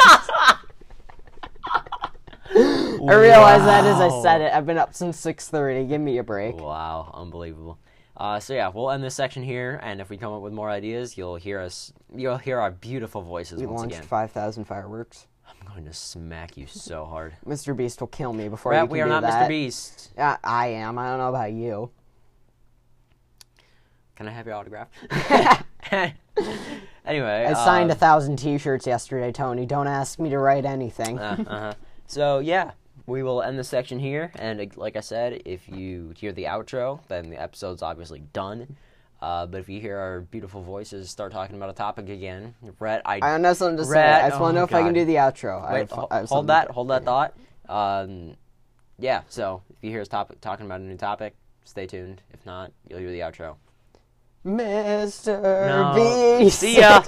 [SPEAKER 2] I realized that as I said it. I've been up since 6.30. Give me a break.
[SPEAKER 1] Wow, unbelievable. Uh, so yeah, we'll end this section here, and if we come up with more ideas, you'll hear us. You'll hear our beautiful voices
[SPEAKER 2] We
[SPEAKER 1] once
[SPEAKER 2] launched
[SPEAKER 1] again.
[SPEAKER 2] 5,000 fireworks.
[SPEAKER 1] I'm going to smack you so hard.
[SPEAKER 2] Mr. Beast will kill me before you
[SPEAKER 1] Brett,
[SPEAKER 2] can
[SPEAKER 1] we are
[SPEAKER 2] do
[SPEAKER 1] not
[SPEAKER 2] that.
[SPEAKER 1] Mr. Beast.
[SPEAKER 2] Yeah, I am. I don't know about you.
[SPEAKER 1] Can I have your autograph? anyway,
[SPEAKER 2] I signed a thousand T-shirts yesterday, Tony. Don't ask me to write anything.
[SPEAKER 1] uh-huh. So yeah, we will end the section here. And uh, like I said, if you hear the outro, then the episode's obviously done. Uh, but if you hear our beautiful voices start talking about a topic again, Brett, I,
[SPEAKER 2] I don't have something to say.
[SPEAKER 1] Brett,
[SPEAKER 2] I just want to
[SPEAKER 1] oh
[SPEAKER 2] know if I can
[SPEAKER 1] God.
[SPEAKER 2] do the outro. I
[SPEAKER 1] wait,
[SPEAKER 2] have-
[SPEAKER 1] ho-
[SPEAKER 2] I have
[SPEAKER 1] hold
[SPEAKER 2] something-
[SPEAKER 1] that, hold that thought. Um, yeah. So if you hear us topic talking about a new topic, stay tuned. If not, you'll hear the outro.
[SPEAKER 2] Mr.
[SPEAKER 1] No.
[SPEAKER 2] Beast.
[SPEAKER 1] See ya.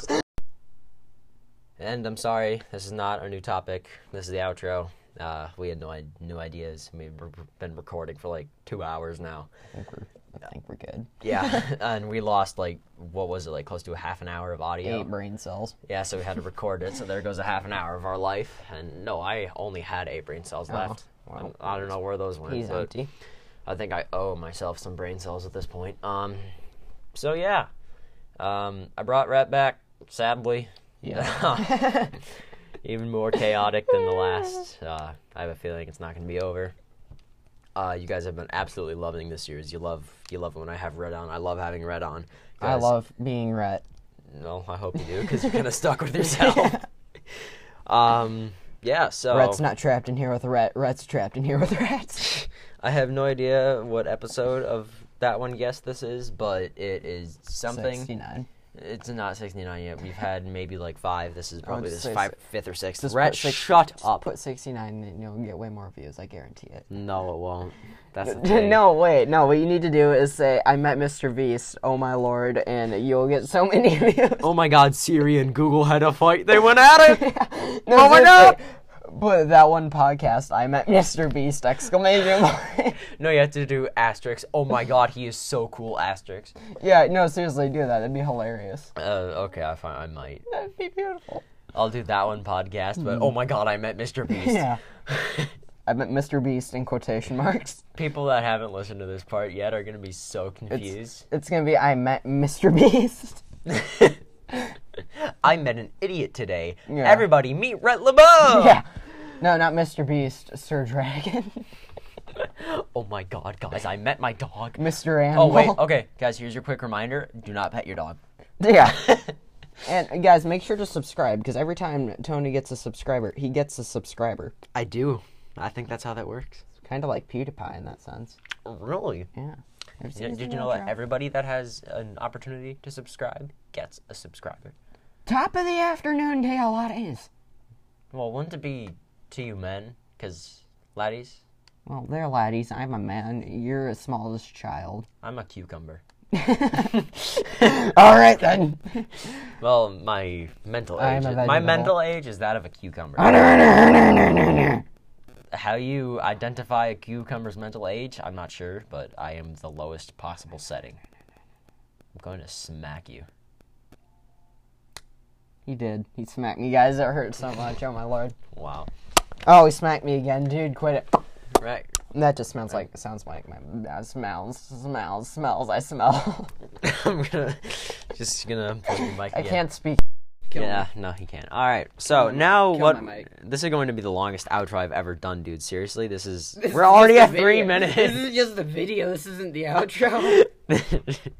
[SPEAKER 1] And I'm sorry, this is not our new topic. This is the outro. Uh, we had no i- new ideas. We've re- been recording for like two hours now.
[SPEAKER 2] I think we're good.
[SPEAKER 1] Yeah, and we lost like what was it like close to a half an hour of audio.
[SPEAKER 2] brain cells.
[SPEAKER 1] Yeah, so we had to record it. So there goes a half an hour of our life. And no, I only had eight brain cells left.
[SPEAKER 2] Oh, wow.
[SPEAKER 1] I don't know where those went.
[SPEAKER 2] He's
[SPEAKER 1] but
[SPEAKER 2] empty.
[SPEAKER 1] I think I owe myself some brain cells at this point. Um, so yeah, um, I brought Rhett back. Sadly, yeah, even more chaotic than the last. Uh, I have a feeling it's not going to be over. Uh, you guys have been absolutely loving this year's. You love you love when I have Red on. I love having Red on.
[SPEAKER 2] I
[SPEAKER 1] Guys,
[SPEAKER 2] love being Rhett.
[SPEAKER 1] No, I hope you do because you're kind of stuck with yourself. um, yeah, so
[SPEAKER 2] Rhett's not trapped in here with Rhett. Rhett's trapped in here with rats.
[SPEAKER 1] I have no idea what episode of that one guess this is, but it is something.
[SPEAKER 2] 69.
[SPEAKER 1] It's not 69 yet. We've had maybe like five. This is probably
[SPEAKER 2] just
[SPEAKER 1] this
[SPEAKER 2] say
[SPEAKER 1] five,
[SPEAKER 2] s-
[SPEAKER 1] fifth or sixth.
[SPEAKER 2] Just
[SPEAKER 1] Rhett,
[SPEAKER 2] put six-
[SPEAKER 1] shut
[SPEAKER 2] just
[SPEAKER 1] up.
[SPEAKER 2] Put 69 and you'll get way more views. I guarantee it.
[SPEAKER 1] No, it won't. That's the thing.
[SPEAKER 2] no, wait. No, what you need to do is say, I met Mr. Beast. Oh, my lord. And you'll get so many views.
[SPEAKER 1] Oh my God! Siri and Google had a fight. They went at it.
[SPEAKER 2] No,
[SPEAKER 1] Oh my
[SPEAKER 2] seriously. But that one podcast, I met Mr. Beast! Exclamation mark.
[SPEAKER 1] no, you have to do asterisk. Oh my God, he is so cool. Asterisk.
[SPEAKER 2] yeah, no, seriously, do that. That'd be hilarious.
[SPEAKER 1] Uh, okay, I find I might.
[SPEAKER 2] That'd be beautiful.
[SPEAKER 1] I'll do that one podcast. But oh my God, I met Mr. Beast.
[SPEAKER 2] Yeah. I meant Mr. Beast in quotation marks.
[SPEAKER 1] People that haven't listened to this part yet are gonna be so confused.
[SPEAKER 2] It's gonna be I met Mr. Beast.
[SPEAKER 1] I met an idiot today.
[SPEAKER 2] Yeah.
[SPEAKER 1] Everybody meet Rhett LeBeau.
[SPEAKER 2] Yeah. No, not Mr. Beast, Sir Dragon.
[SPEAKER 1] Oh my God, guys! I met my dog.
[SPEAKER 2] Mr. Animal.
[SPEAKER 1] Oh wait, okay, guys. Here's your quick reminder: do not pet your dog.
[SPEAKER 2] Yeah. and guys, make sure to subscribe because every time Tony gets a subscriber, he gets a subscriber.
[SPEAKER 1] I do. I think that's how that works.
[SPEAKER 2] It's kind of like PewDiePie in that sense.
[SPEAKER 1] Really?
[SPEAKER 2] Yeah. Ever seen
[SPEAKER 1] Yeah,
[SPEAKER 2] his
[SPEAKER 1] did you
[SPEAKER 2] new
[SPEAKER 1] know that
[SPEAKER 2] outro?
[SPEAKER 1] everybody that has an opportunity to subscribe gets a subscriber?
[SPEAKER 2] Top of the afternoon, Dale Lattes.
[SPEAKER 1] Well, wouldn't it be to you men? Because, laddies,
[SPEAKER 2] Well, they're laddies. I'm a man. You're a smallest child.
[SPEAKER 1] I'm a cucumber.
[SPEAKER 2] All right then.
[SPEAKER 1] Well, my mental
[SPEAKER 2] I'm
[SPEAKER 1] age.
[SPEAKER 2] a
[SPEAKER 1] my
[SPEAKER 2] vegetable.
[SPEAKER 1] mental age is that of a cucumber. How you identify a cucumber's mental age, I'm not sure, but I am the lowest possible setting. I'm going to smack you.
[SPEAKER 2] He did. He smacked me, guys. It hurt so much. Oh my lord.
[SPEAKER 1] Wow.
[SPEAKER 2] Oh, he smacked me again, dude. Quit it.
[SPEAKER 1] Right.
[SPEAKER 2] That just smells like sounds like my uh, smells smells smells. I smell.
[SPEAKER 1] I'm gonna just gonna put the mic
[SPEAKER 2] I
[SPEAKER 1] again.
[SPEAKER 2] can't speak.
[SPEAKER 1] yeah, no, he can't. All right, so now
[SPEAKER 4] Kill
[SPEAKER 1] what?
[SPEAKER 4] my mic.
[SPEAKER 1] This is going to be the longest outro I've ever done, dude. Seriously, this is we're already at three
[SPEAKER 4] This
[SPEAKER 1] minutes.
[SPEAKER 4] is just the video. This isn't the outro.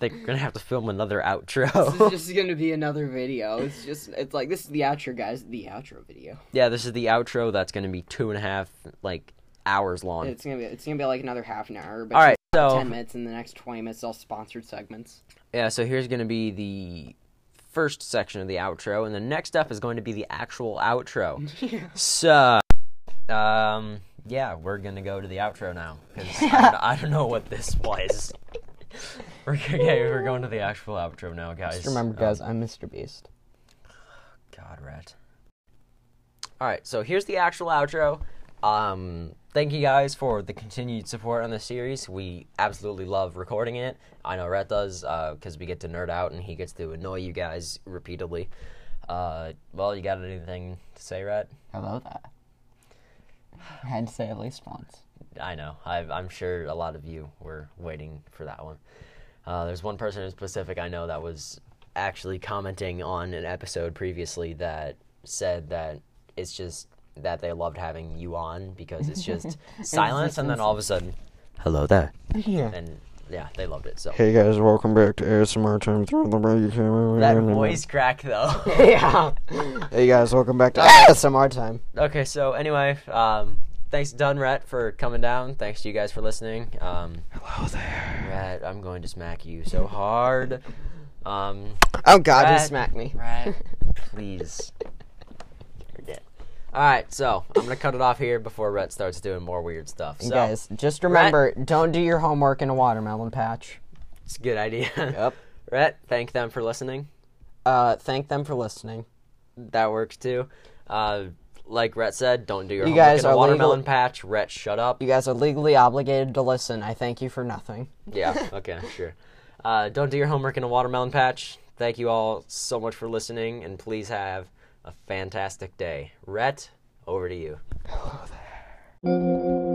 [SPEAKER 1] They're gonna have to film another
[SPEAKER 4] this is
[SPEAKER 1] outro.
[SPEAKER 4] just gonna be another video. It's just it's like this is the outro, guys. The outro video.
[SPEAKER 1] yeah, this is the outro that's gonna be two and a half like hours long.
[SPEAKER 4] It's gonna be it's gonna be like another half an hour. But
[SPEAKER 1] All right,
[SPEAKER 4] just
[SPEAKER 1] so-
[SPEAKER 4] ten minutes and the next twenty minutes is all sponsored segments.
[SPEAKER 1] Yeah, so here's going to be the first section of the outro, and the next up is going to be the actual outro. So, um, yeah, we're going to go to the outro now because I, don't- I don't know what this was. we're, okay, we're going to the actual outro now, guys.
[SPEAKER 2] Just remember,
[SPEAKER 4] Oh.
[SPEAKER 2] guys. I'm Mr. Beast.
[SPEAKER 1] God, rat. All right, so here's the actual outro. Um, thank you guys for the continued support on the series. We absolutely love recording it. I know Rhett does because we get to nerd out and he gets to annoy you guys repeatedly. Uh, well, you got anything to say, Rhett?
[SPEAKER 2] Hello there. I had to say at least once.
[SPEAKER 1] I know. i I'm sure a lot of you were waiting for that one. Uh, there's one person in specific I know that was actually commenting on an episode previously that said that it's just that they loved having you on because it's just silence and then all of a sudden, hello there.
[SPEAKER 3] Yeah.
[SPEAKER 1] And yeah, they loved it. So
[SPEAKER 3] Hey guys, welcome back to ASMR time through the radio camera.
[SPEAKER 1] that voice crack though.
[SPEAKER 2] Yeah.
[SPEAKER 3] Hey guys, welcome back to
[SPEAKER 2] ASMR time.
[SPEAKER 1] okay, so anyway, um, thanks Dunret for coming down. Thanks to you guys for listening. Um,
[SPEAKER 3] Hello there.
[SPEAKER 1] Rat, I'm going to smack you so hard. Um,
[SPEAKER 2] Oh God, he
[SPEAKER 1] Rat.
[SPEAKER 2] smacked me.
[SPEAKER 1] Right. Please. You're dead. All right, so I'm gonna cut it off here before Rhett starts doing more weird stuff. So
[SPEAKER 2] guys, just remember, don't do your homework in a watermelon patch.
[SPEAKER 1] it's a good idea. Yep. Rhett, thank them for listening.
[SPEAKER 2] Uh, thank them for listening.
[SPEAKER 1] That works too. Uh, like Rhett said, don't do your
[SPEAKER 2] You
[SPEAKER 1] homework
[SPEAKER 2] guys
[SPEAKER 1] in a
[SPEAKER 2] are
[SPEAKER 1] watermelon
[SPEAKER 2] legal-
[SPEAKER 1] patch. Rhett, shut up.
[SPEAKER 2] You guys are legally obligated to listen. I thank you for nothing.
[SPEAKER 1] Yeah. Okay. Sure. Uh, don't do your homework in a watermelon patch. Thank you all so much for listening, and please have a fantastic day. Rhett, over to you.
[SPEAKER 3] Hello there.